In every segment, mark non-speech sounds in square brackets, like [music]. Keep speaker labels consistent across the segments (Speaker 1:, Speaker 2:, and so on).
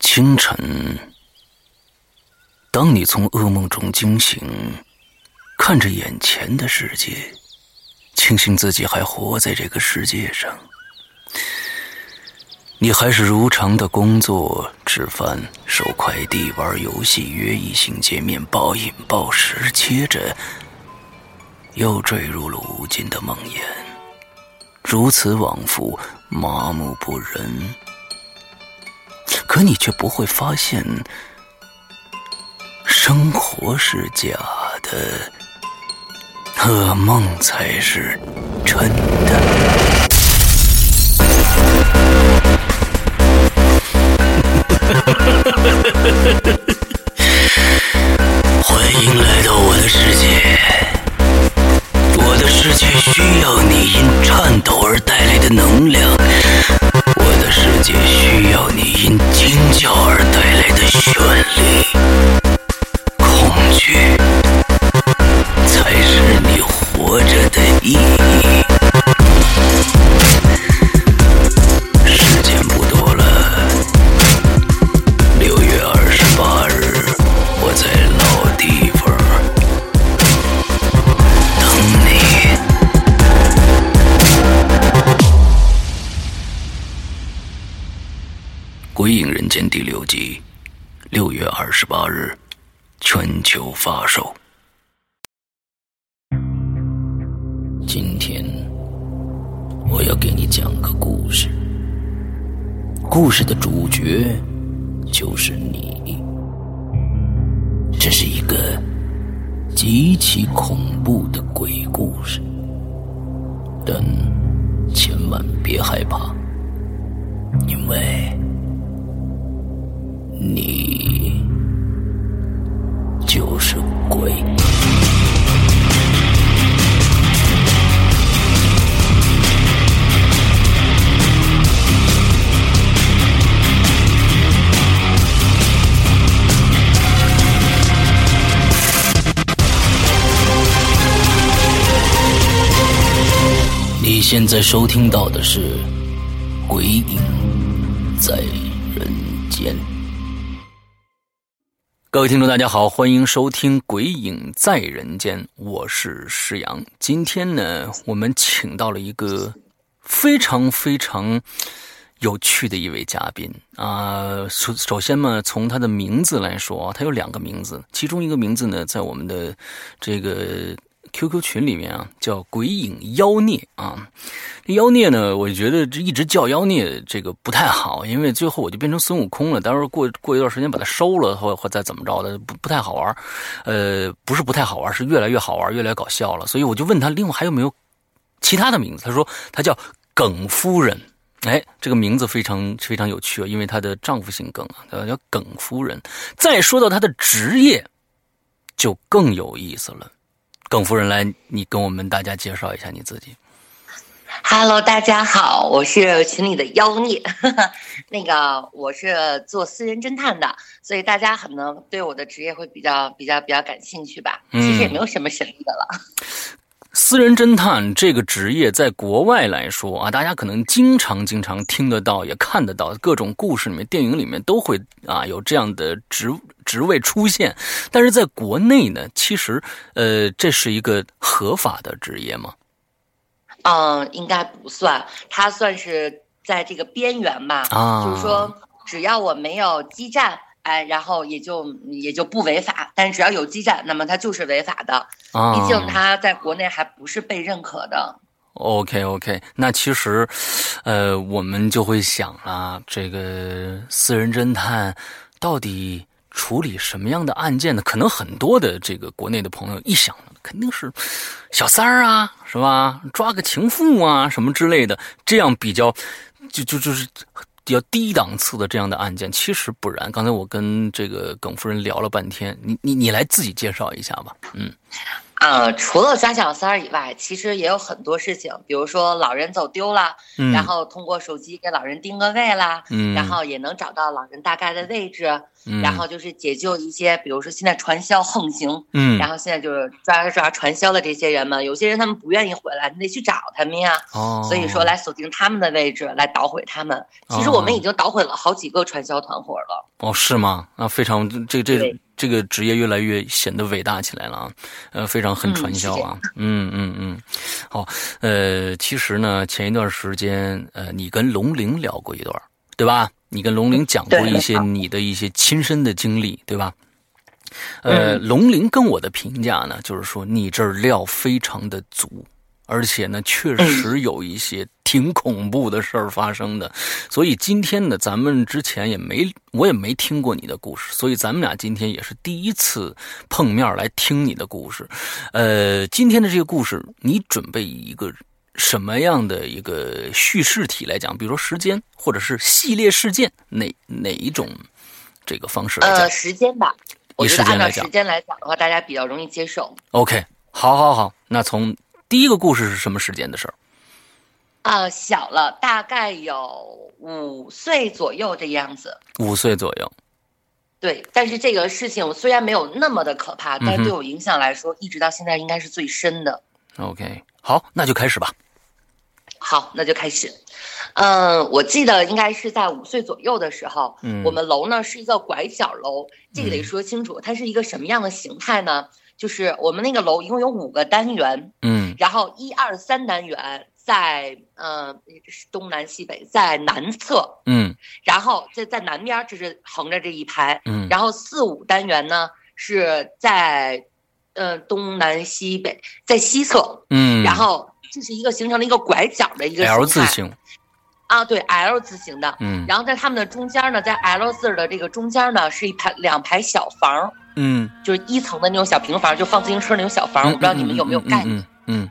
Speaker 1: 清晨，当你从噩梦中惊醒，看着眼前的世界，庆幸自己还活在这个世界上，你还是如常的工作、吃饭、收快递、玩游戏、约异性见面、暴饮暴食，接着又坠入了无尽的梦魇，如此往复，麻木不仁。可你却不会发现，生活是假的，噩梦才是真的。 [laughs] 欢迎来到我的世界，我的世界需要你因颤抖而带来的能量。我的世界需要你因惊叫而带来的绚丽，恐惧才是你活着的意义。时间不多了，六月二十八日，我在老地方等你。《鬼影人间》第六集，六月二十八日全球发售。今天我要给你讲个故事，故事的主角就是你。这是一个极其恐怖的鬼故事，但千万别害怕，因为。你就是鬼。你现在收听到的是《鬼影在人间》。各位听众，大家好，欢迎收听《鬼影在人间》，我是石阳。今天呢，我们请到了一个非常非常有趣的一位嘉宾啊。首、首先嘛，从他的名字来说啊，他有两个名字，其中一个名字呢，在我们的这个 QQ 群里面啊，叫“鬼影妖孽”啊。这妖孽呢，我觉得这一直叫妖孽这个不太好，因为最后我就变成孙悟空了。待会儿过过一段时间把它收了，或或再怎么着的，不不太好玩。呃，不是不太好玩，是越来越好玩，越来越搞笑了。所以我就问他，另外还有没有其他的名字？他说他叫耿夫人。哎，这个名字非常非常有趣啊，因为她的丈夫姓耿啊，她叫耿夫人。再说到她的职业，就更有意思了。耿夫人，来，你跟我们大家介绍一下你自己。
Speaker 2: Hello，大家好，我是群里的妖孽， [laughs] 那个我是做私人侦探的，所以大家可能对我的职业会比较、比较、比较感兴趣吧。
Speaker 1: 嗯
Speaker 2: 其实也没有什么神秘的了。
Speaker 1: 私人侦探这个职业，在国外来说啊，大家可能经常经常听得到，也看得到，各种故事里面、电影里面都会啊有这样的职职位出现。但是在国内呢，其实呃，这是一个合法的职业嘛。
Speaker 2: 嗯，应该不算，它算是在这个边缘吧。
Speaker 1: 啊
Speaker 2: 就是说，只要我没有基站，哎，然后也就也就不违法。但只要有基站，那么它就是违法的。
Speaker 1: 啊，
Speaker 2: 毕竟它在国内还不是被认可的。
Speaker 1: OK OK，那其实，呃，我们就会想啦，这个私人侦探到底处理什么样的案件呢？可能很多的这个国内的朋友一想，肯定是小三儿啊，是吧？抓个情妇啊，什么之类的，这样比较，就就就是。比较低档次的这样的案件，其实不然。刚才我跟这个耿夫人聊了半天，你你你来自己介绍一下吧。嗯，
Speaker 2: 呃，除了抓小三儿以外，其实也有很多事情，比如说老人走丢啦，
Speaker 1: 嗯
Speaker 2: 然后通过手机给老人定个位啦，
Speaker 1: 嗯，
Speaker 2: 然后也能找到老人大概的位置。
Speaker 1: 嗯
Speaker 2: 然后就是解救一些，比如说现在传销横行，
Speaker 1: 嗯
Speaker 2: 然后现在就是抓抓传销的这些人们，有些人他们不愿意回来，你得去找他们呀。
Speaker 1: 哦，
Speaker 2: 所以说来锁定他们的位置，来捣毁他们。其实我们已经捣毁了好几个传销团伙了。
Speaker 1: 哦，是吗？啊，非常这这
Speaker 2: 对
Speaker 1: 这个职业越来越显得伟大起来了啊，呃，非常很
Speaker 2: 嗯
Speaker 1: 传
Speaker 2: 是
Speaker 1: 销
Speaker 2: 这
Speaker 1: 啊，嗯嗯嗯，好，呃，其实呢，前一段时间呃，你跟龙玲聊过一段儿，对吧？你跟龙玲讲过
Speaker 2: 对
Speaker 1: 一些
Speaker 2: 好
Speaker 1: 你的一些亲身的经历，对吧？呃，龙玲跟我的评价呢，就是说你这儿料非常的足，而且呢，确实有一些挺恐怖的事儿发生的。所以今天呢，咱们之前也没，我也没听过你的故事，所以咱们俩今天也是第一次碰面来听你的故事。呃，今天的这个故事，你准备一个什么样的一个叙事体来讲？比如说时间，或者是系列事件，哪哪一种这个方式来讲？
Speaker 2: 呃，时间吧，我
Speaker 1: 以
Speaker 2: 觉
Speaker 1: 时
Speaker 2: 得
Speaker 1: 间
Speaker 2: 按照
Speaker 1: 来讲
Speaker 2: 时间来讲的话，大家比较容易接受。
Speaker 1: OK，好，好，好，那从第一个故事是什么时间的事儿？
Speaker 2: 啊、小了大概有五岁左右的样子。
Speaker 1: 五岁左右。
Speaker 2: 对，但是这个事情我虽然没有那么的可怕，但
Speaker 1: 嗯哼
Speaker 2: 是对我影响来说，一直到现在应该是最深的。
Speaker 1: OK，好，那就开始吧。
Speaker 2: 好，那就开始。嗯，我记得应该是在五岁左右的时候，
Speaker 1: 嗯
Speaker 2: 我们楼呢是一个拐角楼，这个得说清楚，它是一个什么样的形态呢？就是我们那个楼一共有五个单元，
Speaker 1: 嗯
Speaker 2: 然后一二三单元在呃东南西北在南侧，
Speaker 1: 嗯
Speaker 2: 然后在在南边这是横着这一排，
Speaker 1: 嗯
Speaker 2: 然后四五单元呢是在呃东南西北在西侧，
Speaker 1: 嗯，
Speaker 2: 然后这是一个形成了一个拐角的一个
Speaker 1: L
Speaker 2: 形
Speaker 1: 字
Speaker 2: 态
Speaker 1: 形，
Speaker 2: 啊，对 L 字形的。
Speaker 1: 嗯
Speaker 2: 然后在它们的中间呢，在 L 字的这个中间呢，是一排两排小房儿，
Speaker 1: 嗯，
Speaker 2: 就是一层的那种小平房，就放自行车那种小房儿。我不知道你们有没有概念。
Speaker 1: 嗯嗯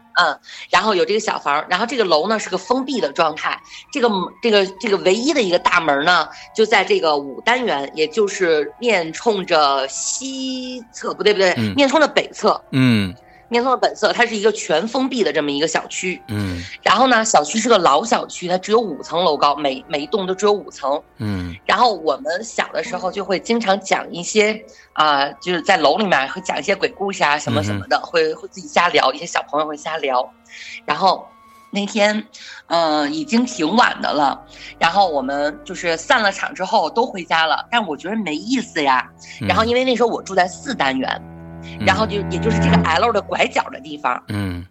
Speaker 2: 然后有这个小房儿，然后这个楼呢是个封闭的状态，这个这个这个唯一的一个大门呢，就在这个五单元，也就是面冲着西侧，不对不对，
Speaker 1: 嗯
Speaker 2: 面冲着北侧，
Speaker 1: 嗯
Speaker 2: 面冲着北侧，它是一个全封闭的这么一个小区。
Speaker 1: 嗯
Speaker 2: 然后呢，小区是个老小区，它只有五层楼高，每每一栋都只有五层。
Speaker 1: 嗯
Speaker 2: 然后我们小的时候就会经常讲一些啊、呃就是在楼里面会讲一些鬼故事啊什么什么的，会会自己瞎聊，一些小朋友会瞎聊。然后那天，嗯、已经挺晚的了，然后我们就是散了场之后都回家了，但我觉得没意思呀。
Speaker 1: 嗯，
Speaker 2: 然后因为那时候我住在四单元，然后就也就是这个 L 的拐角的地方，
Speaker 1: 嗯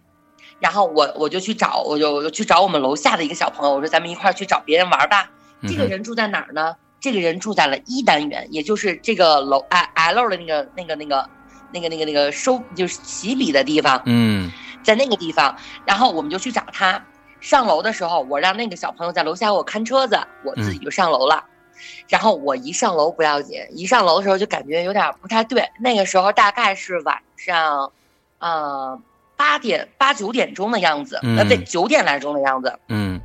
Speaker 2: 然后我我就去找，我就我就去找我们楼下的一个小朋友，我说咱们一块儿去找别人玩吧。
Speaker 1: 嗯
Speaker 2: 这个人住在哪儿呢？这个人住在了一单元，也就是这个楼啊 L L 的那个那个那个那个那个那个收就是起笔的地方，
Speaker 1: 嗯
Speaker 2: 在那个地方，然后我们就去找他。上楼的时候，我让那个小朋友在楼下给我看车子，我自己就上楼了。然后我一上楼不要紧，一上楼的时候就感觉有点不太对。那个时候大概是晚上，呃，八点八九点钟的样子，呃，
Speaker 1: 嗯
Speaker 2: 对，九点来钟的样子。
Speaker 1: 嗯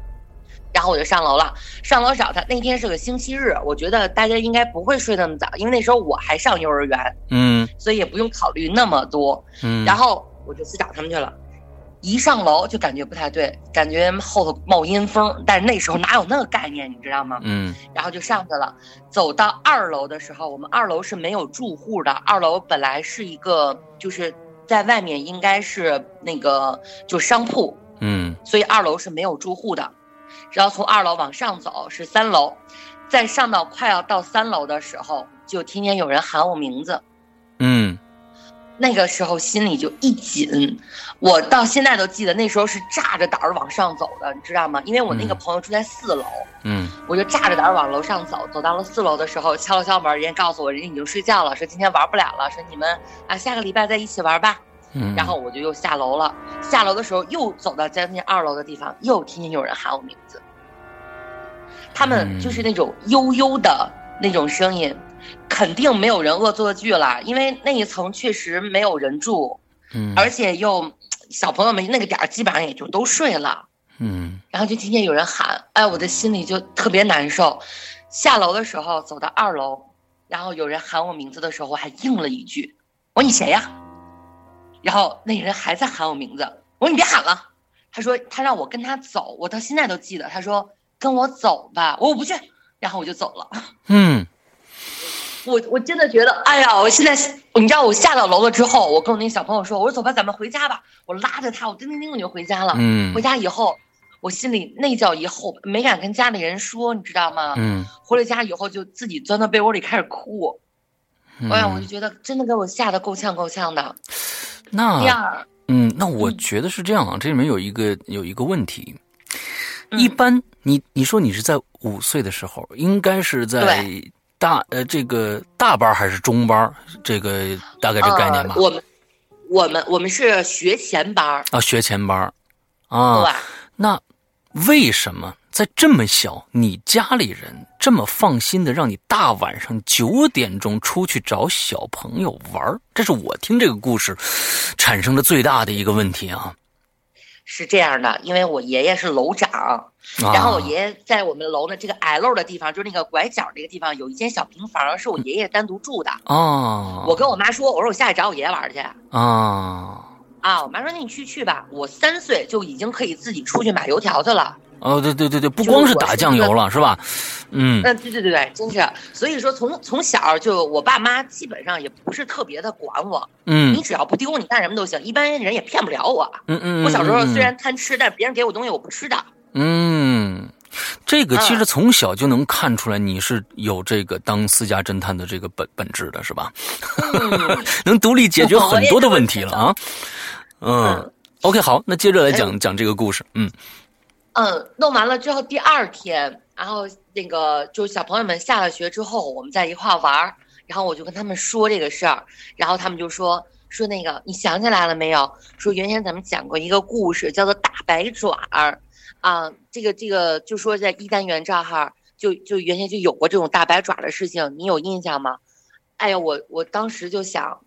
Speaker 2: 然后我就上楼了，上楼找他。那天是个星期日，我觉得大家应该不会睡那么早，因为那时候我还上幼儿园，
Speaker 1: 嗯
Speaker 2: 所以也不用考虑那么多。
Speaker 1: 嗯，
Speaker 2: 然后我就去找他们去了，一上楼就感觉不太对，感觉后头冒阴风，但是那时候哪有那个概念，你知道吗？
Speaker 1: 嗯
Speaker 2: 然后就上去了。走到二楼的时候，我们二楼是没有住户的，二楼本来是一个就是在外面应该是那个就商铺，
Speaker 1: 嗯
Speaker 2: 所以二楼是没有住户的。然后从二楼往上走是三楼，再上到快要到三楼的时候，就听见有人喊我名字。
Speaker 1: 嗯
Speaker 2: 那个时候心里就一紧，我到现在都记得那时候是炸着胆儿往上走的，你知道吗？因为我那个
Speaker 1: 嗯
Speaker 2: 朋友住在四楼，
Speaker 1: 嗯
Speaker 2: 我就炸着胆儿往楼上走。走到了四楼的时候，敲了敲门，人家告诉我人家已经睡觉了，说今天玩不了了，说你们啊下个礼拜再一起玩吧。
Speaker 1: 嗯，
Speaker 2: 然后我就又下楼了。下楼的时候又走到将近二楼的地方，又听见有人喊我名字。他
Speaker 1: 嗯
Speaker 2: 们就是那种悠悠的那种声音，肯定没有人恶作剧啦，因为那一层确实没有人住，
Speaker 1: 嗯
Speaker 2: 而且又小朋友们那个点儿基本上也就都睡了。
Speaker 1: 嗯
Speaker 2: 然后就听见有人喊，哎，我的心里就特别难受。下楼的时候走到二楼，然后有人喊我名字的时候，我还应了一句：“我说你谁呀？”然后那人还在喊我名字，我说你别喊了。他说他让我跟他走，我到现在都记得。他说跟我走吧，我说我不去，然后我就走了。
Speaker 1: 嗯
Speaker 2: 我我真的觉得，哎呀，我现在你知道，我下到楼了之后，我跟我那小朋友说，我说走吧，咱们回家吧。我拉着他，我叮叮叮我就回家了。
Speaker 1: 嗯
Speaker 2: 回家以后，我心里内疚一后，没敢跟家里人说，你知道吗？
Speaker 1: 嗯，
Speaker 2: 回了家以后，就自己钻到被窝里开始哭。
Speaker 1: 嗯
Speaker 2: 哎呀，我就觉得真的给我吓得够呛够呛的。第
Speaker 1: 那
Speaker 2: 二，
Speaker 1: 嗯，那我
Speaker 2: 嗯
Speaker 1: 觉得是这样啊，这里面有一个有一个问题，
Speaker 2: 嗯
Speaker 1: 一般你你说你是在五岁的时候，应该是在大呃这个大班还是中班？这个大概这概念吧
Speaker 2: 呃。我们我们我们是学前班儿，
Speaker 1: 啊，学前班儿啊，
Speaker 2: 呃对。
Speaker 1: 那为什么在这么小，你家里人这么放心的让你大晚上九点钟出去找小朋友玩儿？这是我听这个故事产生的最大的一个问题啊！
Speaker 2: 是这样的，因为我爷爷是楼长，
Speaker 1: 啊
Speaker 2: 然后我爷爷在我们楼的这个矮楼的地方，就是那个拐角那个地方，有一间小平房，是我爷爷单独住的。
Speaker 1: 啊，
Speaker 2: 我跟我妈说，我说我下去找我爷爷玩去
Speaker 1: 啊。
Speaker 2: 啊。我妈说那你去去吧。我三岁就已经可以自己出去买油条去了。
Speaker 1: 哦，对对对对，不
Speaker 2: 就是
Speaker 1: 光是
Speaker 2: 我
Speaker 1: 打
Speaker 2: 是
Speaker 1: 酱
Speaker 2: 一个
Speaker 1: 油了，是吧？嗯
Speaker 2: 嗯，对对对对，真是。所以说从从小就我爸妈基本上也不是特别的管我，
Speaker 1: 嗯
Speaker 2: 你只要不丢你干什么都行，一般人也骗不了我。
Speaker 1: 嗯嗯。
Speaker 2: 我小时候
Speaker 1: 嗯
Speaker 2: 虽然贪吃，但是别人给我东西我不
Speaker 1: [laughs]
Speaker 2: 吃的。
Speaker 1: 嗯，这个其
Speaker 2: 嗯
Speaker 1: 实从小就能看出来，你是有这个当私家侦探的这个本本质的，是吧？
Speaker 2: 嗯
Speaker 1: 能独立解决很多的问题了啊。嗯
Speaker 2: 嗯哎
Speaker 1: ，OK，好，那接着来讲讲这个故事。嗯
Speaker 2: 嗯，弄完了之后第二天，然后那个就是小朋友们下了学之后，我们在一块儿玩儿，然后我就跟他们说这个事儿，然后他们就说说那个你想起来了没有？说原先咱们讲过一个故事，叫做大白爪儿，啊，这个这个就说在一单元这哈，就就原先就有过这种大白爪的事情，你有印象吗？哎呀，我我当时就想。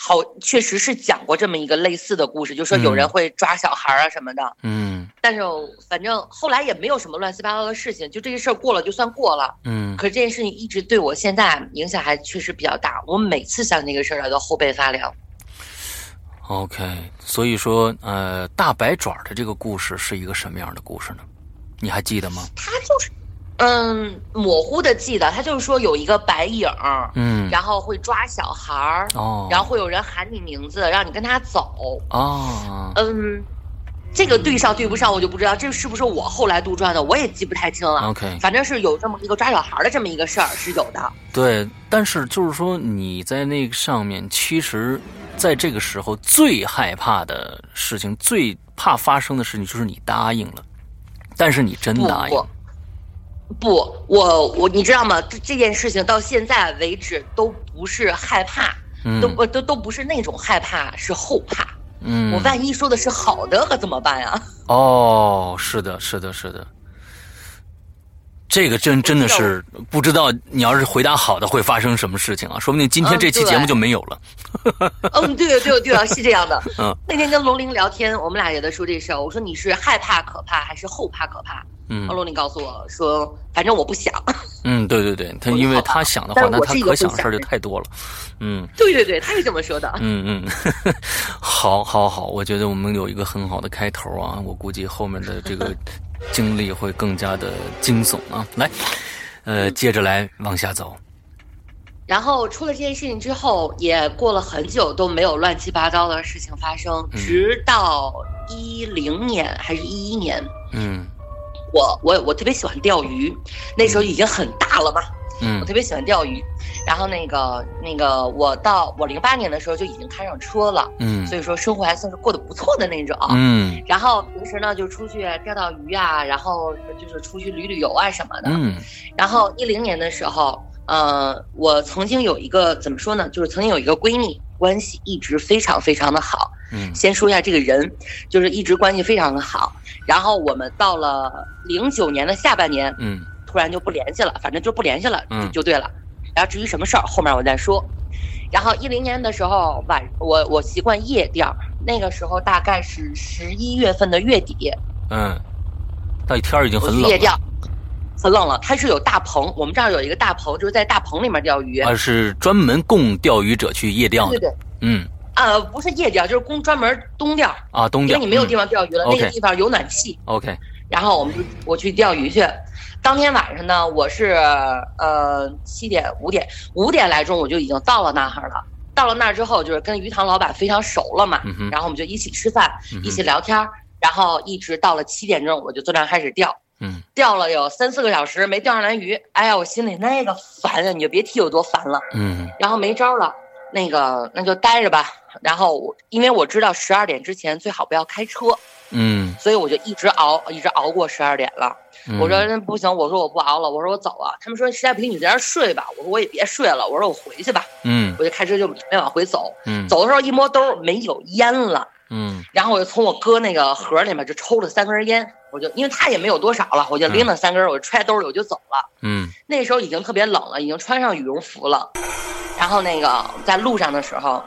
Speaker 2: 好，确实是讲过这么一个类似的故事，就说有人
Speaker 1: 嗯
Speaker 2: 会抓小孩儿啊什么的。
Speaker 1: 嗯
Speaker 2: 但是我反正后来也没有什么乱七八糟的事情，就这个事儿过了就算过了。
Speaker 1: 嗯
Speaker 2: 可是这件事情一直对我现在影响还确实比较大，我每次想这个事儿都后背发凉。
Speaker 1: ，OK，所以说，呃，大白爪的这个故事是一个什么样的故事呢？你还记得吗？
Speaker 2: 他就是，嗯，模糊的记得，他就是说有一个白影儿，
Speaker 1: 嗯，
Speaker 2: 然后会抓小孩儿，
Speaker 1: 哦，
Speaker 2: 然后会有人喊你名字，让你跟他走。
Speaker 1: 哦，
Speaker 2: 嗯，这个对上对不上我就不知道，这是不是我后来杜撰的，我也记不太清了。
Speaker 1: OK，
Speaker 2: 反正是有这么一个抓小孩儿的这么一个事儿是有的。
Speaker 1: 对，但是就是说你在那个上面，其实在这个时候最害怕的事情，最怕发生的事情就是你答应了，但是你真
Speaker 2: 不
Speaker 1: 答应了，
Speaker 2: 不，不，我我你知道吗？这这件事情到现在为止都不是害怕，
Speaker 1: 嗯
Speaker 2: 都不呃都都不是那种害怕，是后怕。
Speaker 1: 嗯，
Speaker 2: 我万一说的是好的，可怎么办呀？
Speaker 1: 哦，是的，是的，是的，这个真真的是不知道你要是回答好的会发生什么事情啊，说不定今天
Speaker 2: 嗯
Speaker 1: 这期
Speaker 2: 对
Speaker 1: 节目就没有了。
Speaker 2: 嗯，对对对啊，是这样的。
Speaker 1: [laughs] 嗯
Speaker 2: 那天跟龙玲聊天，我们俩也在说这事儿。我说你是害怕可怕还是后怕可怕？
Speaker 1: 嗯
Speaker 2: 然后龙玲告诉我说，反正我不想。 [laughs]
Speaker 1: 嗯，对对对，他
Speaker 2: 我
Speaker 1: 因为
Speaker 2: 好吧
Speaker 1: 他想的
Speaker 2: 但
Speaker 1: 话，
Speaker 2: 是
Speaker 1: 那
Speaker 2: 我
Speaker 1: 他
Speaker 2: 是一个
Speaker 1: 可
Speaker 2: 会
Speaker 1: 想的事儿
Speaker 2: 想
Speaker 1: 就
Speaker 2: 的
Speaker 1: 太多了。嗯，
Speaker 2: 对对对，他是这么说的。
Speaker 1: 嗯嗯， [laughs] 好，好，好，我觉得我们有一个很好的开头啊，我估计后面的这
Speaker 2: [laughs]
Speaker 1: 个经历会更加的惊悚啊。来，呃，接着来往下走。
Speaker 2: 然后出了这件事情之后，也过了很久都没有乱七八糟的事情发生，
Speaker 1: 嗯
Speaker 2: 直到一零年还是一一年，
Speaker 1: 嗯
Speaker 2: 我我我特别喜欢钓鱼，那时候已经很大了嘛，我
Speaker 1: 嗯
Speaker 2: 特别喜欢钓鱼。然后那个那个，我到我零八年的时候就已经开上车了，
Speaker 1: 嗯
Speaker 2: 所以说生活还算是过得不错的那种。
Speaker 1: 嗯
Speaker 2: 然后平时呢就出去钓钓鱼啊，然后就是出去旅旅游啊什么的。
Speaker 1: 嗯
Speaker 2: 然后一零年的时候，呃，我曾经有一个怎么说呢，就是曾经有一个闺蜜，关系一直非常非常的好。
Speaker 1: 嗯
Speaker 2: 先说一下这个人，就是一直关系非常的好。然后我们到了零九年的下半年，
Speaker 1: 嗯
Speaker 2: 突然就不联系了，反正就不联系了，
Speaker 1: 嗯
Speaker 2: 就就对了。然后至于什么事儿，后面我再说。然后一零年的时候晚，我我习惯夜钓，那个时候大概是十一月份的月底，
Speaker 1: 嗯，到天儿已经
Speaker 2: 我
Speaker 1: 很
Speaker 2: 去
Speaker 1: 冷
Speaker 2: 夜
Speaker 1: 了，
Speaker 2: 钓，很冷了。它是有大棚，我们这儿有一个大棚，就是在大棚里面钓鱼。
Speaker 1: 啊，是专门供钓鱼者去夜钓
Speaker 2: 对
Speaker 1: 的。
Speaker 2: 对，
Speaker 1: 嗯
Speaker 2: 呃，不是夜钓，就是供专门冬钓，
Speaker 1: 啊，冬
Speaker 2: 因
Speaker 1: 钓
Speaker 2: 为你没有地方钓鱼了，
Speaker 1: 嗯
Speaker 2: 那个
Speaker 1: OK
Speaker 2: 地方有暖气。
Speaker 1: OK，
Speaker 2: 然后我们就我去钓鱼去。当天晚上呢，我是呃七点五点五点来钟我就已经到了那儿了。到了那儿之后，就是跟鱼塘老板非常熟了嘛，
Speaker 1: 嗯哼
Speaker 2: 然后我们就一起吃饭，
Speaker 1: 嗯哼
Speaker 2: 一起聊天儿，然后一直到了七点钟，我就坐那儿开始钓。
Speaker 1: 嗯
Speaker 2: 钓了有三四个小时没钓上来鱼，哎呀，我心里那个烦啊呀，你就别提有多烦了。
Speaker 1: 嗯
Speaker 2: 然后没招了，那个那就待着吧。然后我因为我知道十二点之前最好不要开车，
Speaker 1: 嗯，
Speaker 2: 所以我就一直熬，一直熬过十二点了。
Speaker 1: 嗯
Speaker 2: 我说那不行，我说我不熬了，我说我走啊。他们说实在不行你在这儿睡吧，我说我也别睡了，我说我回去吧。
Speaker 1: 嗯
Speaker 2: 我就开车就没往回走，
Speaker 1: 嗯
Speaker 2: 走的时候一摸兜儿没有烟了。
Speaker 1: 嗯
Speaker 2: 然后我就从我哥那个盒里面就抽了三根烟，我就因为他也没有多少了，我就拎了三根，我就揣兜里我就走了。
Speaker 1: 嗯
Speaker 2: 那时候已经特别冷了，已经穿上羽绒服了。然后那个在路上的时候，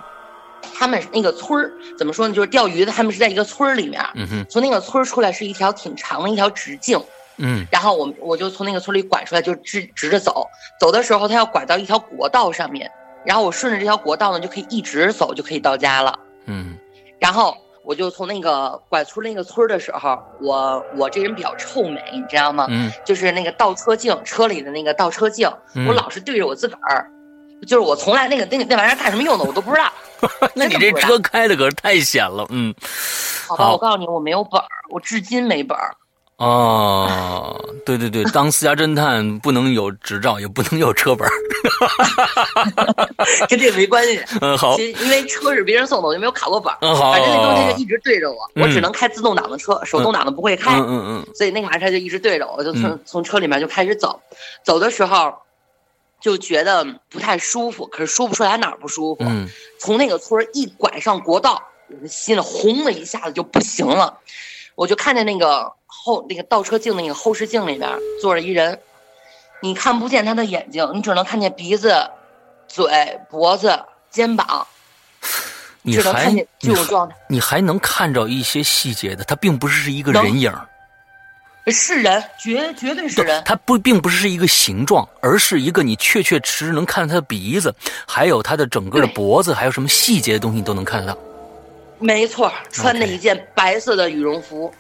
Speaker 2: 他们那个村儿怎么说呢？就是钓鱼的，他们是在一个村儿里面，
Speaker 1: 嗯哼
Speaker 2: 从那个村儿出来是一条挺长的一条直径。
Speaker 1: 嗯
Speaker 2: 然后我们我就从那个村里拐出来，就直直着走。走的时候，他要拐到一条国道上面，然后我顺着这条国道呢，就可以一直走，就可以到家了。
Speaker 1: 嗯
Speaker 2: 然后我就从那个拐出那个村儿的时候，我我这人比较臭美，你知道吗？
Speaker 1: 嗯
Speaker 2: 就是那个倒车镜，车里的那个倒车镜，
Speaker 1: 嗯
Speaker 2: 我老是对着我自个儿，就是我从来那个那个那玩意儿干什么用的我都不知道。
Speaker 1: [laughs] 那你
Speaker 2: 真的
Speaker 1: 这
Speaker 2: 不知道
Speaker 1: 车开的可是太险了，嗯，
Speaker 2: 好吧，
Speaker 1: 好
Speaker 2: 我告诉你，我没有本儿，我至今没本
Speaker 1: [laughs]
Speaker 2: 儿。
Speaker 1: 哦，对对对，当私家侦探不能有执照，也不能有车本儿， [laughs]
Speaker 2: 跟这没关系。
Speaker 1: 嗯， [laughs] 好，
Speaker 2: 其实因为车是别人送的，我就没有考过本儿。
Speaker 1: 嗯好，
Speaker 2: 反正那东西就一直对着我，
Speaker 1: 嗯
Speaker 2: 我只能开自动挡的车，手动挡的不会开，
Speaker 1: 嗯嗯
Speaker 2: 所以那个玩意儿它就一直对着我，我就从、
Speaker 1: 嗯
Speaker 2: 从车里面就开始走，走的时候就觉得不太舒服，可是说不出来哪儿不舒服。
Speaker 1: 嗯
Speaker 2: 从那个村儿一拐上国道，我的心里轰的一下子就不行了，我就看见那个后那个倒车镜那个后视镜里边坐着一人，你看不见他的眼睛，你只能看见鼻子、嘴、脖子、肩膀，
Speaker 1: 嗯，你
Speaker 2: 只能
Speaker 1: 还
Speaker 2: 看见这
Speaker 1: 你
Speaker 2: 种
Speaker 1: 还
Speaker 2: 状态。
Speaker 1: 你还能看着一些细节的，它并不是一个
Speaker 2: 能
Speaker 1: 人影儿，
Speaker 2: 是人，绝绝对是人。
Speaker 1: 它不并不是一个形状，而是一个你确确实实能看它的鼻子，还有它的整个的
Speaker 2: 对
Speaker 1: 脖子，还有什么细节的东西你都能看得到。
Speaker 2: 没错儿，穿的
Speaker 1: OK
Speaker 2: 一件白色的羽绒服，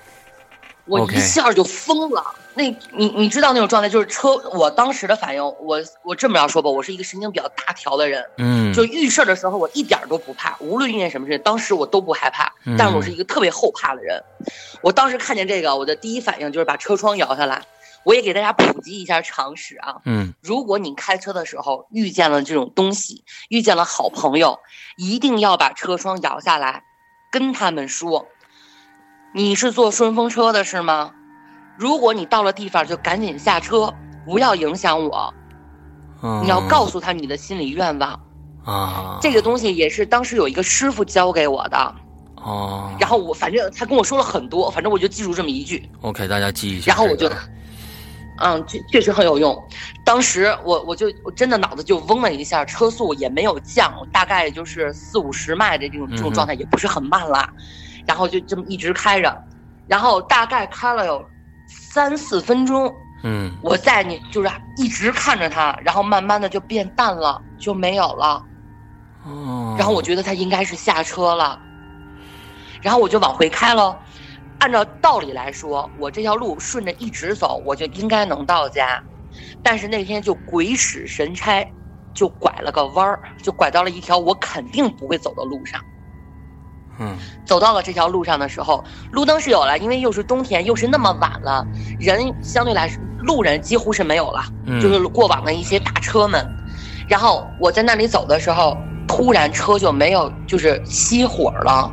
Speaker 2: 我
Speaker 1: OK
Speaker 2: 一下就疯了。那你你知道那种状态，就是车，我当时的反应，我我这么着说吧，我是一个神经比较大条的人，
Speaker 1: 嗯，
Speaker 2: 就遇事儿的时候我一点儿都不怕，无论遇见什么事，当时我都不害怕
Speaker 1: 嗯，
Speaker 2: 但是我是一个特别后怕的人。我当时看见这个，我的第一反应就是把车窗摇下来。我也给大家普及一下常识啊，
Speaker 1: 嗯
Speaker 2: 如果你开车的时候遇见了这种东西，遇见了好朋友，一定要把车窗摇下来，跟他们说，你是坐顺风车的是吗？如果你到了地方，就赶紧下车，不要影响我。
Speaker 1: 嗯，
Speaker 2: 你要告诉他你的心里愿望。
Speaker 1: 啊，
Speaker 2: 这个东西也是当时有一个师傅教给我的，
Speaker 1: 哦，
Speaker 2: 然后我反正他跟我说了很多，反正我就记住这么一句。
Speaker 1: OK，大家记一下
Speaker 2: 然后
Speaker 1: 这个、
Speaker 2: 我就，嗯，确确实很有用。当时我我就我真的脑子就嗡了一下，车速也没有降，大概就是四五十迈的这种这
Speaker 1: 嗯
Speaker 2: 种
Speaker 1: 哼
Speaker 2: 状态，也不是很慢啦。然后就这么一直开着，然后大概开了有三四分钟，
Speaker 1: 嗯
Speaker 2: 我在你就是一直看着它，然后慢慢的就变淡了，就没有了。
Speaker 1: 哦，
Speaker 2: 然后我觉得他应该是下车了，然后我就往回开喽。按照道理来说，我这条路顺着一直走，我就应该能到家，但是那天就鬼使神差，就拐了个弯儿，就拐到了一条我肯定不会走的路上。
Speaker 1: 嗯
Speaker 2: 走到了这条路上的时候，路灯是有了，因为又是冬天，又是那么晚了，人相对来说路人几乎是没有了。
Speaker 1: 嗯
Speaker 2: 就是过往的一些大车们。然后我在那里走的时候，突然车就没有，就是熄火了。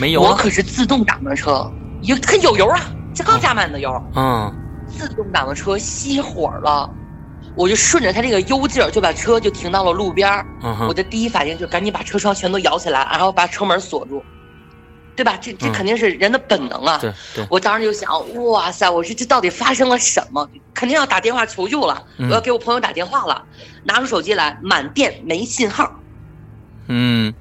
Speaker 1: 没有
Speaker 2: 我
Speaker 1: 啊，
Speaker 2: 可是自动挡的车，有它有油啊，这刚加满的油，
Speaker 1: 嗯
Speaker 2: 自动挡的车熄火了。我就顺着它这个悠劲儿，就把车就停到了路边儿。
Speaker 1: 嗯
Speaker 2: 我
Speaker 1: 哼
Speaker 2: 的第一反应就赶紧把车窗全都摇起来，然后把车门锁住，对吧？这这
Speaker 1: 嗯
Speaker 2: 肯定是人的本能啊。
Speaker 1: 对对，
Speaker 2: 我当时就想，哇塞，我说这到底发生了什么？肯定要打电话求救了，
Speaker 1: 嗯
Speaker 2: 我要给我朋友打电话了。拿出手机来，满电没信号，
Speaker 1: 嗯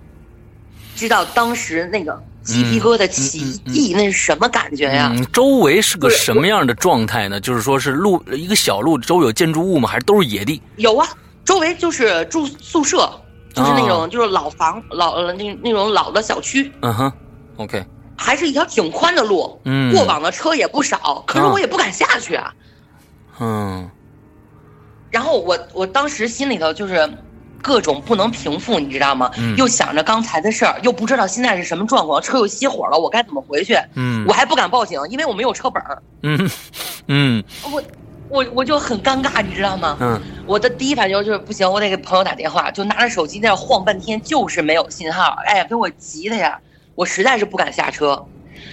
Speaker 2: 知道当时那个鸡皮疙瘩起义，那是什么感觉哎呀？
Speaker 1: 嗯，周围是个
Speaker 2: 对
Speaker 1: 什么样的状态呢？就是说是路一个小路，周围有建筑物吗？还是都是野地？
Speaker 2: 有啊，周围就是住宿
Speaker 1: 哦
Speaker 2: 舍，就是那种就是老房老呃那那种老的小区，
Speaker 1: 嗯哼，OK，
Speaker 2: 还是一条挺宽的路，
Speaker 1: 嗯哦
Speaker 2: 过往的车也不少，可是我也不敢下去啊。
Speaker 1: 嗯
Speaker 2: 然后我我当时心里头就是各种不能平复，你知道吗？
Speaker 1: 嗯
Speaker 2: 又想着刚才的事儿，又不知道现在是什么状况，车又熄火了，我该怎么回去？
Speaker 1: 嗯
Speaker 2: 我还不敢报警，因为我没有车本儿，
Speaker 1: 嗯嗯
Speaker 2: 我我我就很尴尬，你知道吗？
Speaker 1: 嗯
Speaker 2: 我的第一反应就是不行，我得给朋友打电话，就拿着手机在那晃半天，就是没有信号，哎呀，给我急的呀，我实在是不敢下车，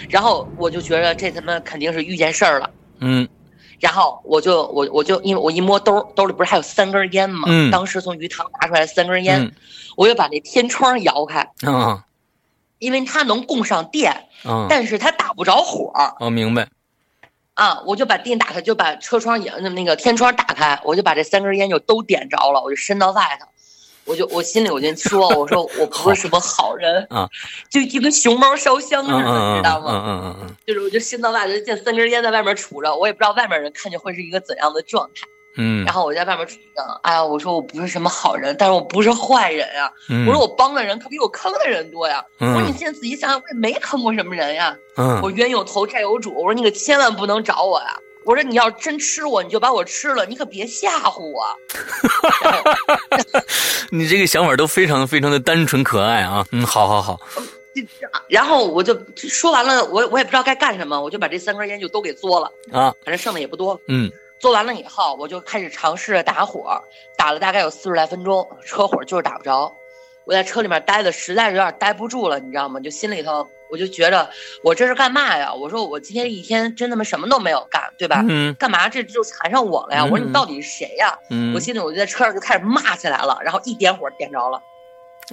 Speaker 2: 然后我就觉得这他妈肯定是遇见事儿了。
Speaker 1: 嗯
Speaker 2: 然后我就我我就因为我一摸兜兜里不是还有三根烟吗？
Speaker 1: 嗯
Speaker 2: 当时从鱼塘拿出来三根烟，
Speaker 1: 嗯
Speaker 2: 我就把那天窗摇开，
Speaker 1: 啊
Speaker 2: 因为它能供上电，
Speaker 1: 啊！
Speaker 2: 但是它打不着火
Speaker 1: 我哦明白。
Speaker 2: 啊！我就把电打开，就把车窗也那那个天窗打开，我就把这三根烟就都点着了，我就伸到外头。我就我心里我就说，我说我不是什么好人
Speaker 1: 啊，
Speaker 2: 就就跟熊猫烧香似
Speaker 1: 嗯嗯嗯
Speaker 2: 的，知道吗？
Speaker 1: 嗯嗯
Speaker 2: 就是我就伸到外头，就见三根烟在外面杵着，我也不知道外面人看见会是一个怎样的状态。
Speaker 1: 嗯
Speaker 2: 然后我在外面杵着，哎呀，我说我不是什么好人，但是我不是坏人啊。
Speaker 1: 嗯，
Speaker 2: 我说我帮的人可比我坑的人多呀。我说你
Speaker 1: 嗯
Speaker 2: 现在仔细想想，我也没坑过什么人呀。
Speaker 1: 嗯
Speaker 2: 我冤有头债有主，我说你可千万不能找我呀。我说你要真吃我，你就把我吃了，你可别吓唬我。
Speaker 1: [laughs] 你这个想法都非常非常的单纯可爱啊！嗯，好好好，
Speaker 2: 然后我就说完了，我我也不知道该干什么，我就把这三根烟就都给嘬了，
Speaker 1: 啊，
Speaker 2: 反正剩的也不多了。
Speaker 1: 嗯
Speaker 2: 嘬完了以后，我就开始尝试着打火，打了大概有四十来分钟，车火就是打不着。我在车里面待的实在是有点待不住了，你知道吗？就心里头我就觉着我这是干嘛呀？我说我今天一天真他妈什么都没有干，对吧？
Speaker 1: 嗯
Speaker 2: 干嘛这就缠上我了呀？
Speaker 1: 嗯
Speaker 2: 我说你到底是谁呀？
Speaker 1: 嗯，
Speaker 2: 我心里我就在车上就开始骂起来了，然后一点火点着了，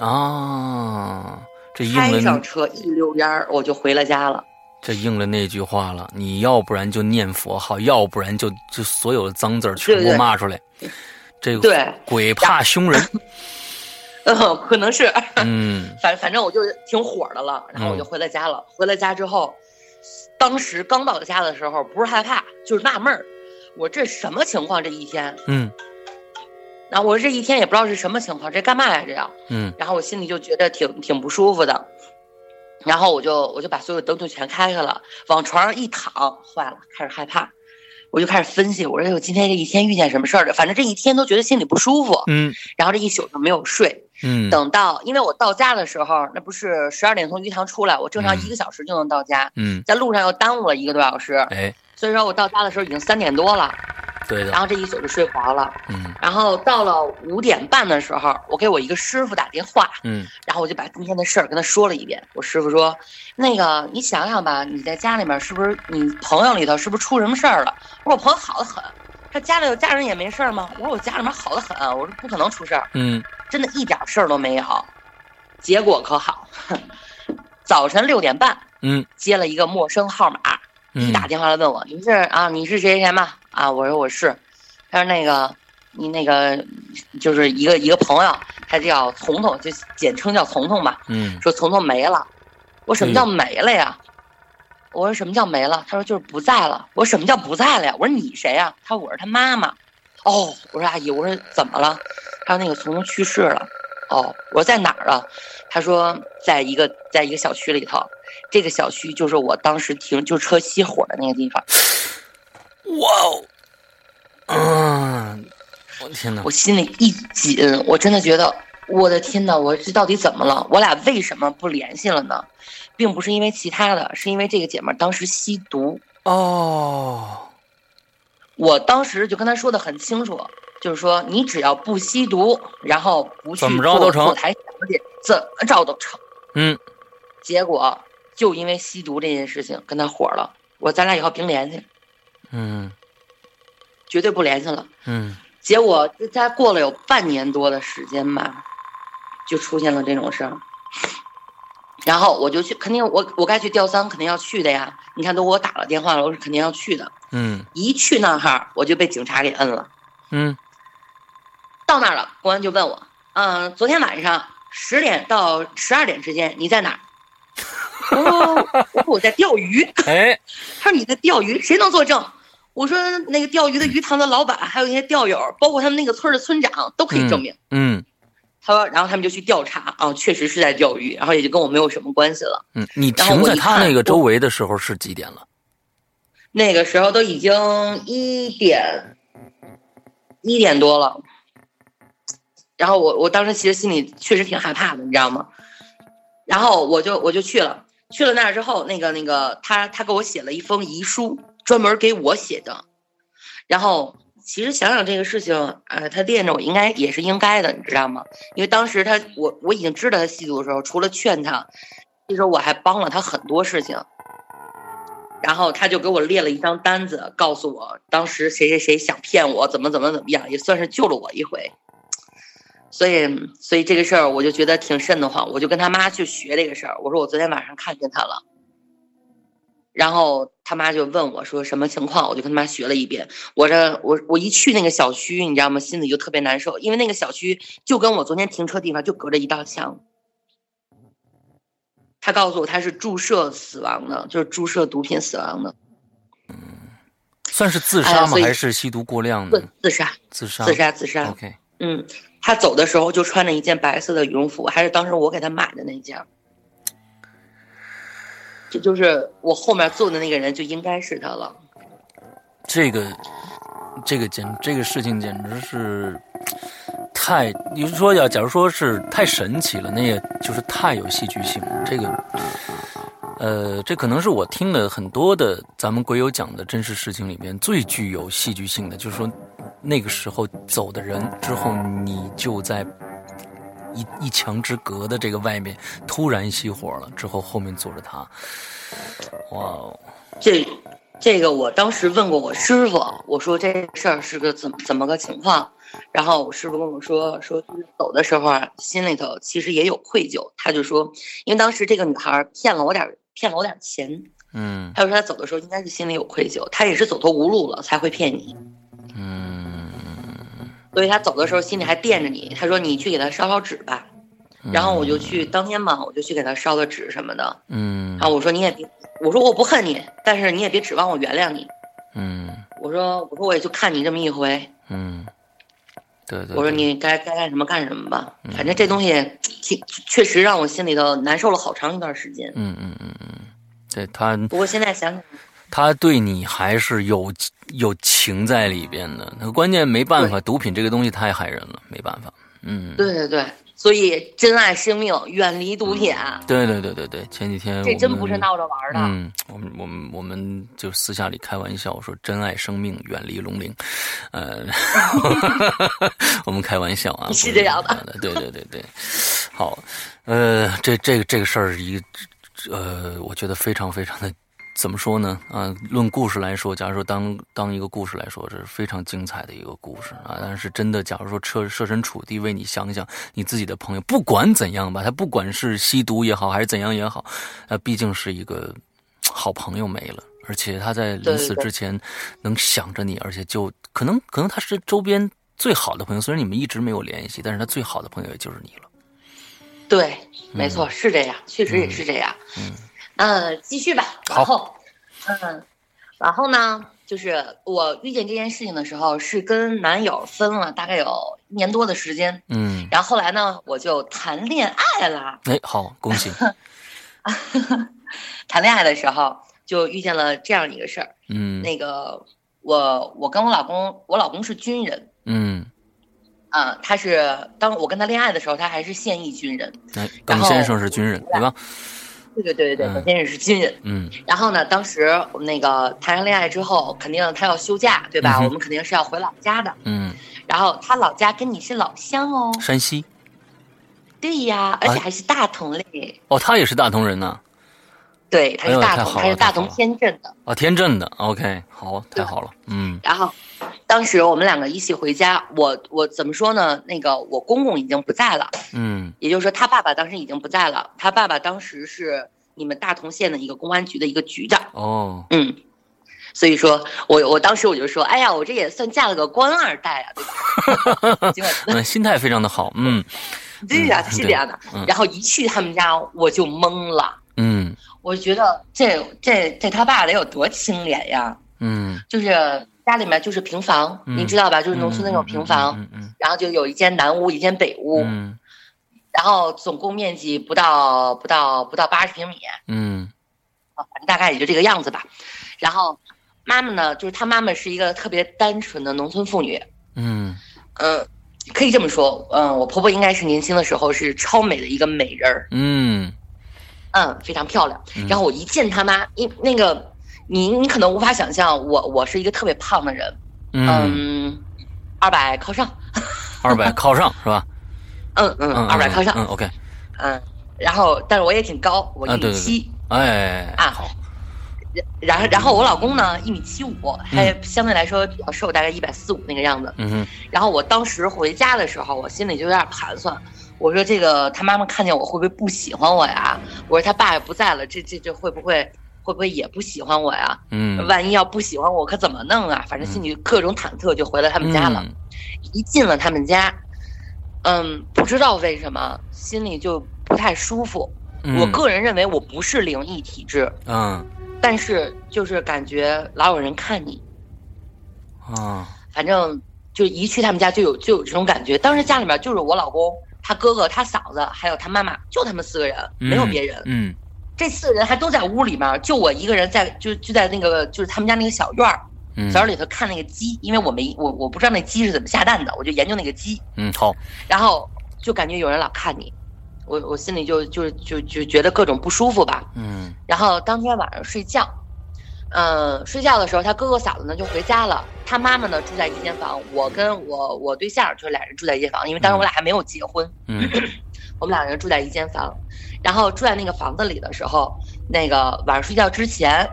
Speaker 1: 啊，这应
Speaker 2: 开
Speaker 1: 了
Speaker 2: 上车一溜烟儿我就回了家了。
Speaker 1: 这应了那句话了，你要不然就念佛号，要不然就就所有的脏字儿全
Speaker 2: 对
Speaker 1: 部
Speaker 2: 对
Speaker 1: 骂出来。这个
Speaker 2: 对，
Speaker 1: 鬼怕凶人，
Speaker 2: 嗯，可能是，
Speaker 1: 嗯
Speaker 2: 反反正我就挺火的了，然后我就回了家了。回了家之后，当时刚到家的时候不是害怕就是纳闷儿，我这什么情况这一天？
Speaker 1: 嗯
Speaker 2: 然后我这一天也不知道是什么情况，这干嘛呀这样？
Speaker 1: 嗯
Speaker 2: 然后我心里就觉得挺挺不舒服的，然后我就我就把所有灯就全开开了，往床上一躺，坏了，开始害怕，我就开始分析，我说我哎今天这一天遇见什么事儿了？反正这一天都觉得心里不舒服，
Speaker 1: 嗯
Speaker 2: 然后这一宿就没有睡。
Speaker 1: 嗯，
Speaker 2: 等到因为我到家的时候，那不是十二点从鱼塘出来，我正常
Speaker 1: 嗯
Speaker 2: 一个小时就能到家，
Speaker 1: 嗯，
Speaker 2: 在路上又耽误了一个多小时，
Speaker 1: 哎，
Speaker 2: 所以说我到家的时候已经三点多了，
Speaker 1: 对的
Speaker 2: 然，后这一宿就睡不着了。
Speaker 1: 嗯
Speaker 2: 然后到了五点半的时候，我给我一个师傅打电话，
Speaker 1: 嗯
Speaker 2: 然后我就把今天的事儿跟他说了一遍。我师傅说：“那个，你想想吧，你在家里面是不是你朋友里头是不是出什么事儿了？”我说：“我朋友好的很。”他家里有家人也没事儿吗？我说：“我家里面好的很，我说不可能出事儿，
Speaker 1: 嗯
Speaker 2: 真的一点事儿都没有。”结果可好， [laughs] 早晨六点半
Speaker 1: 嗯
Speaker 2: 接了一个陌生号码，一
Speaker 1: 嗯
Speaker 2: 打电话来问我：“你是啊？你是谁谁谁吗？”啊，我说我是。他说那个你那个就是一个一个朋友，他叫彤彤，就简称叫彤彤吧。
Speaker 1: 嗯
Speaker 2: 说彤彤没了。我说什么叫没了呀？我说什么叫没了？他说就是不在了。我说什么叫不在了呀？我说你谁呀？他说我是他妈妈。哦，我说阿姨，我说怎么了？他说那个彤彤去世了。哦，我说在哪儿啊？他说在一个在一个小区里头，这个小区就是我当时停就车熄火的那个地方。
Speaker 1: 哇哦，啊，我天哪
Speaker 2: 我，心里一紧，我真的觉得，我的天呐，我这到底怎么了？我俩为什么不联系了呢？并不是因为其他的，是因为这个姐们儿当时吸毒。
Speaker 1: 哦，
Speaker 2: 我当时就跟她说的很清楚，就是说你只要不吸毒，然后不去
Speaker 1: 怎么着都成
Speaker 2: 坐坐台小姐，怎么着都成。
Speaker 1: 嗯
Speaker 2: 结果就因为吸毒这件事情跟她火了。我咱俩以后别联系，
Speaker 1: 嗯
Speaker 2: 绝对不联系了。
Speaker 1: 嗯
Speaker 2: 结果这才过了有半年多的时间吧，就出现了这种事儿。然后我就去，肯定我我该去吊丧，肯定要去的呀。你看，都给我打了电话了，我是肯定要去的。
Speaker 1: 嗯
Speaker 2: 一去那哈儿，我就被警察给摁了。
Speaker 1: 嗯
Speaker 2: 到那儿了，公安就问我，嗯，昨天晚上十点到十二点之间你在哪儿？我说我说我在钓鱼。
Speaker 1: 哎，
Speaker 2: 他说你在钓鱼，谁能作证？我说那个钓鱼的鱼塘的老板，还有一些钓友，包括他们那个村儿的村长，都可以证明。
Speaker 1: 嗯
Speaker 2: 他他说，然后他们就去调查啊，确实是在钓鱼，然后也就跟我没有什么关系了。
Speaker 1: 嗯，你
Speaker 2: 然后
Speaker 1: 停
Speaker 2: 我
Speaker 1: 在
Speaker 2: 一
Speaker 1: 他
Speaker 2: 看
Speaker 1: 那个
Speaker 2: 我
Speaker 1: 周围的时候是几点了？
Speaker 2: 那个时候都已经一点一点多了，然后我我当时其实心里确实挺害怕的，你知道吗？然后我就我就去了，去了那儿之后，那个那个他他给我写了一封遗书，专门给我写的。然后其实想想这个事情，呃，他惦着我应该也是应该的，你知道吗？因为当时他我我已经知道他吸毒的时候，除了劝他，其实我还帮了他很多事情。然后他就给我列了一张单子，告诉我当时谁谁谁想骗我，怎么怎么怎么样，也算是救了我一回。所以，所以这个事儿我就觉得挺瘆得慌，我就跟他妈去学这个事儿。我说我昨天晚上看见他了，然后他妈就问我说什么情况，我就跟他妈学了一遍。我这我我一去那个小区，你知道吗？心里就特别难受，因为那个小区就跟我昨天停车地方就隔着一道墙。他告诉我他是注射死亡的，就是注射毒品死亡的，
Speaker 1: 算是自
Speaker 2: 哎
Speaker 1: 杀吗？
Speaker 2: 所以
Speaker 1: 还是吸毒过量
Speaker 2: 自
Speaker 1: 呢？
Speaker 2: 自杀，
Speaker 1: 自杀。
Speaker 2: 自杀，自杀。
Speaker 1: OK，
Speaker 2: 嗯，他走的时候就穿着一件白色的羽绒服，还是当时我给他买的那件。这就是我后面坐的那个人，就应该是他了。
Speaker 1: 这个这个简这个事情简直是太，你是说要假如说是太神奇了，那也就是太有戏剧性了。这个，呃，这可能是我听了很多的咱们鬼友讲的真实事情里边最具有戏剧性的，就是说那个时候走的人之后，你就在。一一墙之隔的这个外面突然熄火了，之后后面坐着他，哇哦，
Speaker 2: 这这个我当时问过我师傅，我说这事儿是个怎么怎么个情况，然后我师傅跟我说说就是走的时候啊，心里头其实也有愧疚，他就说，因为当时这个女孩儿骗了我点儿骗了我点儿钱，
Speaker 1: 嗯
Speaker 2: 他就说他走的时候应该是心里有愧疚，他也是走投无路了才会骗你，
Speaker 1: 嗯，
Speaker 2: 所以他走的时候心里还惦着你。他说你去给他烧烧纸吧，然后我就去当天嘛，我就去给他烧了纸什么的。
Speaker 1: 嗯
Speaker 2: 然后我说你也别，我说我不恨你，但是你也别指望我原谅你。
Speaker 1: 嗯
Speaker 2: 我说我说我也就看你这么一回，
Speaker 1: 嗯，对对，嗯
Speaker 2: 我
Speaker 1: 对
Speaker 2: 说你该该干什么干什么吧，反正这东西挺确实让我心里头难受了好长一段时间。
Speaker 1: 嗯嗯嗯嗯，对他
Speaker 2: 不过现在想想，
Speaker 1: 他对你还是有有情在里边的，那关键没办法，毒品这个东西太害人了，没办法，嗯，
Speaker 2: 对对对，所以珍爱生命，远离毒品，
Speaker 1: 对对对对对，前几天
Speaker 2: 这
Speaker 1: 我
Speaker 2: 真
Speaker 1: 们
Speaker 2: 不是闹着玩儿的。
Speaker 1: 嗯，我们我们我们就私下里开玩笑我说“珍爱生命，远离龙鳞”，
Speaker 2: [laughs]
Speaker 1: 呃， [laughs] 我们开玩笑啊，
Speaker 2: 是这样
Speaker 1: 不
Speaker 2: 的
Speaker 1: 是这样的，对对对对。好，呃，这这个这个事儿一，呃，我觉得非常非常的。怎么说呢？啊、论故事来说，假如说当当一个故事来说，这是非常精彩的一个故事啊。但是真的，假如说设设身处地为你想想你自己的朋友，不管怎样吧，他不管是吸毒也好，还是怎样也好，那毕竟是一个好朋友没了，而且他在临死之前能想着你，而且就可能可能他是周边最好的朋友，虽然你们一直没有联系，但是他最好的朋友也就是你了。
Speaker 2: 对，没错，是这样，确实也是这样。
Speaker 1: 嗯
Speaker 2: 呃，继续吧。
Speaker 1: 好
Speaker 2: 然后，嗯，然后呢，就是我遇见这件事情的时候，是跟男友分了大概有一年多的时间。 [laughs]
Speaker 1: 嗯，
Speaker 2: 然后后来呢，我就谈恋爱了。
Speaker 1: 哎，好，恭喜。
Speaker 2: 谈恋爱的时候就遇见了这样一个事儿。
Speaker 1: 嗯
Speaker 2: 那个，我我跟我老公，我老公是军人
Speaker 1: 嗯，
Speaker 2: 啊、他是当我跟他恋爱的时候，他还是现役军人。
Speaker 1: 哎，耿
Speaker 2: 然后
Speaker 1: 先生是军人对吧？
Speaker 2: 对对对对对，
Speaker 1: 嗯
Speaker 2: 我先生是军人。
Speaker 1: 嗯
Speaker 2: 然后呢，当时我们那个谈上恋爱之后，肯定他要休假，对吧？
Speaker 1: 嗯哼
Speaker 2: 我们肯定是要回老家的。
Speaker 1: 嗯，
Speaker 2: 然后他老家跟你是老乡哦，
Speaker 1: 山西
Speaker 2: 对呀，
Speaker 1: 啊
Speaker 2: 而且还是大同嘞。
Speaker 1: 哦，他也是大同人呐、
Speaker 2: 对，他
Speaker 1: 哎
Speaker 2: 是
Speaker 1: 呦
Speaker 2: 大
Speaker 1: 太
Speaker 2: 同，
Speaker 1: 好
Speaker 2: 他
Speaker 1: 了太
Speaker 2: 是大
Speaker 1: 好
Speaker 2: 同
Speaker 1: 了
Speaker 2: 天镇的。
Speaker 1: 哦，天镇的。OK，好，太好了。嗯
Speaker 2: 然后，当时我们两个一起回家，我我怎么说呢？那个我公公已经不在了，
Speaker 1: 嗯
Speaker 2: 也就是说他爸爸当时已经不在了。他爸爸当时是你们大同县的一个公安局的一个局长。
Speaker 1: 哦，
Speaker 2: 嗯，所以说我我当时我就说，哎呀，我这也算嫁了个官二代啊，
Speaker 1: [laughs]
Speaker 2: 对吧？结果
Speaker 1: 嗯，心态非常的好。嗯
Speaker 2: 对呀、
Speaker 1: 嗯
Speaker 2: 是这样的
Speaker 1: 嗯。
Speaker 2: 啊然后一去他们家，我就懵了，
Speaker 1: 嗯
Speaker 2: 我觉得这这这他爸得有多清廉呀？
Speaker 1: 嗯，
Speaker 2: 就是家里面就是平房，
Speaker 1: 嗯
Speaker 2: 你知道吧？就是农村那种
Speaker 1: 嗯
Speaker 2: 平房，
Speaker 1: 嗯嗯
Speaker 2: 然后就有一间南屋，一间北屋。
Speaker 1: 嗯
Speaker 2: 然后总共面积不到不到不到八十平米，
Speaker 1: 嗯
Speaker 2: 啊反正大概也就这个样子吧。然后妈妈呢，就是她妈妈是一个特别单纯的农村妇女，
Speaker 1: 嗯
Speaker 2: 嗯、可以这么说，嗯、我婆婆应该是年轻的时候是超美的一个美人儿，
Speaker 1: 嗯
Speaker 2: 嗯，非常漂亮
Speaker 1: 嗯。
Speaker 2: 然后我一见她妈，因那个你你可能无法想象，我我是一个特别胖的人，
Speaker 1: 嗯，
Speaker 2: 嗯，二百靠上，
Speaker 1: 二百靠上是吧？
Speaker 2: 嗯嗯，
Speaker 1: 嗯，
Speaker 2: 二百靠上，
Speaker 1: 嗯，OK，
Speaker 2: 嗯，然后但是我也挺高，我
Speaker 1: 啊
Speaker 2: 一
Speaker 1: 对
Speaker 2: 米
Speaker 1: 对
Speaker 2: 七，
Speaker 1: 哎，
Speaker 2: 啊
Speaker 1: 好，
Speaker 2: 然后然后我老公呢一米七五，还相对来说比较瘦，大概一百四五那个样子。
Speaker 1: 嗯哼，
Speaker 2: 然后我当时回家的时候，我心里就有点盘算，我说这个他妈妈看见我会不会不喜欢我呀？我说他爸也不在了，这这这会不会会不会也不喜欢我呀？
Speaker 1: 嗯，
Speaker 2: 万一要不喜欢我可怎么弄啊？反正心里各种忐忑，就回了他们家了。
Speaker 1: 嗯，
Speaker 2: 一进了他们家，嗯，不知道为什么心里就不太舒服。
Speaker 1: 嗯
Speaker 2: 我个人认为我不是灵异体质，
Speaker 1: 嗯
Speaker 2: 但是就是感觉老有人看你，
Speaker 1: 啊，
Speaker 2: 反正就一去他们家就有就有这种感觉。当时家里面就是我老公、他哥哥、他嫂子还有他妈妈，就他们四个人，没有别人。
Speaker 1: 嗯
Speaker 2: 这四个人还都在屋里面，就我一个人在，就就在那个就是他们家那个小院儿
Speaker 1: 嗯，
Speaker 2: 小院里头看那个鸡，因为我没我我不知道那鸡是怎么下蛋的，我就研究那个鸡，
Speaker 1: 嗯，好，
Speaker 2: 然后就感觉有人老看你，我我心里就就就就觉得各种不舒服吧。
Speaker 1: 嗯
Speaker 2: 然后当天晚上睡觉，嗯、睡觉的时候，他哥哥嫂子呢就回家了，他妈妈呢住在一间房，我跟我我对象就俩人住在一间房，因为当时我俩还没有结婚，
Speaker 1: 嗯
Speaker 2: 我们俩人住在一间房，然后住在那个房子里的时候，那个晚上睡觉之前。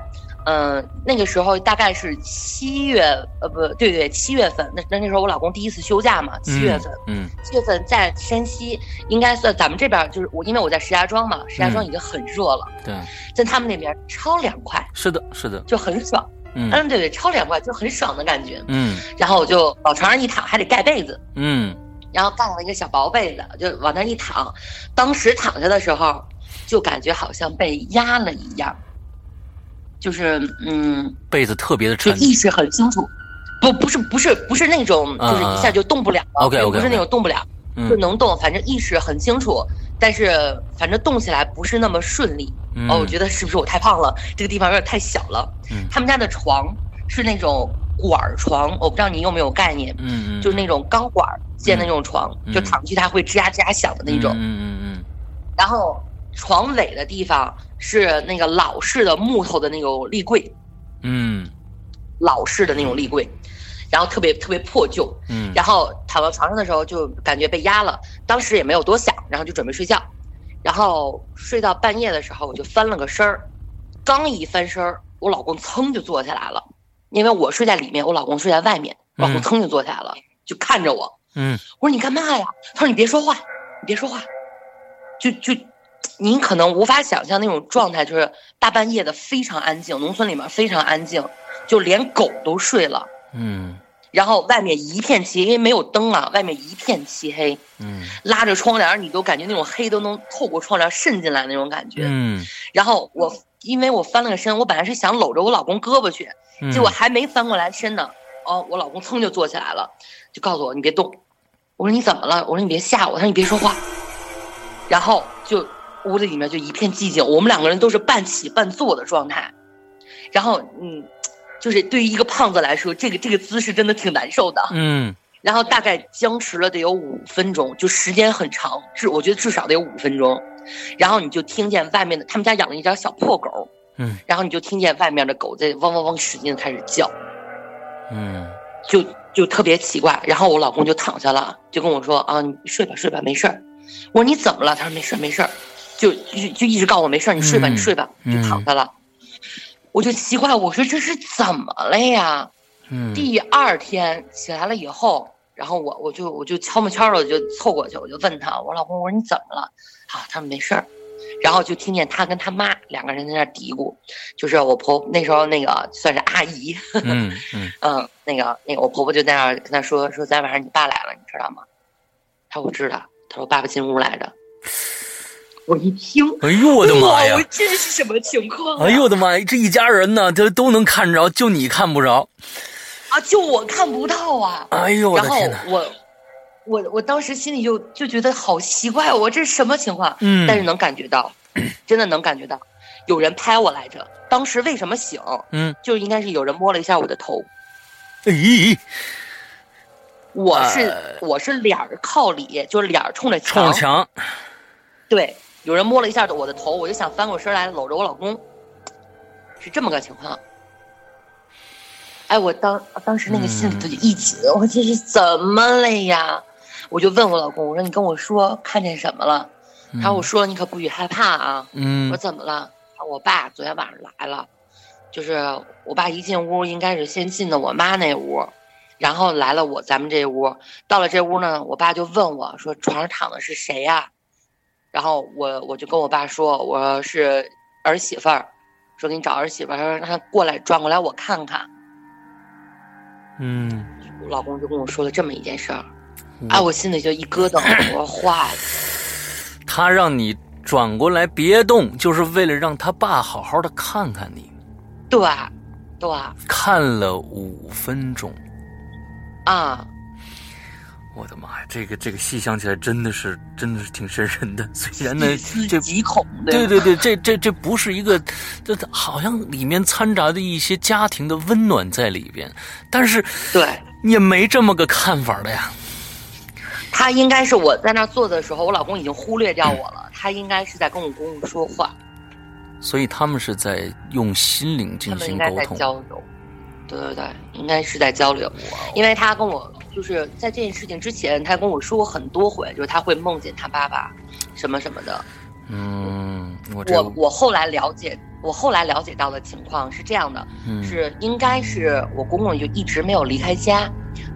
Speaker 2: 嗯，那个时候大概是七月，呃，不对对，七月份。那那那时候我老公第一次休假嘛，七月份，
Speaker 1: 嗯
Speaker 2: 七月份在山西，应该算咱们这边儿就是我，因为我在石家庄嘛，石家庄
Speaker 1: 嗯
Speaker 2: 已经很热了，
Speaker 1: 对，
Speaker 2: 在他们那边超凉快，
Speaker 1: 是的，是的，
Speaker 2: 就很爽。
Speaker 1: 嗯
Speaker 2: 嗯，对对，超凉快，就很爽的感觉。
Speaker 1: 嗯
Speaker 2: 然后我就往床上一躺，还得盖被子，
Speaker 1: 嗯
Speaker 2: 然后盖了一个小薄被子，就往那一躺。当时躺下的时候，就感觉好像被压了一样，就是嗯，
Speaker 1: 被子特别的
Speaker 2: 就
Speaker 1: 沉，
Speaker 2: 意识很清楚。不，不是，不是，不是那种，
Speaker 1: 啊
Speaker 2: 就是一下就动不了了。
Speaker 1: 嗯 OK，OK，OK
Speaker 2: 不是那种动不了，
Speaker 1: 嗯
Speaker 2: 就能动，反正意识很清楚，但是反正动起来不是那么顺利。哦，我觉得是不是我太胖了？这个地方有点太小了。
Speaker 1: 嗯
Speaker 2: 他们家的床是那种管儿床，我不知道你有没有概念，
Speaker 1: 嗯嗯，
Speaker 2: 就是那种钢管儿建的那种床，
Speaker 1: 嗯
Speaker 2: 就躺进去它会吱呀吱呀响的那种。
Speaker 1: 嗯嗯
Speaker 2: 然后床尾的地方是那个老式的木头的那种立柜，
Speaker 1: 嗯
Speaker 2: 老式的那种立柜，然后特别特别破旧。
Speaker 1: 嗯嗯
Speaker 2: 然后躺到床上的时候就感觉被压了，当时也没有多想，然后就准备睡觉，然后睡到半夜的时候我就翻了个身儿，刚一翻身儿，我老公噌就坐起来了，因为我睡在里面，我老公睡在外面，我老公
Speaker 1: 嗯
Speaker 2: 噌就坐起来了，就看着我，
Speaker 1: 嗯
Speaker 2: 我说你干嘛呀？他说你别说话，你别说话，就就。您可能无法想象那种状态，就是大半夜的非常安静，农村里面非常安静，就连狗都睡了。
Speaker 1: 嗯
Speaker 2: 然后外面一片漆黑，因为没有灯啊，外面一片漆黑，
Speaker 1: 嗯
Speaker 2: 拉着窗帘儿，你都感觉那种黑都能透过窗帘渗进来那种感觉。
Speaker 1: 嗯
Speaker 2: 然后我因为我翻了个身，我本来是想搂着我老公胳膊去，
Speaker 1: 嗯，
Speaker 2: 结果还没翻过来身呢，哦，我老公噌就坐起来了，就告诉我你别动。我说你怎么了？我说你别吓我。他说你别说话。然后就屋子里面就一片寂静，我们两个人都是半起半坐的状态。然后嗯，就是对于一个胖子来说，这个这个姿势真的挺难受的。
Speaker 1: 嗯
Speaker 2: 然后大概僵持了得有五分钟，就时间很长，至我觉得至少得有五分钟。然后你就听见外面的，他们家养了一条小破狗，
Speaker 1: 嗯，
Speaker 2: 然后你就听见外面的狗在汪汪汪使劲的开始叫，
Speaker 1: 嗯
Speaker 2: 就就特别奇怪。然后我老公就躺下了，就跟我说啊，你睡吧睡吧，没事儿。我说你怎么了？他说没事儿没事儿，就就就一直告诉我没事儿，你睡吧
Speaker 1: 嗯
Speaker 2: 你睡吧，就躺下了。我就奇怪，我说这是怎么了呀？
Speaker 1: 嗯
Speaker 2: 第二天起来了以后，然后我我就我就悄没悄的就凑过去，我就问他，我老公我说你怎么了？啊，他说没事儿。然后就听见他跟他妈两个人在那儿嘀咕，就是我婆那时候那个算是阿姨，
Speaker 1: 嗯嗯
Speaker 2: 嗯，那个那个我婆婆就在那儿跟他说说昨天晚上你爸来了，你知道吗？他说我知道，他说爸爸进屋来着。我一听，
Speaker 1: 哎呦我的妈呀
Speaker 2: 哇！我！这是什么情况、啊？
Speaker 1: 哎呦我的妈呀！这一家人呢，这都能看着，就你看不着。
Speaker 2: 啊，就我看不到啊！
Speaker 1: 哎呦我
Speaker 2: 然
Speaker 1: 的
Speaker 2: 后
Speaker 1: 天哪！
Speaker 2: 我我我当时心里就就觉得好奇怪，我这是什么情况？
Speaker 1: 嗯
Speaker 2: 但是能感觉
Speaker 1: [clears throat]
Speaker 2: 到，真的能感觉到，有人拍我来着。当时为什么醒？
Speaker 1: 嗯，
Speaker 2: 就应该是有人摸了一下我的头。
Speaker 1: 咦，
Speaker 2: 我是、我是脸儿靠里，就是脸儿冲着
Speaker 1: 呃冲
Speaker 2: 墙。
Speaker 1: 着墙，
Speaker 2: 对，有人摸了一下我的头，我就想翻过身来搂着我老公，是这么个情况。哎，我当当时那个心里头就一紧，我这是怎么了呀？我就问我老公，我说你跟我说看见什么了？他说我说了你可不许害怕啊。我
Speaker 1: 嗯
Speaker 2: 说怎么了？他说我爸昨天晚上来了，就是我爸一进屋，应该是先进的我妈那屋，然后来了我咱们这屋。到了这屋呢，我爸就问我说床上躺的是谁呀、然后我我就跟我爸说我说是儿媳妇儿，说给你找儿媳妇儿，他说让她过来转过来我看看。
Speaker 1: 嗯，
Speaker 2: 我老公就跟我说了这么一件事儿，
Speaker 1: 嗯
Speaker 2: 哎，我心里就一咯噔，我说坏了，
Speaker 1: 他让你转过来别动，就是为了让他爸好好的看看你，
Speaker 2: 对对
Speaker 1: 看了五分钟。
Speaker 2: 啊，
Speaker 1: 我的妈呀，这个这个细想起来真的是真的是挺瘆人的。 [laughs] 虽然呢
Speaker 2: 细，思
Speaker 1: 这
Speaker 2: 极恐，
Speaker 1: 对
Speaker 2: 吧
Speaker 1: 对对，这这这不是一个，这这好像里面掺杂着一些家庭的温暖在里边，但是
Speaker 2: 对。
Speaker 1: 你也没这么个看法的呀。
Speaker 2: 他应该是我在那儿坐的时候，我老公已经忽略掉我了，他应该是在跟我公公说话，
Speaker 1: 所以他们是在用心灵
Speaker 2: 他
Speaker 1: 进
Speaker 2: 们
Speaker 1: 行
Speaker 2: 应该
Speaker 1: 沟
Speaker 2: 在
Speaker 1: 通。
Speaker 2: 交流。对对对，应该是在交流，
Speaker 1: 哦
Speaker 2: 因为他跟我就是在这件事情之前，他跟我说过很多回，就是他会梦见他爸爸，什么什么的。
Speaker 1: 嗯，我这
Speaker 2: 我我后来了解，我后来了解到的情况是这样的，
Speaker 1: 嗯
Speaker 2: 是应该是我公公就一直没有离开家，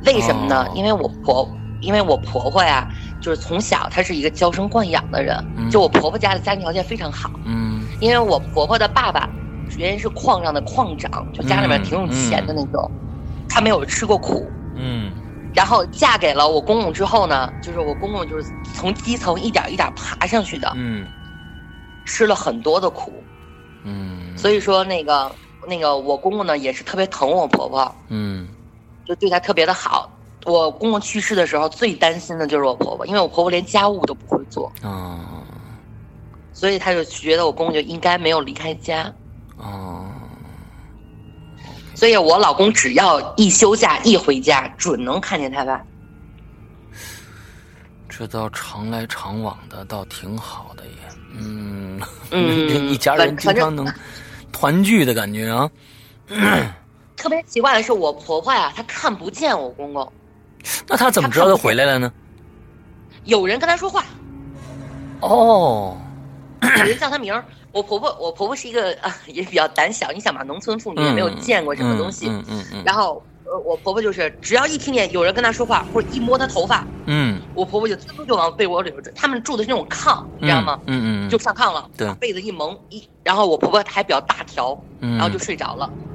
Speaker 2: 为什么呢？
Speaker 1: 哦
Speaker 2: 因为我婆，因为我婆婆呀，就是从小她是一个娇生惯养的人，
Speaker 1: 嗯
Speaker 2: 就我婆婆家的家庭条件非常好，
Speaker 1: 嗯
Speaker 2: 因为我婆婆的爸爸原先是矿上的矿长，就家里面挺有钱的那种，她没有吃过苦。
Speaker 1: 嗯
Speaker 2: 然后嫁给了我公公之后呢，就是我公公就是从基层一点一点爬上去的，
Speaker 1: 嗯
Speaker 2: 吃了很多的苦，
Speaker 1: 嗯，
Speaker 2: 所
Speaker 1: 以
Speaker 2: 以说那个那个我公公呢也是特别疼我婆婆，
Speaker 1: 嗯
Speaker 2: 就对她特别的好。我公公去世的时候，最担心的就是我婆婆，因为我婆婆连家务都不会做，
Speaker 1: 啊
Speaker 2: 所以她就觉得我公公就应该没有离开家。
Speaker 1: 啊
Speaker 2: 所以我老公只要一休假一回家，准能看见他爸。
Speaker 1: 这倒常来常往的，倒挺好的也。嗯，
Speaker 2: 嗯
Speaker 1: 一家人经
Speaker 2: 反
Speaker 1: 常
Speaker 2: 正
Speaker 1: 能团聚的感觉啊。
Speaker 2: 特别奇怪的是，我婆婆呀、她看不见我公公，
Speaker 1: 那他怎么知道他回来了呢？
Speaker 2: 有人跟她说话，
Speaker 1: 哦，
Speaker 2: 有人叫她名儿。我婆婆，我婆婆是一个啊，也比较胆小。你想嘛，农村妇女也
Speaker 1: 嗯
Speaker 2: 没有见过这个东西。
Speaker 1: 嗯嗯嗯，
Speaker 2: 然后，呃，我婆婆就是只要一听见有人跟她说话，或者一摸她头发，
Speaker 1: 嗯，
Speaker 2: 我婆婆就噌就往被窝里头钻。他们住的是那种炕，你知道吗？
Speaker 1: 嗯嗯，嗯
Speaker 2: 就上炕了，
Speaker 1: 对
Speaker 2: 把被子一蒙一，然后我婆婆还比较大条，
Speaker 1: 然
Speaker 2: 然后就睡着了。
Speaker 1: 嗯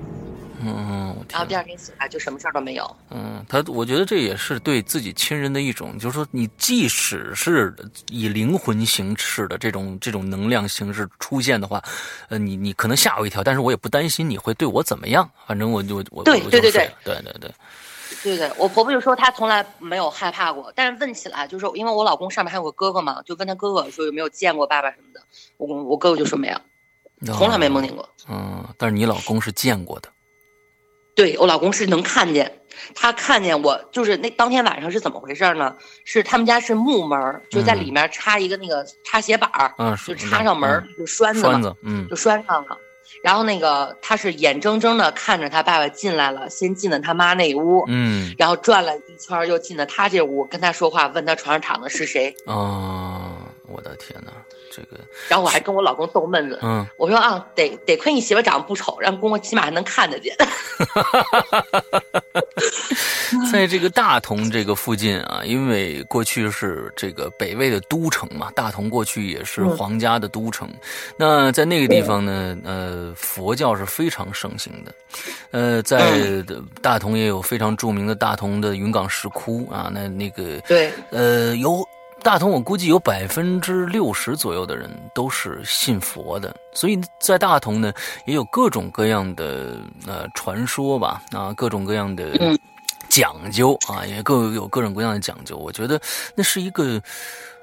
Speaker 1: 嗯，我
Speaker 2: 然后
Speaker 1: 天
Speaker 2: 第二天醒来就什么事儿都没有。
Speaker 1: 嗯，他我觉得这也是对自己亲人的一种，就是说你即使是以灵魂形式的这种这种能量形式出现的话，呃，你你可能吓我一跳，但是我也不担心你会对我怎么样，反正我就我我
Speaker 2: 对
Speaker 1: 我就
Speaker 2: 对对
Speaker 1: 睡
Speaker 2: 对
Speaker 1: 了对对对，
Speaker 2: 对对，我婆婆就说她从来没有害怕过，但是问起来就是因为我老公上面还有个哥哥嘛，就问他哥哥说有没有见过爸爸什么的，我公我哥哥就说没有，
Speaker 1: 哦
Speaker 2: 从来没梦见过。
Speaker 1: 嗯，但是你老公是见过的，
Speaker 2: 对我老公是能看见，他看见我就是那当天晚上是怎么回事呢？是他们家是木门儿，就在里面插一个那个插鞋板儿，
Speaker 1: 嗯，
Speaker 2: 就插上门儿
Speaker 1: 嗯
Speaker 2: 就栓着
Speaker 1: 栓
Speaker 2: 嘛，
Speaker 1: 子，嗯
Speaker 2: 就栓上了。然后那个他是眼睁睁的看着他爸爸进来了，先进了他妈那屋，
Speaker 1: 嗯
Speaker 2: 然后转了一圈儿又进了他这屋，跟他说话，问他床上躺的是谁，
Speaker 1: 啊，我的天哪，这个
Speaker 2: 然后我还跟我老公逗闷子，
Speaker 1: 嗯，
Speaker 2: 我说啊，得得亏你媳妇长得不丑，让公公起码还能看得见。 [laughs]
Speaker 1: 在这个大同这个附近啊，因为过去是这个北魏的都城嘛，大同过去也是皇家的都城。那在那个地方呢，呃，佛教是非常盛行的。呃，在大同也有非常著名的大同的云冈石窟啊，那那个
Speaker 2: 对，
Speaker 1: 呃有。大同，我估计有百分之六十左右的人都是信佛的，所以在大同呢，也有各种各样的呃传说吧，啊，各种各样的
Speaker 2: 嗯
Speaker 1: 讲究啊，也各有各种各样的讲究。我觉得那是一个。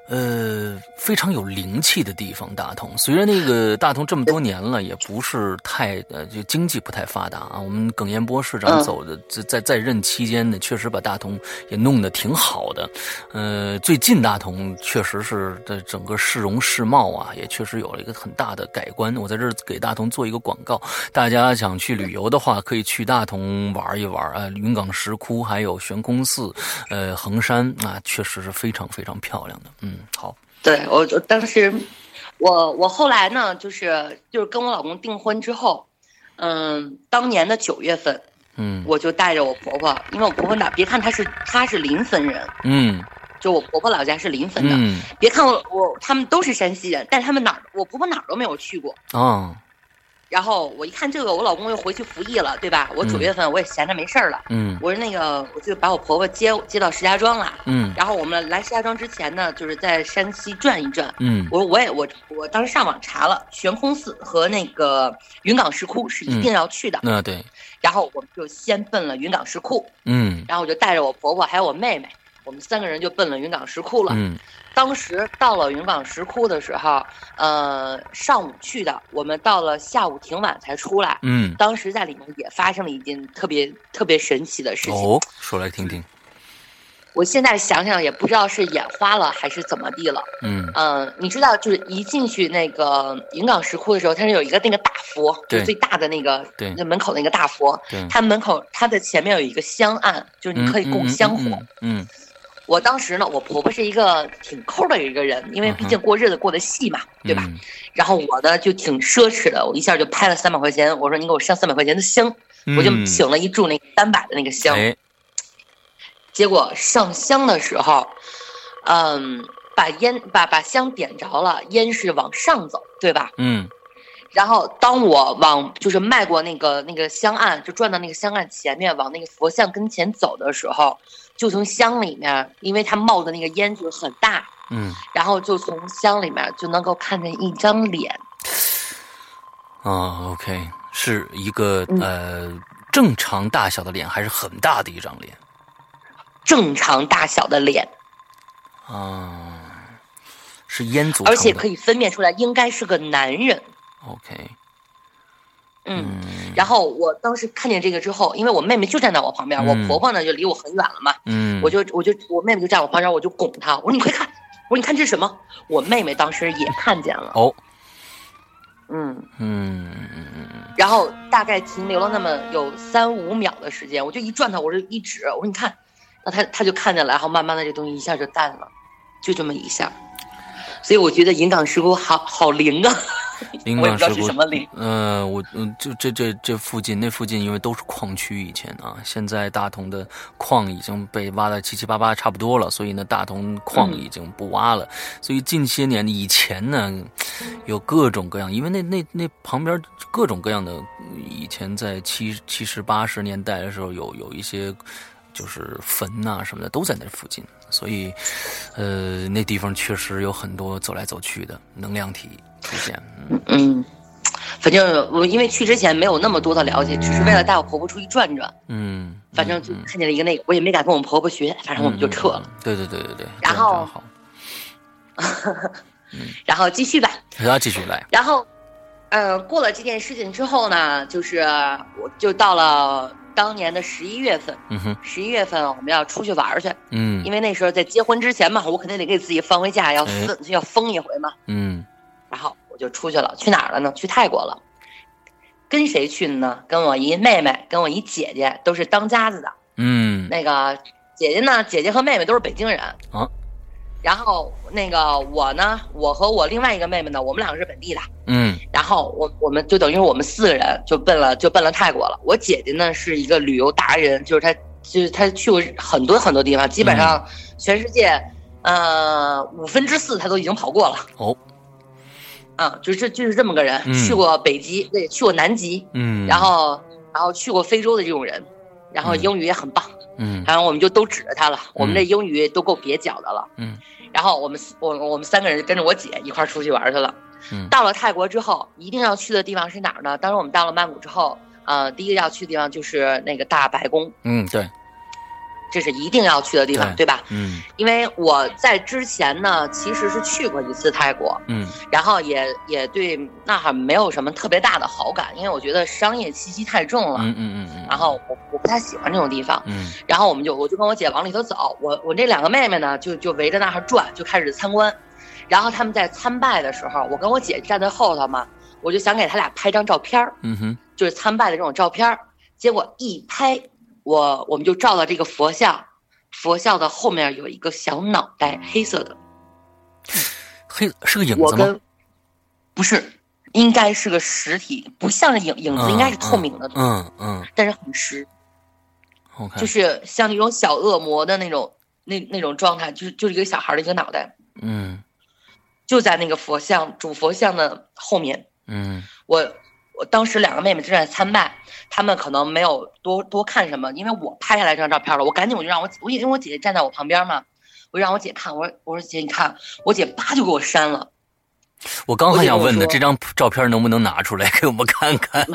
Speaker 1: 呃，非常有灵气的地方，大同。虽然那个大同这么多年了，也不是太呃，就经济不太发达啊。我们耿彦波市长走的，在在在任期间呢，确实把大同也弄得挺好的。呃，最近大同确实是的整个市容市貌啊，也确实有了一个很大的改观。我在这儿给大同做一个广告，大家想去旅游的话，可以去大同玩一玩啊，云冈石窟，还有悬空寺，呃，衡山啊，确实是非常非常漂亮的，嗯。嗯，好。
Speaker 2: 对我当时，我我后来呢，就是就是跟我老公订婚之后，嗯，当年的九月份，
Speaker 1: 嗯，
Speaker 2: 我就带着我婆婆，因为我婆婆哪别看她是她是临汾人，
Speaker 1: 嗯，
Speaker 2: 就我婆婆老家是临汾的，
Speaker 1: 嗯，
Speaker 2: 别看我我他们都是山西人，但是他们哪儿我婆婆哪儿都没有去过。
Speaker 1: 哦，
Speaker 2: 然后我一看这个，我老公又回去服役了，对吧？我九
Speaker 1: 嗯
Speaker 2: 月份我也闲着没事儿了，
Speaker 1: 嗯，
Speaker 2: 我说那个我就把我婆婆接接到石家庄了，
Speaker 1: 嗯，
Speaker 2: 然后我们来石家庄之前呢，就是在山西转一转。
Speaker 1: 嗯，
Speaker 2: 我我也我我当时上网查了，悬空寺和那个云冈石窟是
Speaker 1: 嗯
Speaker 2: 一定要去的。
Speaker 1: 那对，
Speaker 2: 然后我们就先奔了云冈石窟，
Speaker 1: 嗯，
Speaker 2: 然后我就带着我婆婆还有我妹妹，我们三个人就奔了云冈石窟了。
Speaker 1: 嗯，
Speaker 2: 当时到了云冈石窟的时候，呃，上午去的，我们到了下午挺晚才出来。
Speaker 1: 嗯，
Speaker 2: 当时在里面也发生了一件特别特别神奇的事情，
Speaker 1: 哦，说来听听，
Speaker 2: 我现在想想也不知道是眼花了还是怎么地了。
Speaker 1: 嗯，
Speaker 2: 嗯，你知道，就是一进去那个云冈石窟的时候，它是有一个那个大佛，
Speaker 1: 对
Speaker 2: 就是最大的那个
Speaker 1: 对嗯
Speaker 2: 那门口那个大佛，
Speaker 1: 对，
Speaker 2: 它门口它的前面有一个香案，就是你可以供香火。，
Speaker 1: 嗯，
Speaker 2: 我当时呢，我婆婆是一个挺抠的一个人，因
Speaker 1: 嗯
Speaker 2: 为毕竟过日子过得细嘛，对吧？？然后我呢就挺奢侈的，我一下就拍了三百块钱，我说你给我上三百块钱的香，我就请了一炷那个三百的那个香。
Speaker 1: 嗯哎，
Speaker 2: 结果上香的时候，嗯，把烟把把香点着了，烟是往上走，对吧？
Speaker 1: 嗯，
Speaker 2: 然后当我往就是迈过那个那个香案，就转到那个香案前面，往那个佛像跟前走的时候，就从香里面，因为它冒的那个烟就是很大，
Speaker 1: 嗯，
Speaker 2: 然后就从香里面就能够看见一张脸，
Speaker 1: 啊，OK，是一个
Speaker 2: 嗯
Speaker 1: 呃正常大小的脸，还是很大的一张脸
Speaker 2: 正常大小的脸，
Speaker 1: 啊？是烟组成的，
Speaker 2: 而且可以分辨出来应该是个男人，
Speaker 1: OK，
Speaker 2: 嗯
Speaker 1: 嗯，
Speaker 2: 然后我当时看见这个之后，因为我妹妹就站在我旁边，
Speaker 1: 嗯
Speaker 2: 我婆婆呢就离我很远了嘛，
Speaker 1: 嗯，
Speaker 2: 我就我就我妹妹就站我旁边，我就拱她，我说你快看，我说你看这是什么？我妹妹当时也看见了，
Speaker 1: 哦，
Speaker 2: 嗯，
Speaker 1: 嗯，
Speaker 2: 然后大概停留了那么有三五秒的时间，我就一转头，我就一指，我说你看，那她她就看见了，然后慢慢的这东西一下就淡了，就这么一下。所以我觉得银港石窟好好灵啊，
Speaker 1: 灵
Speaker 2: 我也
Speaker 1: 感
Speaker 2: 不知道
Speaker 1: 事
Speaker 2: 是
Speaker 1: 故
Speaker 2: 什么灵。
Speaker 1: 呃，我嗯，就这这这附近，那附近因为都是矿区，以前啊，现在大同的矿已经被挖的七七八八差不多了，所以呢，大同矿
Speaker 2: 嗯
Speaker 1: 已经不挖了。所以近些年以前呢，有各种各样，因为那那那旁边各种各样的，以前在七七十八十年代的时候有有一些。就是坟呐、什么的都在那附近，所以，呃，那地方确实有很多走来走去的能量体出现。嗯
Speaker 2: 嗯，反正我因为去之前没有那么多的了解，只是为了带我婆婆出去转转。
Speaker 1: 嗯，
Speaker 2: 反正就看见了一个那个，我也没敢跟我婆婆学，反正我们就撤了，
Speaker 1: 嗯。嗯对对对对对，
Speaker 2: 然
Speaker 1: 这样
Speaker 2: 后
Speaker 1: 正好，嗯
Speaker 2: 然后继续吧。
Speaker 1: 大家继续来。
Speaker 2: 然后，呃，过了这件事情之后呢，就是我就到了当年的十一月份，
Speaker 1: 嗯哼，
Speaker 2: 十一月份我们要出去玩儿去，
Speaker 1: 嗯
Speaker 2: 因为那时候在结婚之前嘛，我肯定得给自己放回假，要
Speaker 1: 哎
Speaker 2: 疯要疯一回嘛。
Speaker 1: 嗯
Speaker 2: 然后我就出去了，去哪儿了呢？去泰国了。跟谁去的呢？跟我一妹妹，跟我一姐姐，都是当家子的。
Speaker 1: 嗯
Speaker 2: 那个姐姐呢，姐姐和妹妹都是北京人
Speaker 1: 啊。
Speaker 2: 然后那个我呢，我和我另外一个妹妹呢，我们两个是本地的。
Speaker 1: 嗯
Speaker 2: 然后我我们就等于是我们四个人就奔了就奔了泰国了。我姐姐呢是一个旅游达人，就是她就是她去过很多很多地方，基本
Speaker 1: 嗯
Speaker 2: 上全世界、呃五分之四她都已经跑过了。
Speaker 1: 哦，
Speaker 2: 啊，就是这就是这么个人，
Speaker 1: 嗯
Speaker 2: 去过北极，对，去过南极，
Speaker 1: 嗯，
Speaker 2: 然后然后去过非洲的这种人，然后
Speaker 1: 嗯
Speaker 2: 英语也很棒。
Speaker 1: 嗯
Speaker 2: 然后我们就都指着他了，我们这英语都够蹩脚的了。
Speaker 1: 嗯，
Speaker 2: 然后我们四我我们三个人就跟着我姐一块儿出去玩去了。
Speaker 1: 嗯
Speaker 2: 到了泰国之后，一定要去的地方是哪儿呢？当时我们到了曼谷之后，呃，第一个要去的地方就是那个大白宫。
Speaker 1: 嗯，对，
Speaker 2: 这是一定要去的地方，对吧？
Speaker 1: 嗯
Speaker 2: 因为我在之前呢，其实是去过一次泰国，
Speaker 1: 嗯
Speaker 2: 然后也也对那哈没有什么特别大的好感，因为我觉得商业气息太重了，
Speaker 1: 嗯嗯嗯，
Speaker 2: 然后我我不太喜欢这种地方。
Speaker 1: 嗯
Speaker 2: 然后我们就我就跟我姐往里头走，我我这两个妹妹呢就就围着那儿转，就开始参观。然后他们在参拜的时候，我跟我姐站在后头嘛，我就想给他俩拍张照片儿，
Speaker 1: 嗯哼
Speaker 2: 就是参拜的这种照片儿。结果一拍，我我们就照到这个佛像，佛像的后面有一个小脑袋，黑色的。
Speaker 1: 黑是个影
Speaker 2: 我
Speaker 1: 子吗？
Speaker 2: 跟不是，应该是个实体，不像是影影子，应该是透明的，
Speaker 1: 嗯嗯
Speaker 2: 但是很实。
Speaker 1: ，OK，
Speaker 2: 就是像那种小恶魔的那种那那种状态，就是就是一个小孩的一个脑袋，
Speaker 1: 嗯
Speaker 2: 就在那个佛像主佛像的后面。
Speaker 1: 嗯
Speaker 2: 我我当时两个妹妹正在参拜，她们可能没有多多看什么，因为我拍下来这张照片了，我赶紧我就让我姐我因为我姐姐站在我旁边嘛，我就让我姐看，我说我说姐你看，我姐叭就给我删了。
Speaker 1: 我刚还想问
Speaker 2: 我
Speaker 1: 呢，
Speaker 2: 姐跟我说
Speaker 1: 这张照片能不能拿出来给我们看看？ [laughs]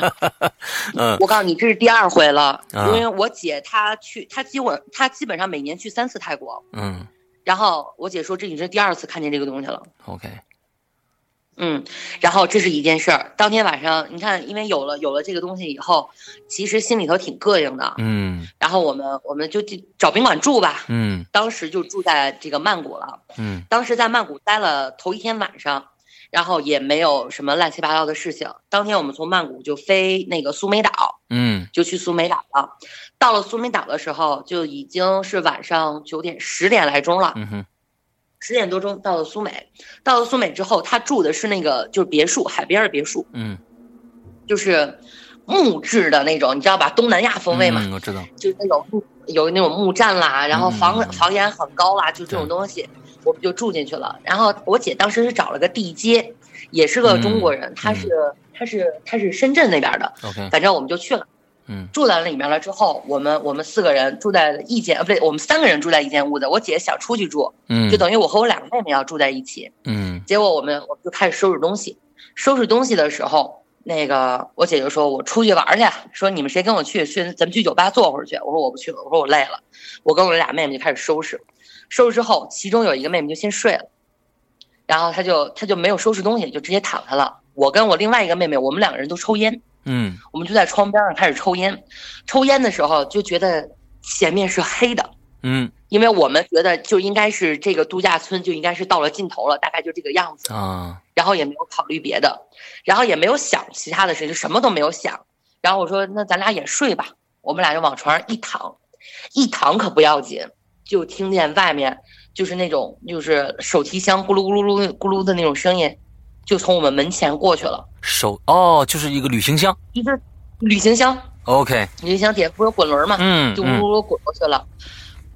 Speaker 1: 嗯
Speaker 2: 我告诉你，这是第二回了，
Speaker 1: 啊
Speaker 2: 因为我姐她去，她基本她基本上每年去三次泰国，
Speaker 1: 嗯
Speaker 2: 然后我姐说这已经是第二次看见这个东西了。
Speaker 1: ，OK，
Speaker 2: 嗯，然后这是一件事儿。当天晚上，你看，因为有了有了这个东西以后，其实心里头挺膈应的。
Speaker 1: 嗯
Speaker 2: 然后我们我们就去找宾馆住吧。
Speaker 1: 嗯
Speaker 2: 当时就住在这个曼谷了。
Speaker 1: 嗯
Speaker 2: 当时在曼谷待了头一天晚上，然后也没有什么乱七八糟的事情。当天我们从曼谷就飞那个苏梅岛，
Speaker 1: 嗯
Speaker 2: 就去苏梅岛了。到了苏梅岛的时候，就已经是晚上九点十点来钟了。
Speaker 1: 嗯哼
Speaker 2: 十点多钟到了苏梅，到了苏梅之后，他住的是那个就是别墅，海边的别墅，
Speaker 1: 嗯，
Speaker 2: 就是木质的那种，你知道吧？东南亚风味嘛，
Speaker 1: 嗯，我知道，
Speaker 2: 就是那种木有那种木栈啦，然后房、
Speaker 1: 嗯
Speaker 2: 房檐很高啦，就这种
Speaker 1: 对
Speaker 2: 东西，我们就住进去了。然后我姐当时是找了个地接，也是个中国
Speaker 1: 嗯
Speaker 2: 人，她是她是她是深圳那边的，
Speaker 1: ，OK，
Speaker 2: 反正我们就去了。
Speaker 1: 嗯
Speaker 2: 住在里面了之后，我们我们四个人住在一间，呃不对，我们三个人住在一间屋子。我姐想出去住，
Speaker 1: 嗯，
Speaker 2: 就等于我和我两个妹妹要住在一起。
Speaker 1: 嗯
Speaker 2: 结果我们我们就开始收拾东西，收拾东西的时候，那个我姐就说：“我出去玩去，说你们谁跟我去？去咱们去酒吧坐会儿去。”我说：“我不去了，我说我累了。”我跟我俩妹妹就开始收拾，收拾之后，其中有一个妹妹就先睡了，然后她就她就没有收拾东西，就直接躺下了。我跟我另外一个妹妹，我们两个人都抽烟，
Speaker 1: 嗯
Speaker 2: 我们就在窗边上开始抽烟。抽烟的时候就觉得前面是黑的，
Speaker 1: 嗯
Speaker 2: 因为我们觉得就应该是这个度假村就应该是到了尽头了，大概就这个样子。
Speaker 1: 啊，
Speaker 2: 然后也没有考虑别的，然后也没有想其他的事情，什么都没有想。然后我说：“那咱俩也睡吧。”我们俩就往床上一躺，一躺可不要紧，就听见外面就是那种就是手提箱咕噜咕噜咕噜咕噜的那种声音，就从我们门前过去了。
Speaker 1: 手哦，就是一个旅行箱
Speaker 2: 一只旅行箱，
Speaker 1: ，OK，
Speaker 2: 旅行箱底下不是有滚轮吗？
Speaker 1: 嗯
Speaker 2: 就咕噜
Speaker 1: 嗯
Speaker 2: 咕噜滚过去了。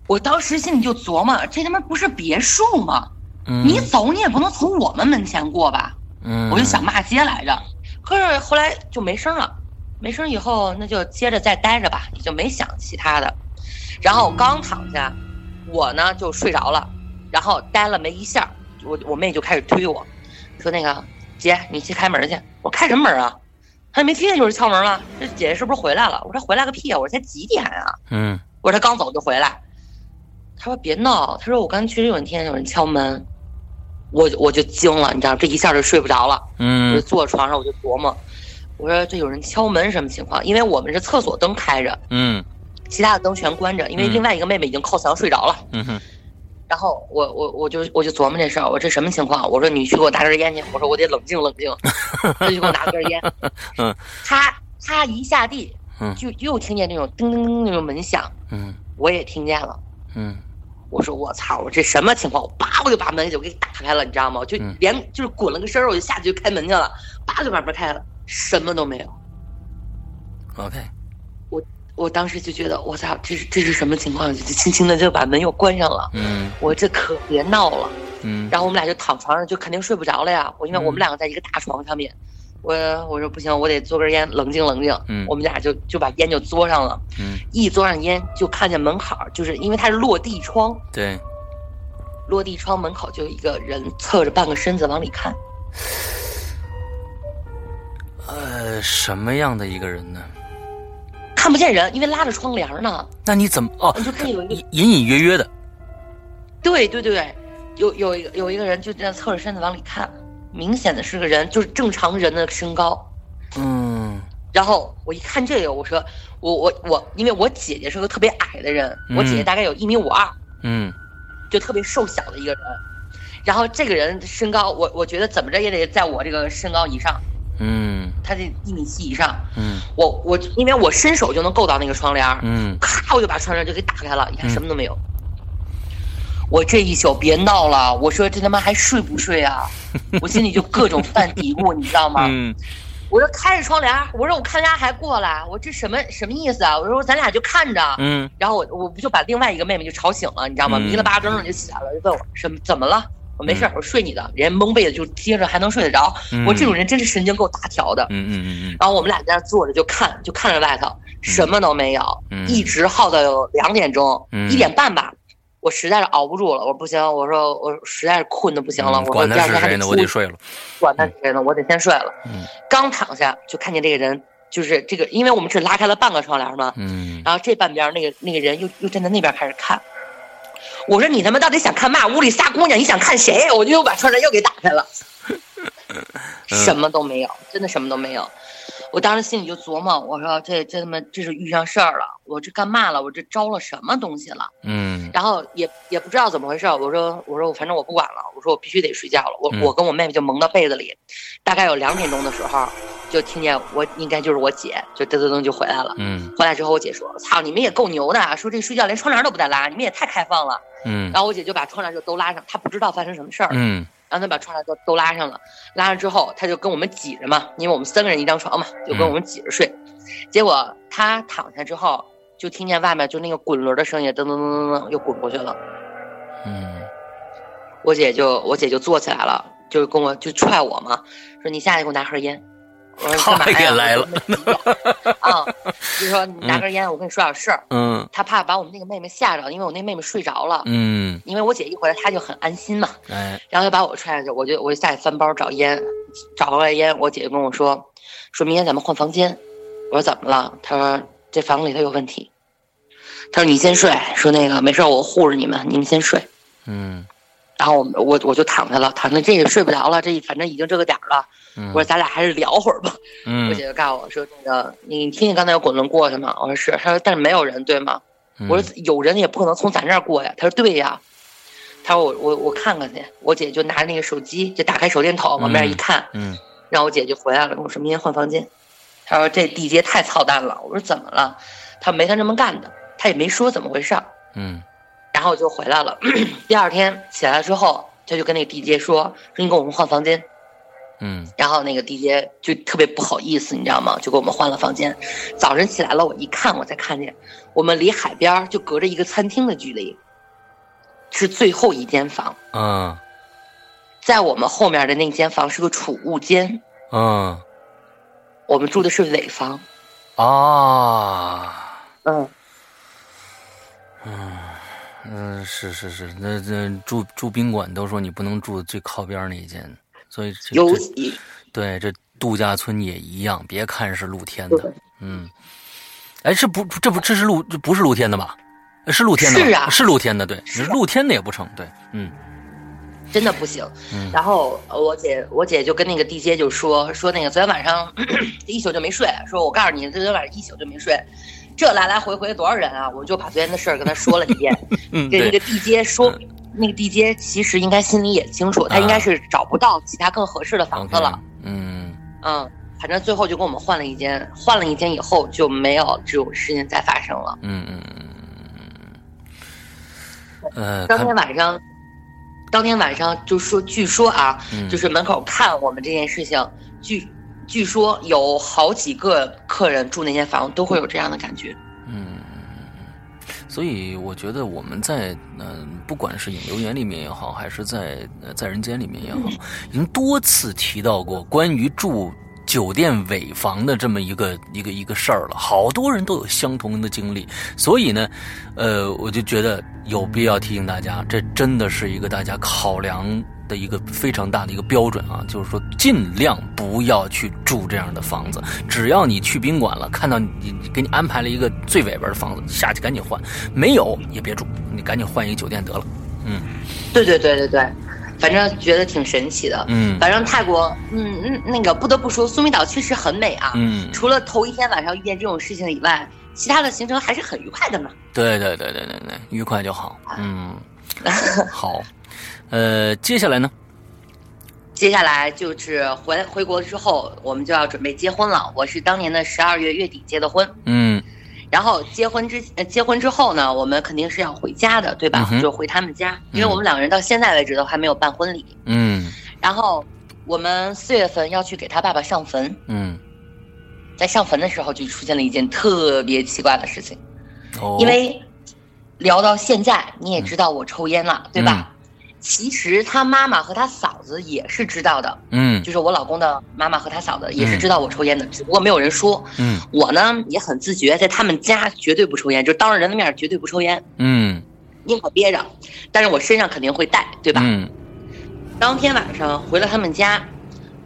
Speaker 2: 我当时心里就琢磨，这他妈不是别墅吗？
Speaker 1: 嗯，
Speaker 2: 你走你也不能从我们门前过吧？
Speaker 1: 嗯，
Speaker 2: 我就想骂街来着，可是后来就没声了，没声以后那就接着再待着吧，也就没想其他的。然后我刚躺下，我呢就睡着了，然后待了没一下，我我妹就开始推我，说那个姐你去开门去，我开什么门啊？还没听见有人敲门吗？这姐姐是不是回来了？我说回来个屁啊！我说才几点啊？
Speaker 1: 嗯
Speaker 2: 我说她刚走就回来。她说别闹，她说我刚确实有人听见有人敲门，我我就惊了，你知道这一下就睡不着了。我就
Speaker 1: 嗯
Speaker 2: 坐床上，我就琢磨，我说这有人敲门什么情况？因为我们是厕所灯开着，
Speaker 1: 嗯
Speaker 2: 其他的灯全关着，因为
Speaker 1: 嗯
Speaker 2: 另外一个妹妹已经靠墙睡着了。
Speaker 1: 嗯哼
Speaker 2: 然后我我我就我就琢磨这事儿，我说这什么情况？我说你去给我拿根烟去，我说我得冷静冷静，
Speaker 1: [laughs]
Speaker 2: 他就给我拿根烟。
Speaker 1: 嗯，
Speaker 2: 他他一下地
Speaker 1: 嗯，
Speaker 2: 就又听见那种叮叮叮那种门响，
Speaker 1: 嗯
Speaker 2: 我也听见了。
Speaker 1: 嗯
Speaker 2: 我说我操，我这什么情况？我叭我就把门就给打开了，你知道吗？我就
Speaker 1: 嗯
Speaker 2: 连就是滚了个身儿，我就下去就开门去了，叭就把门开了，什么都没有。
Speaker 1: ，OK，
Speaker 2: 我当时就觉得，我操，这是这是什么情况？就轻轻的就把门又关上了。
Speaker 1: 嗯
Speaker 2: 我这可别闹了。
Speaker 1: 嗯
Speaker 2: 然后我们俩就躺床上，就肯定睡不着了呀。我因为
Speaker 1: 嗯
Speaker 2: 我们两个在一个大床上面，我我说不行，我得嘬根烟，冷静冷静。
Speaker 1: 嗯
Speaker 2: 我们俩就就把烟就嘬上了，
Speaker 1: 嗯，
Speaker 2: 一嘬上烟就看见门口儿，就是因为它是落地窗，
Speaker 1: 对，
Speaker 2: 落地窗门口就有一个人侧着半个身子往里看，
Speaker 1: 呃，什么样的一个人呢？
Speaker 2: 看不见人，因为拉着窗帘呢。
Speaker 1: 那你怎么哦
Speaker 2: 你就可以有一个
Speaker 1: 隐隐隐约约的
Speaker 2: 对对对对，有有一个有一个人就这样侧着身子往里看，明显的是个人，就是正常人的身高。
Speaker 1: 嗯
Speaker 2: 然后我一看这个，我说我我我，因为我姐姐是个特别矮的人，我姐姐
Speaker 1: 嗯
Speaker 2: 大概有一米五二，
Speaker 1: 嗯
Speaker 2: 就特别瘦小的一个人。然后这个人身高，我我觉得怎么着也得在我这个身高以上，
Speaker 1: 嗯
Speaker 2: 他得一米七以上。
Speaker 1: 嗯
Speaker 2: 我我因为我伸手就能够到那个窗帘儿，
Speaker 1: 嗯
Speaker 2: 咔我就把窗帘就给打开了，一看
Speaker 1: 嗯
Speaker 2: 什么都没有。我这一宿别闹了，我说这他妈还睡不睡啊？我心里就各种犯嘀咕，你知道吗？
Speaker 1: 嗯
Speaker 2: 我说开着窗帘儿，我说我看人家还过来，我这什么什么意思啊？我说咱俩就看着，
Speaker 1: 嗯
Speaker 2: 然后我我不就把另外一个妹妹就吵醒了，你知道吗？
Speaker 1: 嗯
Speaker 2: 迷了吧唧的就起来了，就问我什么怎么了？我没事儿，我睡你的，人家蒙被子就贴着还能睡得着。
Speaker 1: 嗯，
Speaker 2: 我这种人真是神经够大条的。
Speaker 1: 嗯嗯嗯
Speaker 2: 然后我们俩在那坐着就看，就看着外头，什么都没有，
Speaker 1: 嗯
Speaker 2: 一直耗到有两点钟，
Speaker 1: 嗯
Speaker 2: 一点半吧。我实在是熬不住了，我说不行，我说我实在是困的不行了，
Speaker 1: 嗯
Speaker 2: 我说
Speaker 1: 管
Speaker 2: 第
Speaker 1: 他
Speaker 2: 二
Speaker 1: 是
Speaker 2: 天还
Speaker 1: 谁
Speaker 2: 得
Speaker 1: 呢，
Speaker 2: 出
Speaker 1: 我得睡了。
Speaker 2: 管他是谁呢，我得先睡了。
Speaker 1: 嗯
Speaker 2: 刚躺下就看见这个人，就是这个，因为我们只拉开了半个窗帘嘛，
Speaker 1: 嗯
Speaker 2: 然后这半边儿那个那个人又又站在那边开始看。我说你他妈到底想看嘛？屋里仨姑娘，你想看谁？我就又把窗帘又给打开了，什么都没有，真的什么都没有。我当时心里就琢磨，我说这这他妈这是遇上事儿了，我这干嘛了？我这招了什么东西了？
Speaker 1: 嗯
Speaker 2: 然后也也不知道怎么回事儿，我说我说我反正我不管了，我说我必须得睡觉了。我、
Speaker 1: 嗯
Speaker 2: 我跟我妹妹就蒙到被子里，大概有两点钟的时候，就听见我应该就是我姐就噔噔噔就回来了。
Speaker 1: 嗯
Speaker 2: 回来之后，我姐说：“操，你们也够牛的，啊！说这睡觉连窗帘都不带拉，你们也太开放了。”
Speaker 1: 嗯
Speaker 2: 然后我姐就把窗帘就都拉上，她不知道发生什么事儿，
Speaker 1: 嗯
Speaker 2: 然后她把窗帘都都拉上了。拉上之后，她就跟我们挤着嘛，因为我们三个人一张床嘛，就跟我们挤着睡。
Speaker 1: 嗯
Speaker 2: 结果她躺下之后，就听见外面就那个滚轮的声音，噔噔噔噔噔又滚过去了。
Speaker 1: 嗯
Speaker 2: 我姐就我姐就坐起来了，就跟我就踹我嘛，说你下来给我拿盒烟。我说你干嘛
Speaker 1: [laughs]
Speaker 2: 呀？
Speaker 1: 她也来了
Speaker 2: 我说没事儿
Speaker 1: [laughs]
Speaker 2: 啊！就说你拿根烟，我跟你说点事儿。
Speaker 1: 嗯
Speaker 2: 她怕把我们那个妹妹吓着，因为我那妹妹睡着了，
Speaker 1: 嗯，
Speaker 2: 因为我姐一回来她就很安心嘛，
Speaker 1: 哎
Speaker 2: 然后就把我踹下去，我就我就下去翻包找烟，找回来烟，我姐就跟我说，说明天咱们换房间，我说怎么了？她说这房里头有问题，她说你先睡，说那个没事儿，我护着你们，你们先睡。
Speaker 1: 嗯
Speaker 2: 然后我们我我就躺下了，躺下这也睡不着了，这反正已经这个点儿了。
Speaker 1: 嗯，
Speaker 2: 我说咱俩还是聊会儿吧。我
Speaker 1: 嗯
Speaker 2: 姐就告诉我说那个你听见刚才有滚轮过去吗？我说是。她说但是没有人对吗？
Speaker 1: 嗯
Speaker 2: 我说有人也不可能从咱这儿过呀。她说对呀。她说我我我看看去。我姐就拿着那个手机就打开手电筒往那儿一看，
Speaker 1: 嗯
Speaker 2: 然后我姐就回来了，跟我说明天换房间。她说这地接太操蛋了。我说怎么了？她说没她这么干的，她也没说怎么回事儿。
Speaker 1: 嗯
Speaker 2: 然后我就回来了。 [clears throat] 第二天起来之后，他就跟那个地接说：“说你给我们换房间。
Speaker 1: 嗯”
Speaker 2: 然后那个地接就特别不好意思，你知道吗？就给我们换了房间。早晨起来了，我一看，我才看见我们离海边儿就隔着一个餐厅的距离，是最后一间房。
Speaker 1: 嗯
Speaker 2: 在我们后面的那间房是个储物间，
Speaker 1: 嗯
Speaker 2: 我们住的是尾房。
Speaker 1: 啊。
Speaker 2: 嗯，
Speaker 1: 嗯，是是是，那那住住宾馆都说你不能住最靠边儿那一间，所以这
Speaker 2: 尤
Speaker 1: 这
Speaker 2: 其
Speaker 1: 对这度假村也一样，别看是露天的，嗯，哎，这不这不这是露这不是露天的吧？呃是露天的吧，
Speaker 2: 是啊
Speaker 1: 是露天的，对，
Speaker 2: 是啊
Speaker 1: 露天的也不成，对，嗯
Speaker 2: 真的不行。
Speaker 1: 嗯
Speaker 2: 然后呃我姐我姐就跟那个地接就说说那个昨天晚上 [coughs] 一宿就没睡，说我告诉你，这昨天晚上一宿就没睡，这来来回回多少人啊！我就把昨天的事儿跟他说了一遍，
Speaker 1: 嗯，
Speaker 2: 跟
Speaker 1: 对
Speaker 2: 那
Speaker 1: 嗯
Speaker 2: 个，地接说。那个地接其实应该心里也清楚，他应该是找不到其他更合适的房
Speaker 1: 啊 OK，
Speaker 2: 子了。
Speaker 1: 嗯
Speaker 2: 嗯，反正最后就跟我们换了一间，换了一间以后就没有这种事情再发生了。
Speaker 1: 嗯嗯嗯嗯，呃，
Speaker 2: 当
Speaker 1: 看
Speaker 2: 天晚上，当天晚上就说，据说啊，
Speaker 1: 嗯
Speaker 2: 就是门口看我们这件事情，据据说有好几个客人住那间房都会有这样的感觉。
Speaker 1: 嗯，所以我觉得我们在嗯、呃不管是《引流言》里面也好，还是在、呃、在人间里面也好，已经多次提到过关于住酒店尾房的这么一个一个一个事儿了。好多人都有相同的经历，所以呢，呃，我就觉得有必要提醒大家，这真的是一个大家考量。的一个非常大的一个标准啊，就是说尽量不要去住这样的房子。只要你去宾馆了，看到你给你安排了一个最尾边的房子，下去赶紧换；没有也别住，你赶紧换一个酒店得了。嗯，
Speaker 2: 对对对对对，反正觉得挺神奇的。
Speaker 1: 嗯
Speaker 2: 反正泰国，嗯嗯，那个不得不说，苏梅岛确实很美啊。
Speaker 1: 嗯，
Speaker 2: 除了头一天晚上遇见这种事情以外，其他的行程还是很愉快的嘛。
Speaker 1: 对对对对对对，愉快就好。嗯，好，呃，接下来呢？
Speaker 2: 接下来就是回回国之后，我们就要准备结婚了。我是当年的十二月月底结的婚，
Speaker 1: 嗯
Speaker 2: 然后结婚之呃结婚之后呢，我们肯定是要回家的，对吧
Speaker 1: 嗯？哼
Speaker 2: 就回他们家，因为
Speaker 1: 嗯
Speaker 2: 我们两个人到现在为止都还没有办婚礼。
Speaker 1: 嗯
Speaker 2: 然后我们四月份要去给他爸爸上坟，
Speaker 1: 嗯，
Speaker 2: 在上坟的时候就出现了一件特别奇怪的事情，
Speaker 1: 哦，嗯
Speaker 2: 因为聊到现在你也知道我抽烟了，对吧？其实他妈妈和他嫂子也是知道的，
Speaker 1: 嗯
Speaker 2: 就是我老公的妈妈和他嫂子也是知道我抽烟的，只不过没有人说。
Speaker 1: 嗯
Speaker 2: 我呢也很自觉，在他们家绝对不抽烟，就当着人的面绝对不抽烟，
Speaker 1: 嗯
Speaker 2: 宁可憋着，但是我身上肯定会带，对吧？
Speaker 1: 嗯
Speaker 2: 当天晚上回了他们家，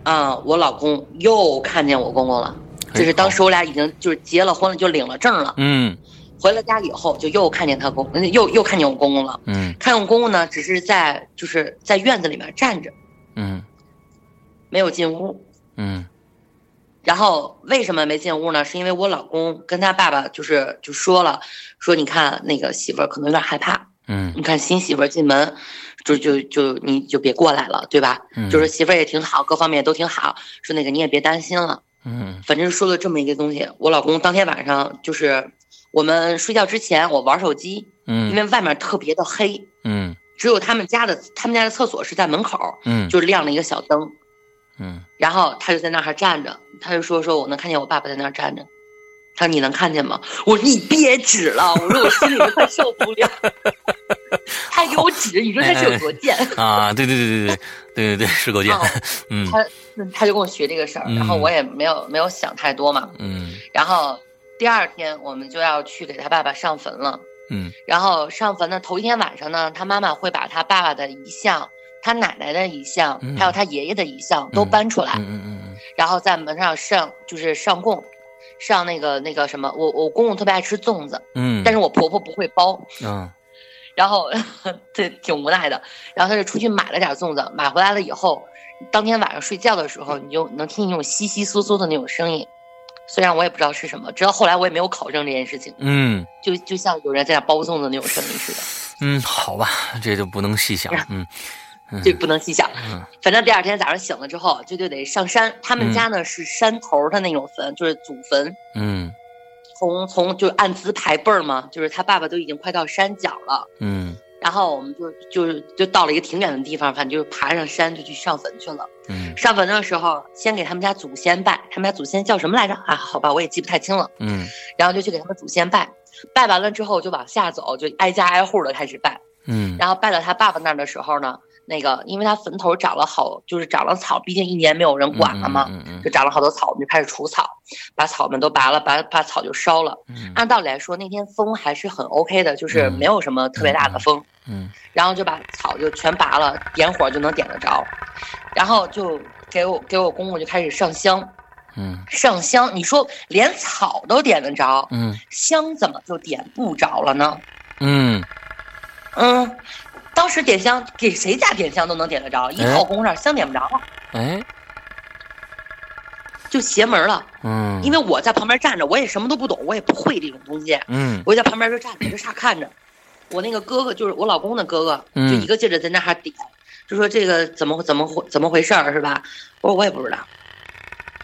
Speaker 2: 啊、我老公又看见我公公了，
Speaker 1: 嘿
Speaker 2: 就是当时我俩已经就是结了婚了，就领了证了。
Speaker 1: 嗯
Speaker 2: 回了家以后，就又看见他公，嗯又又看见我公公了。
Speaker 1: 嗯
Speaker 2: 看见我公公呢，只是在就是在院子里面站着，
Speaker 1: 嗯
Speaker 2: 没有进屋。
Speaker 1: 嗯
Speaker 2: 然后为什么没进屋呢？是因为我老公跟他爸爸就是就说了，说你看那个媳妇儿可能有点害怕，
Speaker 1: 嗯
Speaker 2: 你看新媳妇儿进门，就就就你就别过来了，对吧？
Speaker 1: 嗯，
Speaker 2: 就是媳妇儿也挺好，各方面都挺好，说那个你也别担心了，
Speaker 1: 嗯
Speaker 2: 反正说了这么一个东西。我老公当天晚上就是我们睡觉之前，我玩手机，因
Speaker 1: 嗯
Speaker 2: 为外面特别的黑，
Speaker 1: 嗯
Speaker 2: 只有他们家的他们家的厕所是在门口，
Speaker 1: 嗯
Speaker 2: 就亮了一个小灯，
Speaker 1: 嗯
Speaker 2: 然后他就在那儿站着，他就说说我能看见我爸爸在那儿站着。他说你能看见吗？我说你别指了，我说我心里都快受不了。 [laughs] 他给我指，你说他是有多贱？
Speaker 1: 啊，对对对对对对对对，是够贱
Speaker 2: 然。后
Speaker 1: 嗯
Speaker 2: 他他就跟我学这个事儿，然后
Speaker 1: 嗯
Speaker 2: 我也没有没有想太多嘛。
Speaker 1: 嗯
Speaker 2: 然后第二天我们就要去给他爸爸上坟了。
Speaker 1: 嗯
Speaker 2: 然后上坟的头一天晚上呢，他妈妈会把他爸爸的遗像、他奶奶的遗像，
Speaker 1: 嗯
Speaker 2: 还有他爷爷的遗像都搬出来，
Speaker 1: 嗯嗯
Speaker 2: 然后在门上上就是上供，上那个那个什么，我我公公特别爱吃粽子，
Speaker 1: 嗯，
Speaker 2: 但是我婆婆不会包，
Speaker 1: 是嗯
Speaker 2: 然后这挺无奈的。然后他就出去买了点粽子，买回来了以后，当天晚上睡觉的时候，你就能听见那种窸窸窣窣的那种声音。虽然我也不知道是什么，直到后来我也没有考证这件事情，
Speaker 1: 嗯
Speaker 2: 就就像有人在那包粽子那种声音似的，
Speaker 1: 嗯，好吧，这就不能细想。嗯
Speaker 2: 这不能细想。
Speaker 1: 嗯
Speaker 2: 反正第二天早上醒了之后，这就得上山。他们家呢是山头的那种坟，就是祖坟，
Speaker 1: 嗯
Speaker 2: 从从就按资排辈儿嘛，就是他爸爸都已经快到山脚了，
Speaker 1: 嗯
Speaker 2: 然后我们就就就到了一个挺远的地方，反正就是爬上山就去上坟去了。
Speaker 1: 嗯
Speaker 2: 上坟的时候，先给他们家祖先拜，他们家祖先叫什么来着啊？好吧，我也记不太清了。
Speaker 1: 嗯
Speaker 2: 然后就去给他们祖先拜，拜完了之后就往下走，就挨家挨户的开始拜。
Speaker 1: 嗯
Speaker 2: 然后拜到他爸爸那儿的时候呢，那个因为他坟头长了好，就是长了草，毕竟一年没有人管了嘛，
Speaker 1: 嗯嗯
Speaker 2: 就长了好多草，我们就开始除草，把草们都拔了，把把草就烧了。
Speaker 1: 嗯
Speaker 2: 按道理来说，那天风还是很 OK 的，就是没有什么特别大的风，
Speaker 1: 嗯
Speaker 2: 然后就把草就全拔了，点火就能点得着，然后就给我给我公公就开始上香，
Speaker 1: 嗯
Speaker 2: 上香，你说连草都点得着，
Speaker 1: 嗯
Speaker 2: 香怎么就点不着了呢？
Speaker 1: 嗯
Speaker 2: 嗯，当时点香给谁家点香都能点得着，一
Speaker 1: 哎
Speaker 2: 到公公那儿香点不着了，
Speaker 1: 哎
Speaker 2: 就邪门了。
Speaker 1: 嗯，
Speaker 2: 因为我在旁边站着，我也什么都不懂，我也不会这种东西，
Speaker 1: 嗯
Speaker 2: 我就在旁边就站着，就傻看着。我那个哥哥就是我老公的哥哥，
Speaker 1: 嗯
Speaker 2: 就一个劲儿的在那哈点，就说这个怎么怎么回怎么回事儿是吧？我说我也不知道，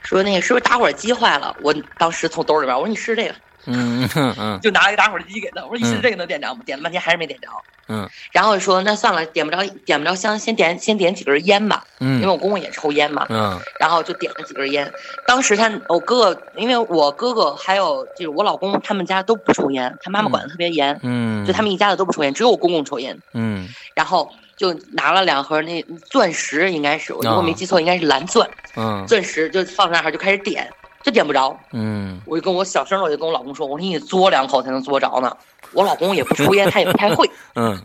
Speaker 2: 说那个是不是打火机坏了？我当时从兜里边我说你试这个，
Speaker 1: 嗯嗯
Speaker 2: 就拿了一个打火机给他，我说你试
Speaker 1: 嗯
Speaker 2: 这个能点着吗？点了半天还是没点着。
Speaker 1: 嗯，
Speaker 2: 然后说那算了，点不着点不着香，先点先点几根烟吧，因为
Speaker 1: 嗯
Speaker 2: 我公公也抽烟嘛。
Speaker 1: 嗯
Speaker 2: 然后就点了几根烟。当时他我哥哥，因为我哥哥还有就是我老公他们家都不抽烟，他妈妈管得特别严，
Speaker 1: 嗯，
Speaker 2: 就他们一家子都不抽烟，只有我公公抽烟。
Speaker 1: 嗯
Speaker 2: 然后就拿了两盒那钻石，应该是我如
Speaker 1: 啊
Speaker 2: 果没记错，应该是蓝钻，
Speaker 1: 嗯
Speaker 2: 钻石就放那儿就开始点，就点不着。
Speaker 1: 嗯
Speaker 2: 我就跟我小声的我就
Speaker 1: [laughs]
Speaker 2: 跟 [coughs] 我老公说，我说你得嘬两口才能嘬着呢。我老公也不抽烟，他也不太会，
Speaker 1: 嗯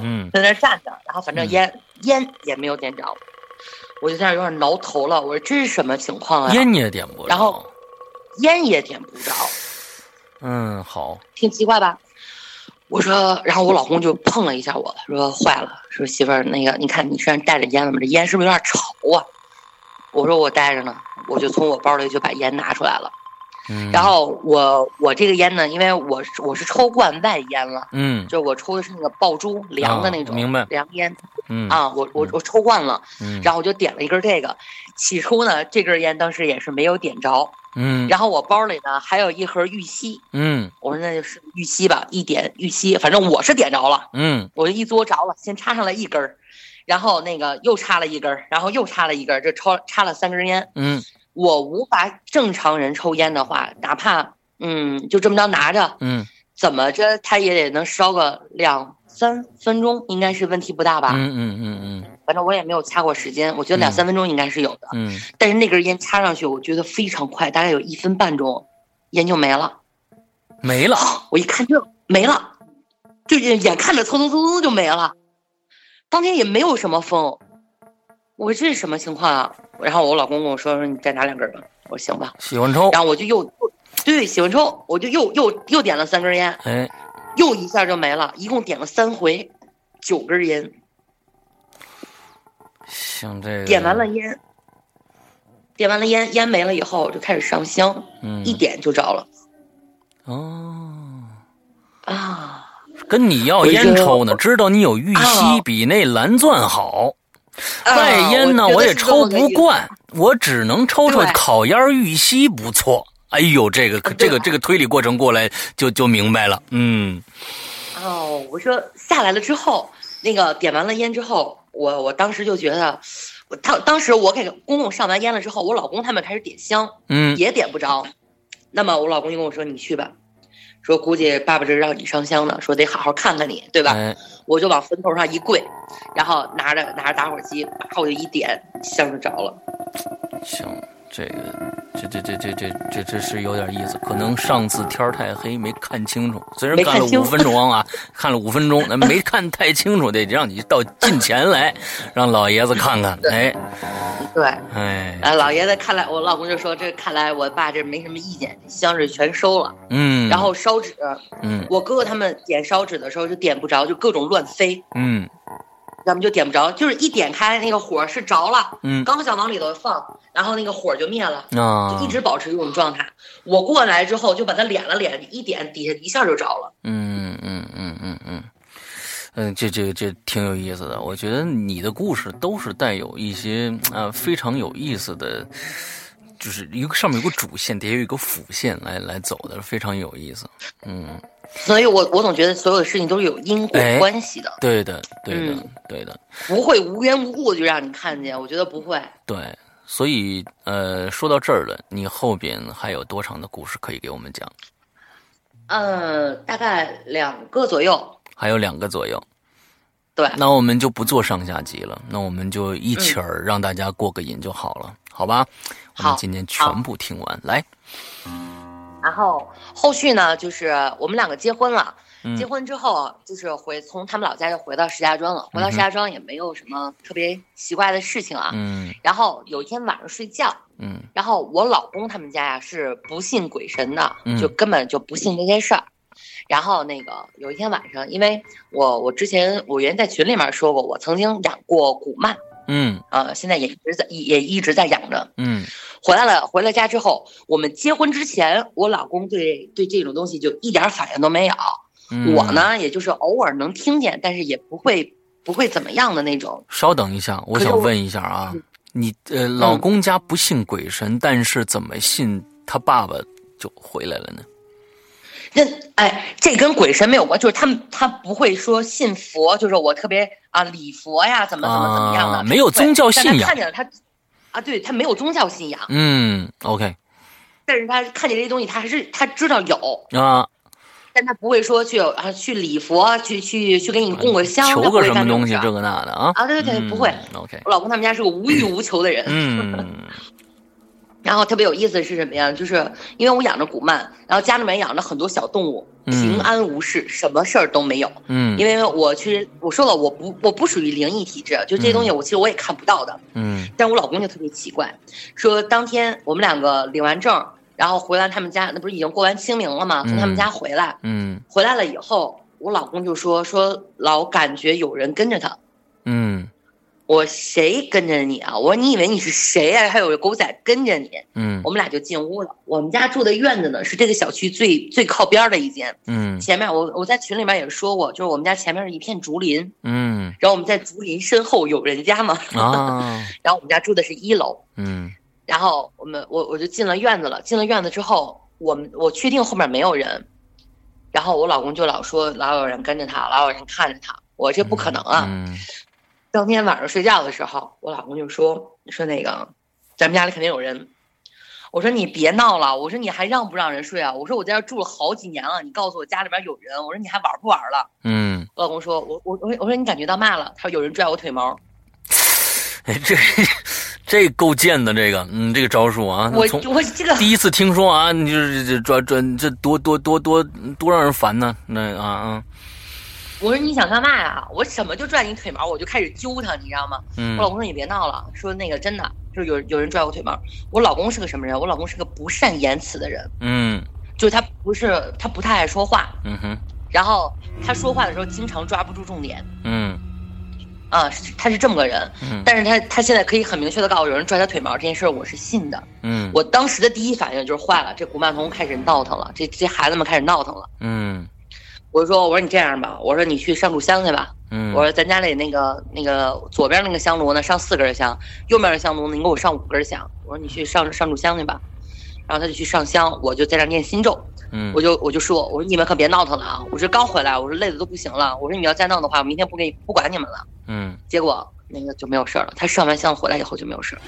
Speaker 1: 嗯
Speaker 2: 在那儿站着，然后反正烟、烟也没有点着，我就在那儿有点挠头了。我说这是什么情况啊？
Speaker 1: 烟你也点不着
Speaker 2: 然后烟也点不着，
Speaker 1: 嗯，好，
Speaker 2: 挺奇怪吧？我说，然后我老公就碰了一下我，说坏了，说媳妇儿，那个你看你身上带着烟了吗？这烟是不是有点潮啊？我说我带着呢，我就从我包里就把烟拿出来了。
Speaker 1: 嗯，
Speaker 2: 然后我我这个烟呢，因为我是我是抽惯外烟了，
Speaker 1: 嗯
Speaker 2: 就我抽的是那个爆珠凉的那种，
Speaker 1: 啊明白
Speaker 2: 凉烟
Speaker 1: 嗯
Speaker 2: 啊，我我我抽惯了，
Speaker 1: 嗯，
Speaker 2: 然后我就点了一根这个。起初呢，这根烟当时也是没有点着，
Speaker 1: 嗯
Speaker 2: 然后我包里呢还有一盒玉溪，
Speaker 1: 嗯
Speaker 2: 我说那就是玉溪吧，一点玉溪，反正我是点着了，
Speaker 1: 嗯
Speaker 2: 我就一嘬着了，先插上了一根儿，然后那个又插了一根儿，然后又插了一根儿，这抽插了三根烟。
Speaker 1: 嗯
Speaker 2: 我无法正常人抽烟的话，哪怕嗯就这么着拿着，
Speaker 1: 嗯
Speaker 2: 怎么着它也得能烧个两三分钟，应该是问题不大吧？
Speaker 1: 嗯嗯嗯嗯
Speaker 2: 反正我也没有掐过时间，我觉得两
Speaker 1: 嗯
Speaker 2: 三分钟应该是有的。
Speaker 1: 嗯，
Speaker 2: 但是那根烟插上去，我觉得非常快，大概有一分半钟，烟就没了。
Speaker 1: 没了，
Speaker 2: 我一看这没了，就眼看着蹭蹭蹭蹭就没了。当天也没有什么风，我说这是什么情况啊？然后我老公跟我说说你再拿两根吧，我说行吧。
Speaker 1: 喜欢抽，
Speaker 2: 然后我就又又对喜欢抽，我就又又又点了三根烟，
Speaker 1: 哎，
Speaker 2: 又一下就没了，一共点了三回，九根烟。
Speaker 1: 像这个
Speaker 2: 点完了，烟，点完了烟，烟没了以后我就开始上香，
Speaker 1: 嗯
Speaker 2: 一点就着了
Speaker 1: 哦，
Speaker 2: 啊。
Speaker 1: 跟你要烟抽呢，知道你有玉溪比那蓝钻好，外烟呢
Speaker 2: 啊
Speaker 1: 我
Speaker 2: 觉
Speaker 1: 也
Speaker 2: 得是这
Speaker 1: 抽
Speaker 2: 么个
Speaker 1: 不
Speaker 2: 意思
Speaker 1: 惯，我只能抽抽
Speaker 2: 对
Speaker 1: 烤烟玉溪不错。哎呦，这个这个这个推理过程过来就就明白了，嗯
Speaker 2: 哦，我说下来了之后，那个点完了烟之后，我我当时就觉得，我当当时我给公公上完烟了之后，我老公他们开始点香，
Speaker 1: 嗯
Speaker 2: 也点不着。那么我老公就跟我说：“你去吧。”说估计爸爸这是让你上香呢，说得好好看看你，对吧？
Speaker 1: 哎
Speaker 2: 我就往坟头上一跪，然后拿着拿着打火机，然后我就一点，香就着了。
Speaker 1: 行，这个这这这这这这这是有点意思，可能上次天儿太黑没看清楚，虽然
Speaker 2: 没
Speaker 1: 干了
Speaker 2: 看清
Speaker 1: 五分钟啊， [laughs] 看了五分钟，那没看太清楚，得让你到近前来，让老爷子看看，哎
Speaker 2: 对，
Speaker 1: 哎，
Speaker 2: 啊，老爷子看来，我老公就说：“这看来我爸这没什么意见，香是全收了。
Speaker 1: 嗯，
Speaker 2: 然后烧纸，
Speaker 1: 嗯
Speaker 2: 我哥哥他们点烧纸的时候就点不着，就各种乱飞，
Speaker 1: 嗯
Speaker 2: 咱们就点不着，就是一点开那个火是着了，
Speaker 1: 嗯
Speaker 2: 刚想往里头放，然后那个火就灭了，
Speaker 1: 啊
Speaker 2: 就一直保持这种状态。我过来之后就把它敛了敛，一点底下一下就着了。
Speaker 1: 嗯嗯嗯嗯嗯，嗯，这这这挺有意思的。我觉得你的故事都是带有一些啊、呃非常有意思的，就是一个上面有个主线，底下有一个辅线来来走的，非常有意思。嗯，
Speaker 2: 所以我我总觉得所有的事情都是有因果
Speaker 1: 哎
Speaker 2: 关系的，
Speaker 1: 对的，对的，
Speaker 2: 嗯
Speaker 1: 对的，
Speaker 2: 不会无缘无故就让你看见，我觉得不会。
Speaker 1: 对。所以呃，说到这儿了，你后边还有多长的故事可以给我们讲？
Speaker 2: 嗯、大概两个左右，
Speaker 1: 还有两个左右。
Speaker 2: 对，
Speaker 1: 那我们就不做上下集了，那我们就一
Speaker 2: 嗯
Speaker 1: 起儿让大家过个瘾就好了，好吧？我们
Speaker 2: 好
Speaker 1: 今天全部听完，来，
Speaker 2: 然后后续呢，就是我们两个结婚了，
Speaker 1: 嗯
Speaker 2: 结婚之后就是回从他们老家就回到石家
Speaker 1: 嗯
Speaker 2: 庄了，回到石家庄也没有什么特别奇怪的事情啊。
Speaker 1: 嗯
Speaker 2: 然后有一天晚上睡觉，
Speaker 1: 嗯
Speaker 2: 然后我老公他们家呀是不信鬼神的
Speaker 1: 嗯，
Speaker 2: 就根本就不信这些事儿。然后那个有一天晚上，因为我我之前我原来在群里面说过，我曾经养过古曼，
Speaker 1: 嗯
Speaker 2: 呃，现在也一直在也一直在养着。
Speaker 1: 嗯
Speaker 2: 回来了，回了家之后，我们结婚之前，我老公对对这种东西就一点反应都没有。
Speaker 1: 嗯，
Speaker 2: 我？呢，也就是偶尔能听见，但是也不会不会怎么样的那种。
Speaker 1: 稍等一下，我
Speaker 2: 可是
Speaker 1: 想
Speaker 2: 我嗯
Speaker 1: 问一下啊，你呃，老公家不信鬼神，但是怎么信他爸爸就回来了呢？
Speaker 2: 那哎，这跟鬼神没有关，就是他们他不会说信佛，就是我特别啊礼佛呀，怎么怎么怎么样的，
Speaker 1: 啊没有
Speaker 2: 对
Speaker 1: 宗教信仰
Speaker 2: 但他看见了他，啊，对他没有宗教信仰，
Speaker 1: 嗯，OK
Speaker 2: 但是他看见这些东西，他还是他知道有，
Speaker 1: 啊，
Speaker 2: 但他不会说去啊去礼佛，去去去给你供个香，他
Speaker 1: 啊求
Speaker 2: 不
Speaker 1: 个
Speaker 2: 会
Speaker 1: 什么
Speaker 2: 干这种
Speaker 1: 东西
Speaker 2: 事儿
Speaker 1: 这个那的啊
Speaker 2: 啊对对对
Speaker 1: 嗯
Speaker 2: 不会
Speaker 1: ，OK，
Speaker 2: 我老公他们家是个无欲无求的人，
Speaker 1: 嗯
Speaker 2: 然后特别有意思是什么呀？就是因为我养着古曼，然后家里面养着很多小动物，
Speaker 1: 嗯
Speaker 2: 平安无事，什么事儿都 [laughs] 没有。
Speaker 1: 嗯
Speaker 2: 因为我其实我说了，我不我不属于灵异体质，就这些东西我其实我也看不到的。
Speaker 1: 嗯
Speaker 2: 但我老公就特别奇怪，说当天我们两个领完证，然后回来他们家，那不是已经过完清明了吗？从他们家回来，
Speaker 1: 嗯
Speaker 2: 回来了以后，我老公就说说老感觉有人跟着他。
Speaker 1: 嗯
Speaker 2: 我谁跟着你啊？我说你以为你是谁呀、还有狗仔跟着你？
Speaker 1: 嗯
Speaker 2: 我们俩就进屋了。我们家住的院子呢，是这个小区最最靠边儿的一间。
Speaker 1: 嗯
Speaker 2: 前面我我在群里面也说过，就是我们家前面是一片竹林，
Speaker 1: 嗯
Speaker 2: 然后我们在竹林身后有人家嘛， [laughs]
Speaker 1: 啊
Speaker 2: 然后我们家住的是一楼，
Speaker 1: 嗯
Speaker 2: 然后我们我我就进了院子了，进了院子之后，我们我确定后面没有人，然后我老公就老说老有人跟着他，老有人看着他，我这不可能啊！
Speaker 1: 嗯
Speaker 2: 当天晚上睡觉的时候，我老公就说说那个，咱们家里肯定有人。我说你别闹了，我说你还让不让人睡啊？我说我在这儿住了好几年了，你告诉我家里边有人，我说你还玩不玩了？
Speaker 1: 嗯，
Speaker 2: 我老公说，我我我我说你感觉到嘛了？他说有人拽我腿毛，
Speaker 1: 哎这这够贱的这个嗯这个招数啊，
Speaker 2: 我
Speaker 1: 从
Speaker 2: 我这个
Speaker 1: 第一次听说啊，你这这转转这多多多多多让人烦呢、那啊啊
Speaker 2: 我说你想干嘛呀？我怎么就拽你腿毛？我就开始揪他，你知道吗？
Speaker 1: 嗯
Speaker 2: 我老公说你别闹了，说那个真的，就是有有人拽我腿毛。我老公是个什么人？我老公是个不善言辞的人，
Speaker 1: 嗯
Speaker 2: 就是他不是他不太爱说话，
Speaker 1: 嗯哼
Speaker 2: 然后他说话的时候经常抓不住重点
Speaker 1: 嗯
Speaker 2: 啊，是他是这么个人。
Speaker 1: 嗯
Speaker 2: 但是他他现在可以很明确的告诉我，有人拽他腿毛这件事儿，我是信的。
Speaker 1: 嗯
Speaker 2: 我当时的第一反应就是坏了，这古曼童开始闹腾了，这这孩子们开始闹腾了。
Speaker 1: 嗯
Speaker 2: 我就说我说你这样吧，我说你去上炷香去吧，
Speaker 1: 嗯，
Speaker 2: 我说咱家里那个那个左边那个香炉呢，上四根香，右面的香炉呢，你给我上五根香。我说你去上上炷香去吧，然后他就去上香，我就在那念心咒，
Speaker 1: 嗯
Speaker 2: 我就我就说，我说你们可别闹腾了啊！我说刚回来，我说累的都不行了，我说你们要再闹的话，我明天不给你不管你们了。
Speaker 1: 嗯
Speaker 2: 结果那个就没有事儿了，他上完香回来以后就没有事儿。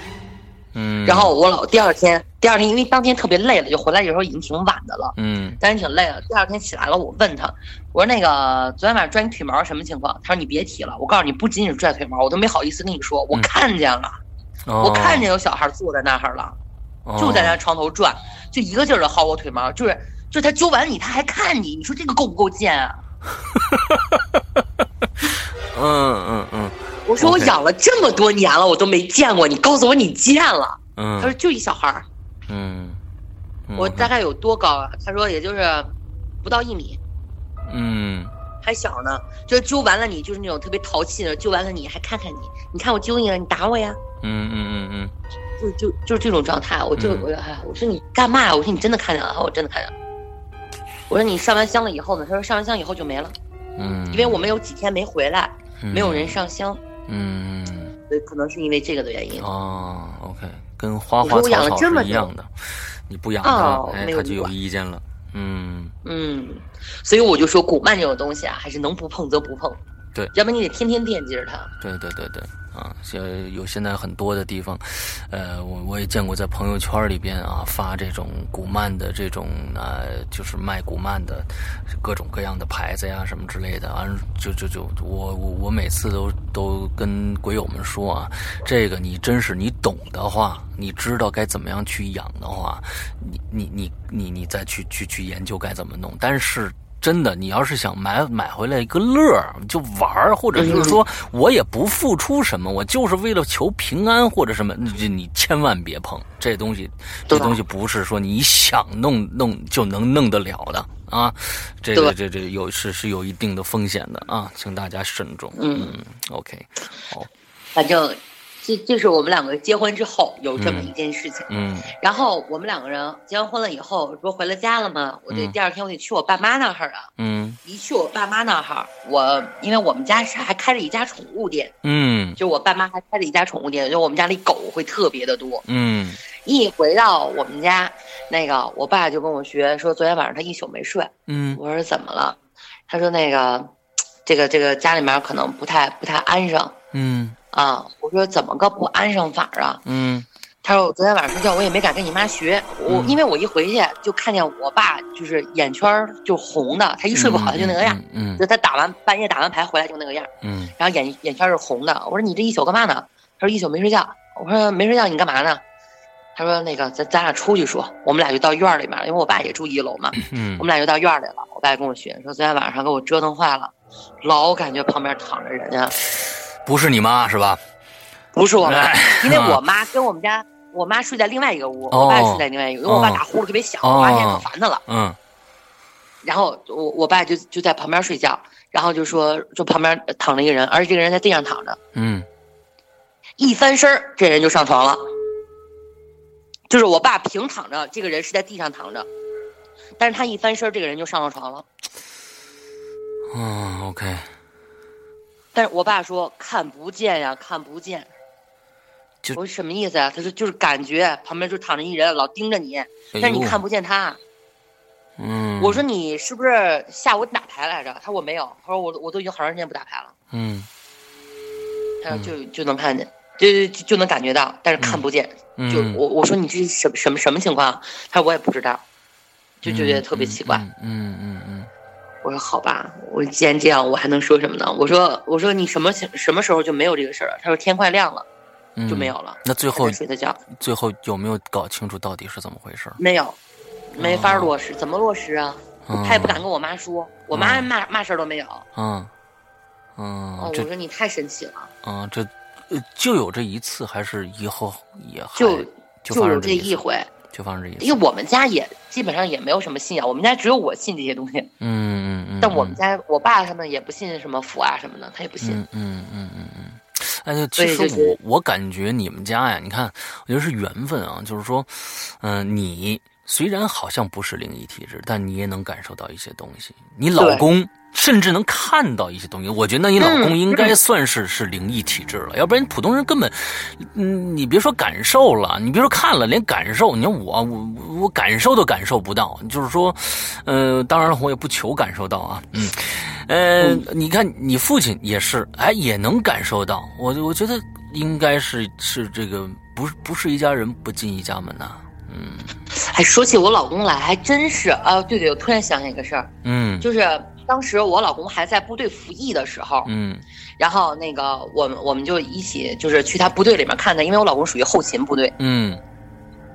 Speaker 1: 嗯，
Speaker 2: 然后我老第二天，第二天因为当天特别累了，就回来的时候已经挺晚的了。
Speaker 1: 嗯
Speaker 2: 但是挺累了。第二天起来了，我问他，我说那个昨天晚上拽你腿毛什么情况？他说你别提了，我告诉你，不仅仅是拽腿毛，我都没好意思跟你说，我
Speaker 1: 嗯哦
Speaker 2: 看见了，我看见有小孩坐在那儿了，就在他床头转，就一个劲儿的薅我腿毛，就是就是他揪完你，他还看你，你说这个够不够贱啊？
Speaker 1: 嗯嗯嗯
Speaker 2: 我说我
Speaker 1: OK
Speaker 2: 养了这么多年了，我都没见过你，告诉我你见了？
Speaker 1: 嗯，
Speaker 2: 他说就一小孩儿，
Speaker 1: 嗯，
Speaker 2: 我大概有多高啊？他说也就是不到一米。
Speaker 1: 嗯
Speaker 2: 还小呢，就是揪完了你，就是那种特别淘气的，揪完了你还看看你，你看我揪你了，你打我呀，
Speaker 1: 嗯嗯嗯
Speaker 2: 就就就是这种状态。我就
Speaker 1: 嗯
Speaker 2: 我就哎，我说你干嘛呀？我说你真的看见了？他说我真的看见了。我说你上完香了以后呢？他说上完香以后就没了，
Speaker 1: 嗯，
Speaker 2: 因为我们有几天没回来，没有人上香，
Speaker 1: 嗯
Speaker 2: 所以可能是因为这个的原因。
Speaker 1: 哦，OK，跟花花草草是一样的，你不养它，哎，它就有意见了。嗯
Speaker 2: 嗯，所以我就说古曼这种东西啊，还是能不碰则不碰。
Speaker 1: 对
Speaker 2: 要不然你得天天惦记着它。
Speaker 1: 对对对对，啊，现有现在很多的地方，呃，我我也见过在朋友圈里边啊发这种古曼的这种呃，就是卖古曼的各种各样的牌子呀什么之类的，啊，就就就我我我每次都都跟鬼友们说啊，这个你真是你懂的话，你知道该怎么样去养的话，你你你你你再去去去研究该怎么弄，但是。真的，你要是想买买回来一个乐儿，就玩儿，或者就是说
Speaker 2: 嗯
Speaker 1: 我也不付出什么，我就是为了求平安或者什么，你你千万别碰这东西，这
Speaker 2: 对吧
Speaker 1: 东西不是说你想弄弄就能弄得了的啊，这个这这有是是有一定的风险的啊，请大家慎重。
Speaker 2: 嗯
Speaker 1: ，OK，好，
Speaker 2: 反正这这是我们两个结婚之后有这么一件事情。
Speaker 1: 嗯
Speaker 2: 然后我们两个人结完婚了以后，不是回了家了吗？我得
Speaker 1: 嗯
Speaker 2: 第二天我得去我爸妈那儿啊。
Speaker 1: 嗯
Speaker 2: 一去我爸妈那儿，我因为我们家是还开了一家宠物店，
Speaker 1: 嗯
Speaker 2: 就我爸妈还开了一家宠物店，就我们家里狗会特别的多。
Speaker 1: 嗯
Speaker 2: 一回到我们家，那个我爸就跟我学说，昨天晚上他一宿没睡。
Speaker 1: 嗯
Speaker 2: 我说怎么了？他说那个，这个这个家里面可能不太不太安生
Speaker 1: 嗯
Speaker 2: 啊。我说怎么个不安生法啊？
Speaker 1: 嗯
Speaker 2: 他说我昨天晚上睡觉，我也没敢跟你妈学，我
Speaker 1: 嗯
Speaker 2: 因为我一回去就看见我爸就是眼圈儿就红的，他一
Speaker 1: 一
Speaker 2: 睡不好他就那个样，，
Speaker 1: 嗯
Speaker 2: 就他打完半夜打完牌回来就那个样，
Speaker 1: 嗯
Speaker 2: 然后眼眼圈儿是红的。我说你这一宿干嘛呢？他说一宿没睡觉。我说没睡觉你干嘛呢？他说那个咱咱俩出去说，我们俩就到院儿里面了，因为我爸也住一楼嘛，
Speaker 1: 嗯
Speaker 2: 我们俩就到院儿里了。我爸跟我学说，昨天晚上给我折腾坏了，老感觉旁边躺着人啊，
Speaker 1: 不是你妈是吧？
Speaker 2: 不是我妈
Speaker 1: 哎，
Speaker 2: 因为我妈跟我们家我妈睡在另外一个屋，
Speaker 1: 哦
Speaker 2: 我爸睡在另外一个屋，因为我爸
Speaker 1: 哦
Speaker 2: 打呼噜特别响，
Speaker 1: 哦
Speaker 2: 我爸现在可烦他了。
Speaker 1: 嗯
Speaker 2: 然后我我爸就就在旁边睡觉，然后就说说旁边躺着一个人，而且这个人在地上躺着，
Speaker 1: 嗯，
Speaker 2: 一翻身儿这人就上床了。就是我爸平躺着，这个人是在地上躺着，但是他一翻身儿，这个人就上了床了。
Speaker 1: 嗯，OK，
Speaker 2: 但是我爸说看不见呀，看不见。
Speaker 1: 就
Speaker 2: 我说什么意思啊？他说就是感觉旁边就躺着一人，老盯着你，但是你看
Speaker 1: 不，
Speaker 2: 不见他。
Speaker 1: 嗯，
Speaker 2: 我说你是不是下午打牌来着？他说我没有，他说我我都已经好长时间不打牌了。
Speaker 1: 嗯
Speaker 2: 他说
Speaker 1: 嗯
Speaker 2: 就就能看见，就就就能感觉到，但是看不见。
Speaker 1: 嗯，
Speaker 2: 就我我说你这是什么什么什么情况？他说我也不知道，就就觉得特别奇怪。
Speaker 1: 嗯嗯嗯嗯
Speaker 2: 我说好吧，我既然这样，我还能说什么呢？我说我说你什么什么时候就没有这个事儿了？他说天快亮了
Speaker 1: 嗯，
Speaker 2: 就没有。了，
Speaker 1: 那最
Speaker 2: 他
Speaker 1: 后
Speaker 2: 在睡的觉。
Speaker 1: 最后有没有搞清楚到底是怎么回事？
Speaker 2: 没有，没法
Speaker 1: 哦
Speaker 2: 落实，怎么落实啊？他也不敢跟我妈说，我妈
Speaker 1: 嗯
Speaker 2: 嘛嘛事儿都没有。
Speaker 1: 嗯嗯
Speaker 2: 哦，，
Speaker 1: 这
Speaker 2: 我说你太神奇了，
Speaker 1: 嗯这就有这一次，还是以后也
Speaker 2: 就
Speaker 1: 就
Speaker 2: 就
Speaker 1: 发
Speaker 2: 有
Speaker 1: 生
Speaker 2: 这
Speaker 1: 一
Speaker 2: 一，回，
Speaker 1: 就发生这一次。
Speaker 2: 因为我们家也基本上也没有什么信仰，我们家只有我信这些东西，
Speaker 1: 嗯嗯嗯，
Speaker 2: 但我们家我爸他们也不信什么佛啊什么的，他也不信。
Speaker 1: 嗯嗯嗯嗯嗯。哎，就其
Speaker 2: 所以
Speaker 1: 实
Speaker 2: 就
Speaker 1: 我、
Speaker 2: 是
Speaker 1: 我感觉你们家呀，你看，我觉得是缘分啊。就是说，嗯、你虽然好像不是灵异体质，但你也能感受到一些东西。你老
Speaker 2: 对
Speaker 1: 公甚至能看到一些东西。我觉得你老公
Speaker 2: 嗯
Speaker 1: 应该算是、是灵异体质了，要不然普通人根本，嗯，你别说感受了，你别说看了，连感受，你看我我我我感受都感受不到。就是说，呃，当然了，我也不求感受到啊，嗯。呃，
Speaker 2: 嗯
Speaker 1: 你看你父亲也是，哎，也能感受到。我我觉得应该是是这个，不是不是一家人不进一家门呐、嗯
Speaker 2: 哎，说起我老公来，还真是啊，对对，我突然想起一个事儿，
Speaker 1: 嗯
Speaker 2: 就是当时我老公还在部队服役的时候，
Speaker 1: 嗯
Speaker 2: 然后那个我们我们就一起就是去他部队里面看他，因为我老公属于后勤部队
Speaker 1: 嗯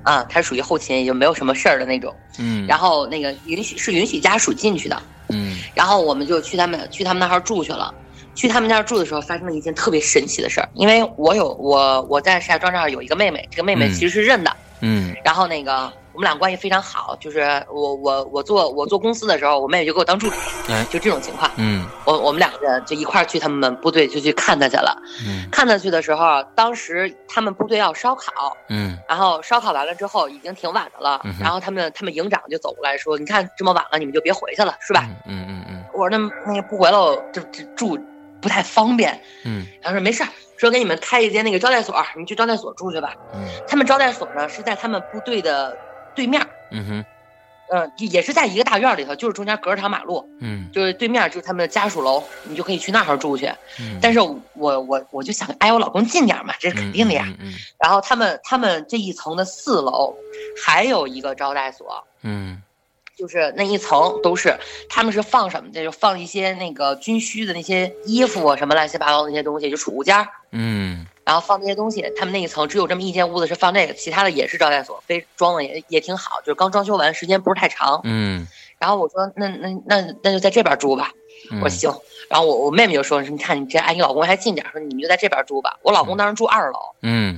Speaker 2: 啊，他属于后勤，也就没有什么事儿的那种。
Speaker 1: 嗯，
Speaker 2: 然
Speaker 1: 后
Speaker 2: 后那个允许是允许家属进去的，
Speaker 1: 嗯
Speaker 2: 然后我们就去他们去他们那儿住去了。去他们那儿住的时候，发生了一件特别神奇的事儿。因为我有我我在石家庄这儿有一个妹妹，这个妹妹
Speaker 1: 嗯
Speaker 2: 其实是认的。
Speaker 1: 嗯
Speaker 2: 然后那个我们俩关系非常好，就是我我我做我做公司的时候，我妹妹就给我当助理
Speaker 1: 哎，
Speaker 2: 就这种情况。
Speaker 1: 嗯
Speaker 2: 我我们两个人就一块儿去他们部队就去看她去了。
Speaker 1: 嗯
Speaker 2: 看她去的时候，当时他们部队要烧烤，
Speaker 1: 嗯
Speaker 2: 然后烧烤完了之后已经挺晚的了
Speaker 1: 嗯，哼
Speaker 2: 然后他们他们营长就走过来说：“你看这么晚了，你们就别回去了，是吧
Speaker 1: 嗯嗯嗯？”
Speaker 2: 我说：“那那个不回了，我这这住不太方便。
Speaker 1: 嗯”
Speaker 2: 然后说：“没事儿，说给你们开一间那个招待所，你们去招待所住去吧。”
Speaker 1: 嗯
Speaker 2: 他们招待所呢是在他们部队的对面，
Speaker 1: 嗯哼
Speaker 2: 呃，也是在一个大院里头，就是中间隔着条马路，
Speaker 1: 嗯
Speaker 2: 就是对面就是他们的家属楼，你就可以去那儿住去。
Speaker 1: 嗯，
Speaker 2: 但
Speaker 1: 是
Speaker 2: 是我我我就想挨我老公近点儿嘛，这是肯定的呀。
Speaker 1: 嗯
Speaker 2: 然后他们他们这一层的四楼还有一个招待所，
Speaker 1: 嗯
Speaker 2: 就是那一层都是他们是放什么的？就放一些那个军需的那些衣服啊什么乱七八糟的那些东西，就储物间儿，
Speaker 1: 嗯
Speaker 2: 然后放那些东西。他们那一层只有这么一间屋子是放这个，其他的也是招待所，非装的也也挺好，就是刚装修完，时间不是太长。
Speaker 1: 嗯
Speaker 2: 然后我说那那那那就在这边住吧，
Speaker 1: 嗯，
Speaker 2: 我说行。然后我我妹妹就说你看你这哎挨你老公还近点儿，说你们就在这边住吧。我老公当时住二楼。
Speaker 1: 嗯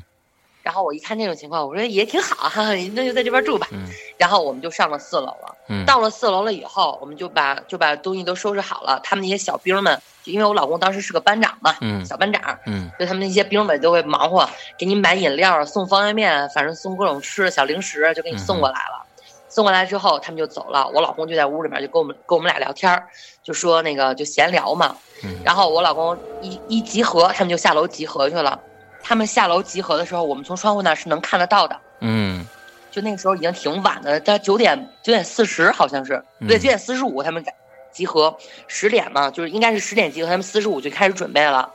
Speaker 2: 然后我一看这种情况，我说也挺好，哈哈，那就在这边住吧。
Speaker 1: 嗯
Speaker 2: 然后我们就上了四楼了。
Speaker 1: 嗯，
Speaker 2: 到了四楼了以后，我们就把就把东西都收拾好了。他们那些小兵们，就因为我老公当时是个班长嘛，
Speaker 1: 嗯
Speaker 2: 小班长，
Speaker 1: 嗯
Speaker 2: 就他们那些兵们都会忙活，给你买饮料、送方便面，反正送各种吃的小零食，就给你
Speaker 1: 嗯
Speaker 2: 送过来了。送过来之后，他们就走了。我老公就在屋里面就跟我们跟我们俩聊天儿，就说那个就闲聊嘛。
Speaker 1: 嗯
Speaker 2: 然后我老公一一集合，他们就下楼集合去了。他们下楼集合的时候，我们从窗户那儿是能看得到的。
Speaker 1: 嗯
Speaker 2: 就那个时候已经挺晚的，在九点九点四十好像是，
Speaker 1: 嗯
Speaker 2: 对，九点四十五他们集合，十点嘛，就是应该是十点集合，他们四十五就开始准备了。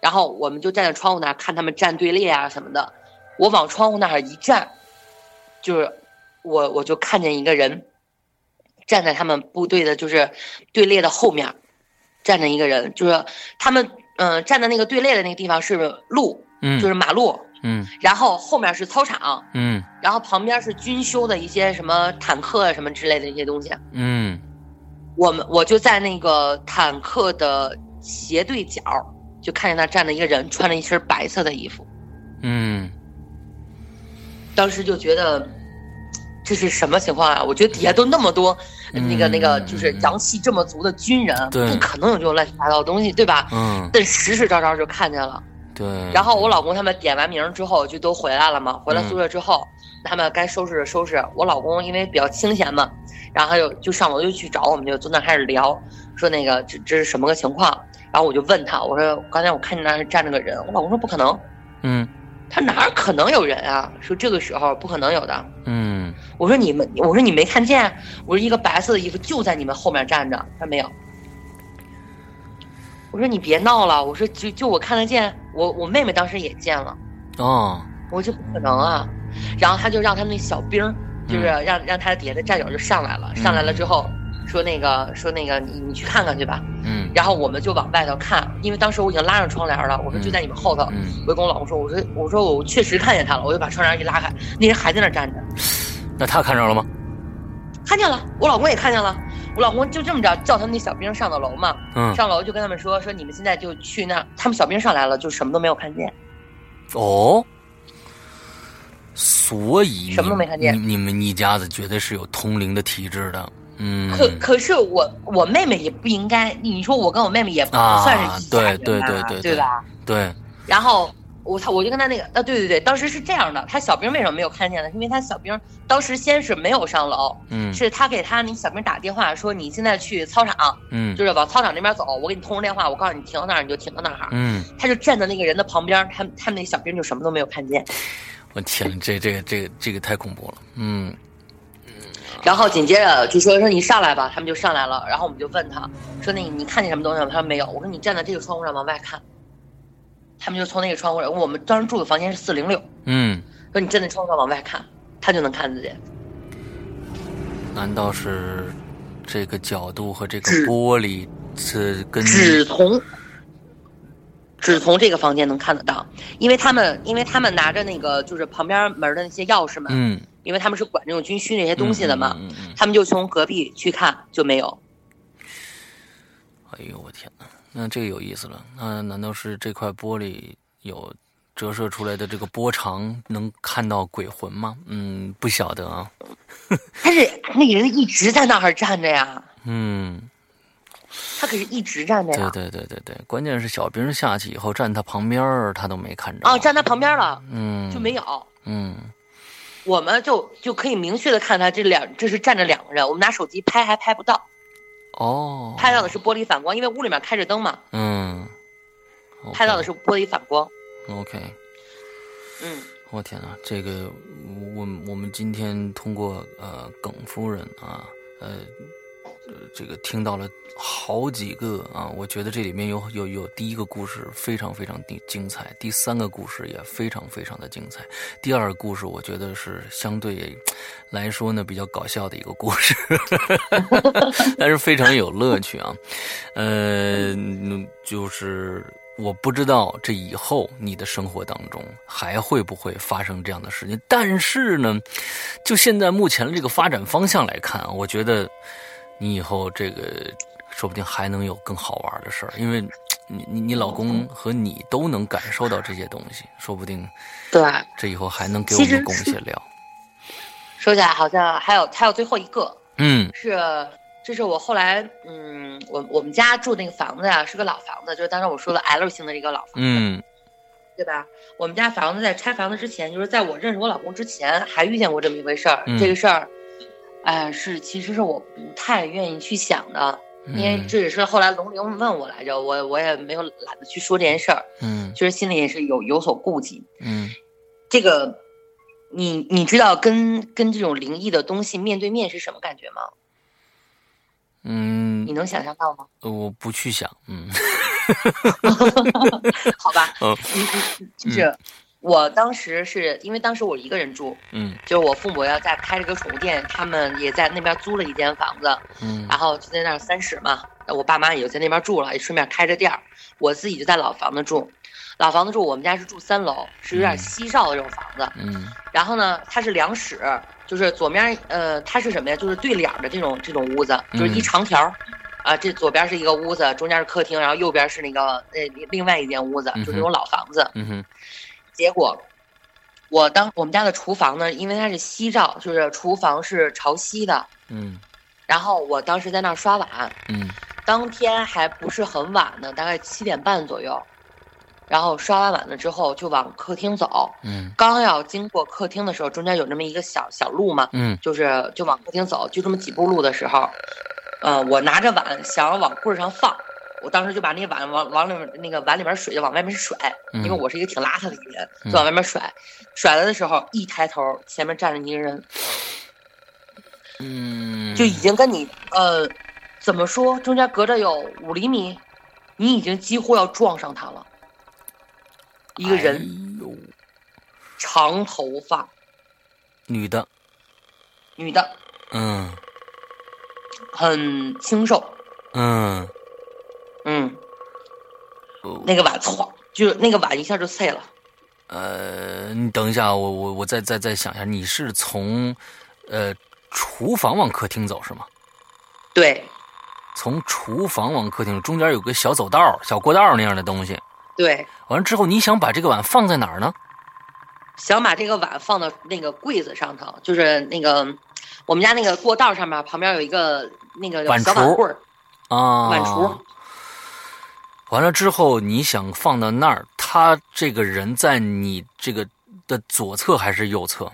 Speaker 2: 然后我们就站在窗户那儿看他们站队列啊什么的。我往窗户那儿一站，就是我我就看见一个人站在他们部队的，就是队列的后面，站着一个人，就是他们嗯、呃站在那个队列的那个地方是路，
Speaker 1: 嗯，
Speaker 2: 就是是马路，
Speaker 1: 嗯
Speaker 2: 然后后面是操场，
Speaker 1: 嗯
Speaker 2: 然后旁边是军修的一些什么坦克啊什么之类的一些东西。啊
Speaker 1: 嗯
Speaker 2: 我们我就在那个坦克的斜对角，就看见那站着一个人，穿着一身白色的衣服。
Speaker 1: 嗯
Speaker 2: 当时就觉得嘖这是什么情况啊？我觉得底下都那么多，
Speaker 1: 嗯
Speaker 2: 那个那个就是阳气这么足的军人，啊
Speaker 1: 对
Speaker 2: 不可能有这种乱七八糟的东西，对吧？
Speaker 1: 嗯，
Speaker 2: 但实实照照就看见了。
Speaker 1: 对。
Speaker 2: 然后我老公他们点完名之后就都回来了嘛，回到
Speaker 1: 嗯
Speaker 2: 宿舍之后，他们该收拾收拾。我老公因为比较清闲嘛，然后他就就上楼就去找我们，就坐那开始聊，说那个这这是什么个情况？然后我就问他，我说刚才我看见那儿站着个人，我老公说不可能，
Speaker 1: 嗯
Speaker 2: 他哪儿可能有人啊？说这个时候不可能有的。
Speaker 1: 嗯
Speaker 2: 我说你们，我说你没看见，我说一个白色的衣服就在你们后面站着，他没有。我说你别闹了，我说就就我看得见，我我妹妹当时也见了。
Speaker 1: 哦
Speaker 2: 我就不可能啊。然后他就让他们那小兵儿，就是让、让他底下的战友就上来了，
Speaker 1: 嗯
Speaker 2: 上来了之后说那个说那个你你去看看去吧。
Speaker 1: 嗯
Speaker 2: 然后我们就往外头看，因为当时我已经拉上窗帘了，我说
Speaker 1: 嗯
Speaker 2: 就在你们后头。
Speaker 1: 嗯，
Speaker 2: 我就跟我老公说，我说我说我确实看见他了，我就把窗帘一拉开，那人还在那儿站着，
Speaker 1: 那他看着了吗？
Speaker 2: 看见了，我老公也看见了。我老公就这么着叫他们那小兵上的楼嘛，
Speaker 1: 嗯
Speaker 2: 上楼就跟他们说说你们现在就去那儿，他们小兵上来了就什么都没有看见，
Speaker 1: 哦，所以
Speaker 2: 什么都
Speaker 1: 你
Speaker 2: 没看见
Speaker 1: 你你们一家子绝对是有通灵的体质的。嗯，
Speaker 2: 可可是我我妹妹也不应该，你说我跟我妹妹也不
Speaker 1: 啊
Speaker 2: 算是一家人吧，
Speaker 1: 对对对对
Speaker 2: 对
Speaker 1: 对
Speaker 2: 吧？
Speaker 1: 对，
Speaker 2: 然后我操，我就跟他那个啊，对对对，当时是这样的，他小兵为什么没有看见呢？是因为他小兵当时先是没有上楼，
Speaker 1: 嗯
Speaker 2: 是他给他那小兵打电话说你现在去操场，
Speaker 1: 嗯
Speaker 2: 就是往操场那边走，我给你通个电话，我告诉你停到那儿你就停到那儿。
Speaker 1: 嗯，
Speaker 2: 他就站在那个人的旁边，他们他们那小兵就什么都没有看见。
Speaker 1: 我天，这这个这个这个太恐怖了。嗯
Speaker 2: 然后紧接着就说说你上来吧，他们就上来了。然后我们就问他说那你看见什么东西了吗？他说没有。我说你站在这个窗户上往外看，他们就从那个窗户上，我们当时住的房间是四零六，
Speaker 1: 嗯，
Speaker 2: 说你站在窗户上往外看，他就能看得见。
Speaker 1: 难道是这个角度和这个
Speaker 2: 只
Speaker 1: 玻璃是跟
Speaker 2: 只从只从这个房间能看得到，因为他们因为他们拿着那个就是旁边门的那些钥匙嘛，
Speaker 1: 嗯
Speaker 2: 因为他们是管这种军需那些东西的嘛，
Speaker 1: 嗯嗯嗯嗯
Speaker 2: 他们就从隔壁去看就没有。
Speaker 1: 哎呦我天哪，那这个有意思了。那难道是这块玻璃有折射出来的这个波长能看到鬼魂吗？嗯，不晓得啊。
Speaker 2: 但是那个人一直在那儿站着呀，
Speaker 1: 嗯，
Speaker 2: 他可是一直站着呀。
Speaker 1: 对对对对对，关键是小兵下去以后站他旁边儿，他都没看着。
Speaker 2: 哦，站他旁边了，
Speaker 1: 嗯，
Speaker 2: 就没有。
Speaker 1: 嗯
Speaker 2: 我们就就可以明确的看他这两，这是站着两个人。我们拿手机拍还拍不到，
Speaker 1: 哦，
Speaker 2: 拍到的是玻璃反光，因为屋里面开着灯嘛，
Speaker 1: 嗯，OK
Speaker 2: 拍到的是玻璃反光。
Speaker 1: OK。
Speaker 2: 嗯，
Speaker 1: 我天呐，这个我我们今天通过呃耿夫人啊，呃，呃这个听到了好几个啊，我觉得这里面有有有第一个故事非常非常的精彩，第三个故事也非常非常的精彩，第二个故事我觉得是相对来说呢比较搞笑的一个故事， [laughs] 但是非常有乐趣啊。呃，嗯就是我不知道这以后你的生活当中还会不会发生这样的事情，但是呢，就现在目前的这个发展方向来看啊，我觉得你以后这个说不定还能有更好玩的事儿，因为你你你老公和你都能感受到这些东西，说不定
Speaker 2: 对。
Speaker 1: 这以后还能给我
Speaker 2: 其
Speaker 1: 们
Speaker 2: 实
Speaker 1: 供些料。
Speaker 2: 说起来好像还有还有最后一个
Speaker 1: 嗯
Speaker 2: 是，这是我后来嗯，我我们家住那个房子呀、是个老房子，就是当时我说的 L 型的一个老房子，
Speaker 1: 嗯
Speaker 2: 对吧？我们家房子在拆房子之前，就是在我认识我老公之前，还遇见过这么一回事儿。
Speaker 1: 嗯
Speaker 2: 这个事儿，哎、是其实是我不太愿意去想的，因为
Speaker 1: 嗯
Speaker 2: 这也是后来龙玲问我来着，我我也没有懒得去说这件事儿，
Speaker 1: 嗯
Speaker 2: 其实心里也是有有所顾忌。
Speaker 1: 嗯
Speaker 2: 这个，你你知道跟跟这种灵异的东西面对面是什么感觉吗？你
Speaker 1: 嗯，
Speaker 2: 能想象到吗？
Speaker 1: 我不去想，嗯
Speaker 2: 好吧，
Speaker 1: 嗯
Speaker 2: 你你就是。我当时是因为当时我一个人住，
Speaker 1: 嗯
Speaker 2: 就是我父母要在开了个宠物店，他们也在那边租了一间房子，
Speaker 1: 嗯
Speaker 2: 然后就在那儿三室嘛。我爸妈也就在那边住了，也顺便开着店儿。我自己就在老房子住，老房子住，我们家是住三楼，是有点西照的这种房子。
Speaker 1: 嗯
Speaker 2: 然后呢，它是两室，就是左面呃，它是什么呀？就是对脸儿的这种这种屋子，就是一
Speaker 1: 嗯
Speaker 2: 长条儿。啊，这左边是一个屋子，中间是客厅，然后右边是那个那另外一间屋子，就是那种老房子。
Speaker 1: 嗯哼
Speaker 2: 结果，我当我们家的厨房呢，因为它是西照，就是厨房是朝西的。
Speaker 1: 嗯
Speaker 2: 然后我当时在那儿刷碗，
Speaker 1: 嗯
Speaker 2: 当天还不是很晚呢，大概七点半左右。然后刷完碗了之后，就往客厅走。
Speaker 1: 嗯
Speaker 2: 刚要经过客厅的时候，中间有那么一个小小路嘛，
Speaker 1: 嗯
Speaker 2: 就是就往客厅走，就这么几步路的时候，呃，我拿着碗想要往棍儿上放，我当时就把那碗往往里面那个碗里面水就往外面甩，
Speaker 1: 嗯，
Speaker 2: 因为我是一个挺邋遢的一个人，
Speaker 1: 嗯
Speaker 2: 就往外面甩，甩了的时候一抬头，前面站着一个人，
Speaker 1: 嗯
Speaker 2: 就已经跟你呃，怎么说，中间隔着有五厘米，你已经几乎要撞上他了。一个人，
Speaker 1: 哎呦
Speaker 2: 长头发，
Speaker 1: 女的，
Speaker 2: 女的，
Speaker 1: 嗯
Speaker 2: 很清瘦，
Speaker 1: 嗯，
Speaker 2: 嗯，
Speaker 1: 哦
Speaker 2: 那个碗歘，就是那个碗一下就碎了。
Speaker 1: 呃，你等一下，我我我再再再想一下，你是从呃厨房往客厅走是吗？
Speaker 2: 对
Speaker 1: 从厨房往客厅，中间有个小走道、小过道那样的东西。
Speaker 2: 对，
Speaker 1: 完了之后，你想把这个碗放在哪儿呢？
Speaker 2: 想把这个碗放到那个柜子上头，就是那个我们家那个过道上面旁边有一个那个
Speaker 1: 碗
Speaker 2: 小
Speaker 1: 橱
Speaker 2: 碗棍儿，
Speaker 1: 啊，
Speaker 2: 碗橱。
Speaker 1: 完了之后，你想放到那儿，他这个人在你这个的左侧还是右侧？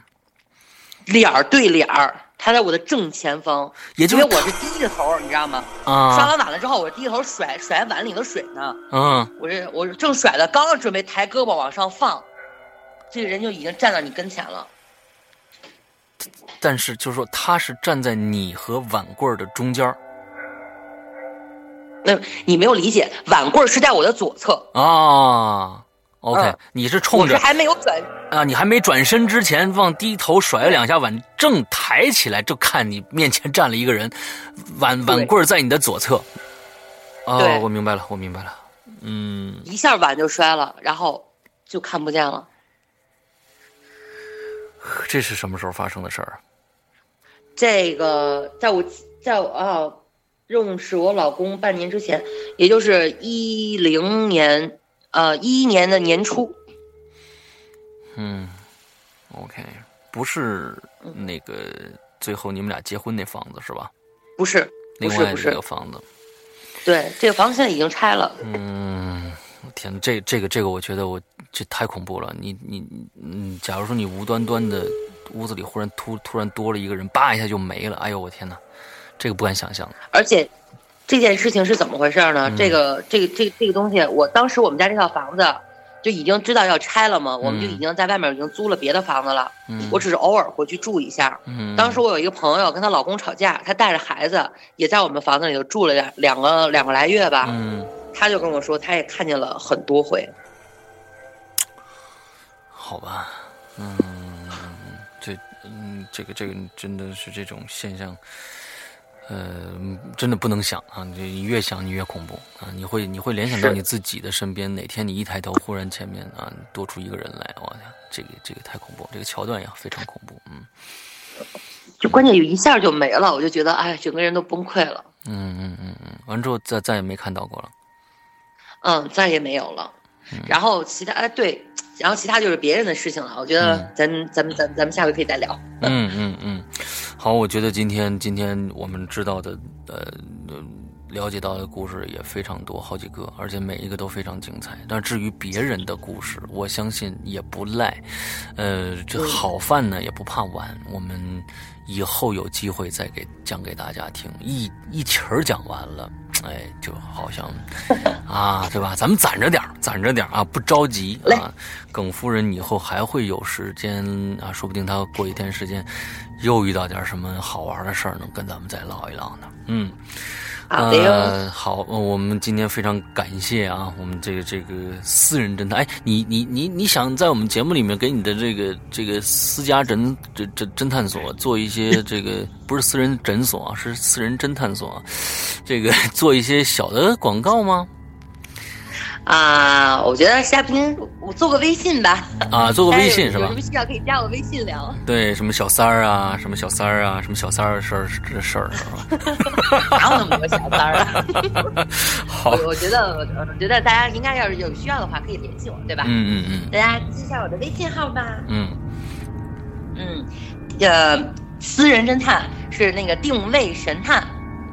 Speaker 2: 脸儿对脸儿，他在我的正前方，
Speaker 1: 也
Speaker 2: 因
Speaker 1: 就
Speaker 2: 为
Speaker 1: 是
Speaker 2: 我是低着头，你知道吗？刷
Speaker 1: 啊，
Speaker 2: 完碗了之后，我低头甩甩碗里的水呢，
Speaker 1: 嗯
Speaker 2: 我这我正甩的，刚准备抬胳膊往上放，这个人就已经站到你跟前了。
Speaker 1: 但是就是说，他是站在你和碗棍儿的中间儿
Speaker 2: 那你没有理解，碗棍儿是在我的左侧，
Speaker 1: 啊。OK，、
Speaker 2: 嗯
Speaker 1: 你是
Speaker 2: 我
Speaker 1: 冲
Speaker 2: 是
Speaker 1: 着
Speaker 2: 还没有转，
Speaker 1: 啊，你还没转身之前，往低头甩了两下碗，正抬起来就看你面前站了一个人，碗
Speaker 2: 对
Speaker 1: 碗棍儿在你的左侧。哦
Speaker 2: 对，
Speaker 1: 我明白了，我明白了。嗯，
Speaker 2: 一下碗就摔了，然后就看不见了。
Speaker 1: 这是什么时候发生的事儿啊？
Speaker 2: 这个在我在我啊认识我老公半年之前，也就是一零年呃一一年的年初，
Speaker 1: 嗯，OK，不是那个最后你们俩结婚那房子是吧？
Speaker 2: 不是不
Speaker 1: 另
Speaker 2: 是
Speaker 1: 外
Speaker 2: 不
Speaker 1: 那
Speaker 2: 是
Speaker 1: 个，房子，
Speaker 2: 对，这个房子现在已经拆了。
Speaker 1: 嗯，我天，这这个这个，我觉得我这太恐怖了。你你嗯，假如说你无端端的屋子里忽然突突然多了一个人，叭一下就没了，哎呦我天哪，这个不敢想象。
Speaker 2: 而且这件事情是怎么回事呢？
Speaker 1: 嗯
Speaker 2: 这个这个这个、这个东西，我当时我们家这套房子就已经知道要拆了嘛，我们就已经在外面已经租了别的房子了，
Speaker 1: 嗯，
Speaker 2: 我只是偶尔回去住一下。
Speaker 1: 嗯
Speaker 2: 当时我有一个朋友跟她老公吵架，她带着孩子也在我们房子里头住了两两个两个来月吧，
Speaker 1: 嗯，
Speaker 2: 她就跟我说她也看见了很多回。
Speaker 1: 好吧，嗯，这嗯这个这个真的是这种现象。呃，真的不能想啊！你你越想你越恐怖啊！你会你会联想到
Speaker 2: 是
Speaker 1: 你自己的身边，哪天你一抬头，忽然前面啊多出一个人来，我天，这个这个太恐怖，这个桥段也非常恐怖，嗯
Speaker 2: 就关键有一下就没了，我就觉得哎，整个人都崩溃了，
Speaker 1: 嗯嗯嗯嗯，完之后再再也没看到过了，
Speaker 2: 嗯，再也没有了。
Speaker 1: 嗯
Speaker 2: 然后其他哎对，然后其他就是别人的事情了。我觉得咱、咱们咱们咱们下回可以再聊。
Speaker 1: 嗯嗯嗯，好，我觉得今天今天我们知道的呃了解到的故事也非常多，好几个，而且每一个都非常精彩。但至于别人的故事，我相信也不赖。呃，这好饭呢也不怕晚，我们以后有机会再给讲给大家听。一一气儿讲完了，哎，就好像啊，对吧？咱们攒着点儿，攒着点儿啊，不着急
Speaker 2: 来
Speaker 1: 啊。耿夫人以后还会有时间啊，说不定她过一天时间又遇到点儿什么好玩的事儿，能跟咱们再唠一唠呢。嗯。
Speaker 2: 好的哟、
Speaker 1: 呃，好，我们今天非常感谢啊，我们这个这个私人侦探，哎，你你你你想在我们节目里面给你的这个这个私家诊这这侦探所做一些这个不是私人诊所啊，是私人侦探所啊，这个做一些小的广告吗？
Speaker 2: 啊，我觉得嘉宾，我做个微信吧。
Speaker 1: 啊，做个微信是
Speaker 2: 有
Speaker 1: 吧
Speaker 2: 什？么需要可以加我微信聊。
Speaker 1: 对，什么小三儿啊，什么小三儿啊，什么小三儿的事儿这事儿是吧？
Speaker 2: 哪有那么多小三儿啊？
Speaker 1: [laughs] 好，
Speaker 2: 我我觉得，我我觉得大家应该要是有需要的话，可以联系我，对吧？
Speaker 1: 嗯嗯嗯
Speaker 2: 大家记一下我的微信号吧。
Speaker 1: 嗯，
Speaker 2: 嗯，呃，私人侦探是那个定位神探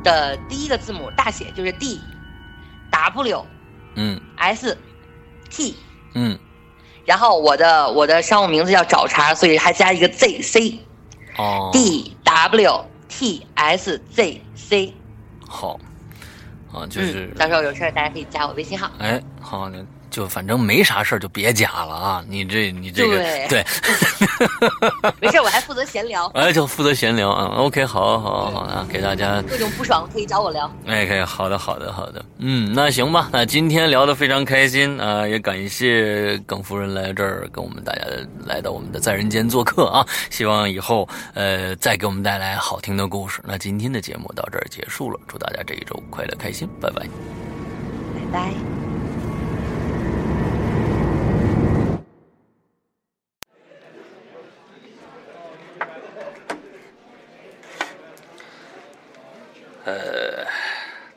Speaker 2: 的第一个字母大写，就是 D W
Speaker 1: 嗯
Speaker 2: S T，
Speaker 1: 嗯，
Speaker 2: 然后我的我的商务名字叫找茬，所以还加一个 Z C
Speaker 1: 哦，
Speaker 2: D W T S Z C。
Speaker 1: 好，啊，就是
Speaker 2: 嗯，，到时候有事儿大家可以加我微信号。
Speaker 1: 哎，好，你就反正没啥事儿就别加了啊，你这你这个
Speaker 2: 对 [laughs]
Speaker 1: 对， [laughs]
Speaker 2: 没事，我还负责闲聊，
Speaker 1: 哎，就负责闲聊啊，OK，好好好啊，给大家。
Speaker 2: 各种不爽可以找我聊。
Speaker 1: 哎，可以，好的，好的，好的，嗯，那行吧，那今天聊得非常开心啊、也感谢耿夫人来这儿跟我们大家来到我们的在人间做客啊，希望以后呃再给我们带来好听的故事。那今天的节目到这儿结束了，祝大家这一周快乐开心，拜拜。
Speaker 2: 拜拜。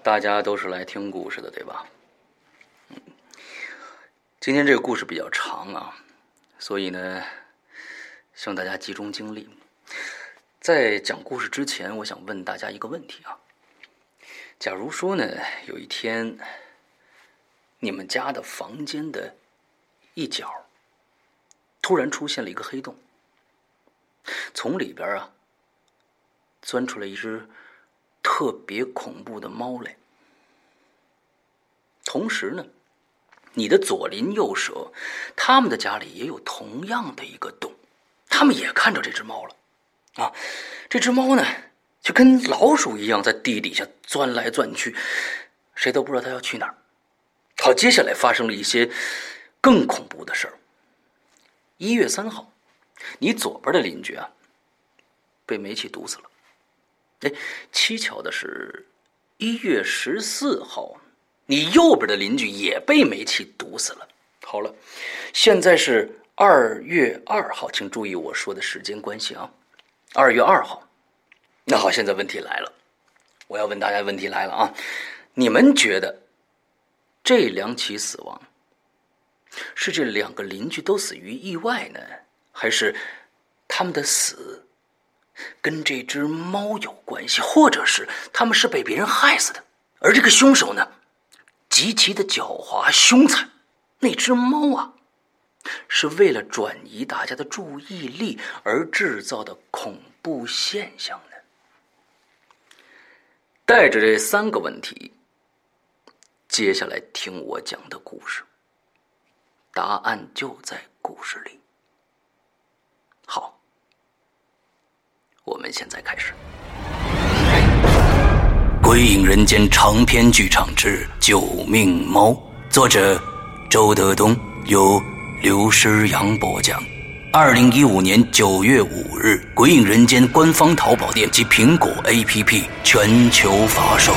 Speaker 1: 大家都是来听故事的，对吧？嗯嗯今天这个故事比较长啊，所以呢，希望大家集中精力。在讲故事之前，我想问大家一个问题啊：假如说呢，有一天，你们家的房间的一角突然出现了一个黑洞，从里边啊钻出来一只特别恐怖的猫来。同时呢，你的左邻右舍，他们的家里也有同样的一个洞，他们也看着这只猫了。啊，这只猫呢，就跟老鼠一样在地底下钻来钻去，谁都不知道它要去哪儿。好，接下来发生了一些更恐怖的事儿。一月三号，你左边的邻居啊，被煤气毒死了。哎，蹊跷的是，一月十四号，你右边的邻居也被煤气毒死了。好了，现在是二月二号，请注意我说的时间关系啊。二月二号，那好，现在问题来了，我要问大家问题来了啊，你们觉得这两起死亡是这两个邻居都死于意外呢，还是他们的死跟这只猫有关系，或者是他们是被别人害死的。而这个凶手呢，极其的狡猾凶残。那只猫啊，是为了转移大家的注意力而制造的恐怖现象呢。带着这三个问题，接下来听我讲的故事，答案就在故事里。好。我们现在开始。《鬼影人间》长篇剧场之《救命猫》，作者周德东，由刘诗阳播讲。二零一五年九月五日，《鬼影人间》官方淘宝店及苹果 APP 全球发售。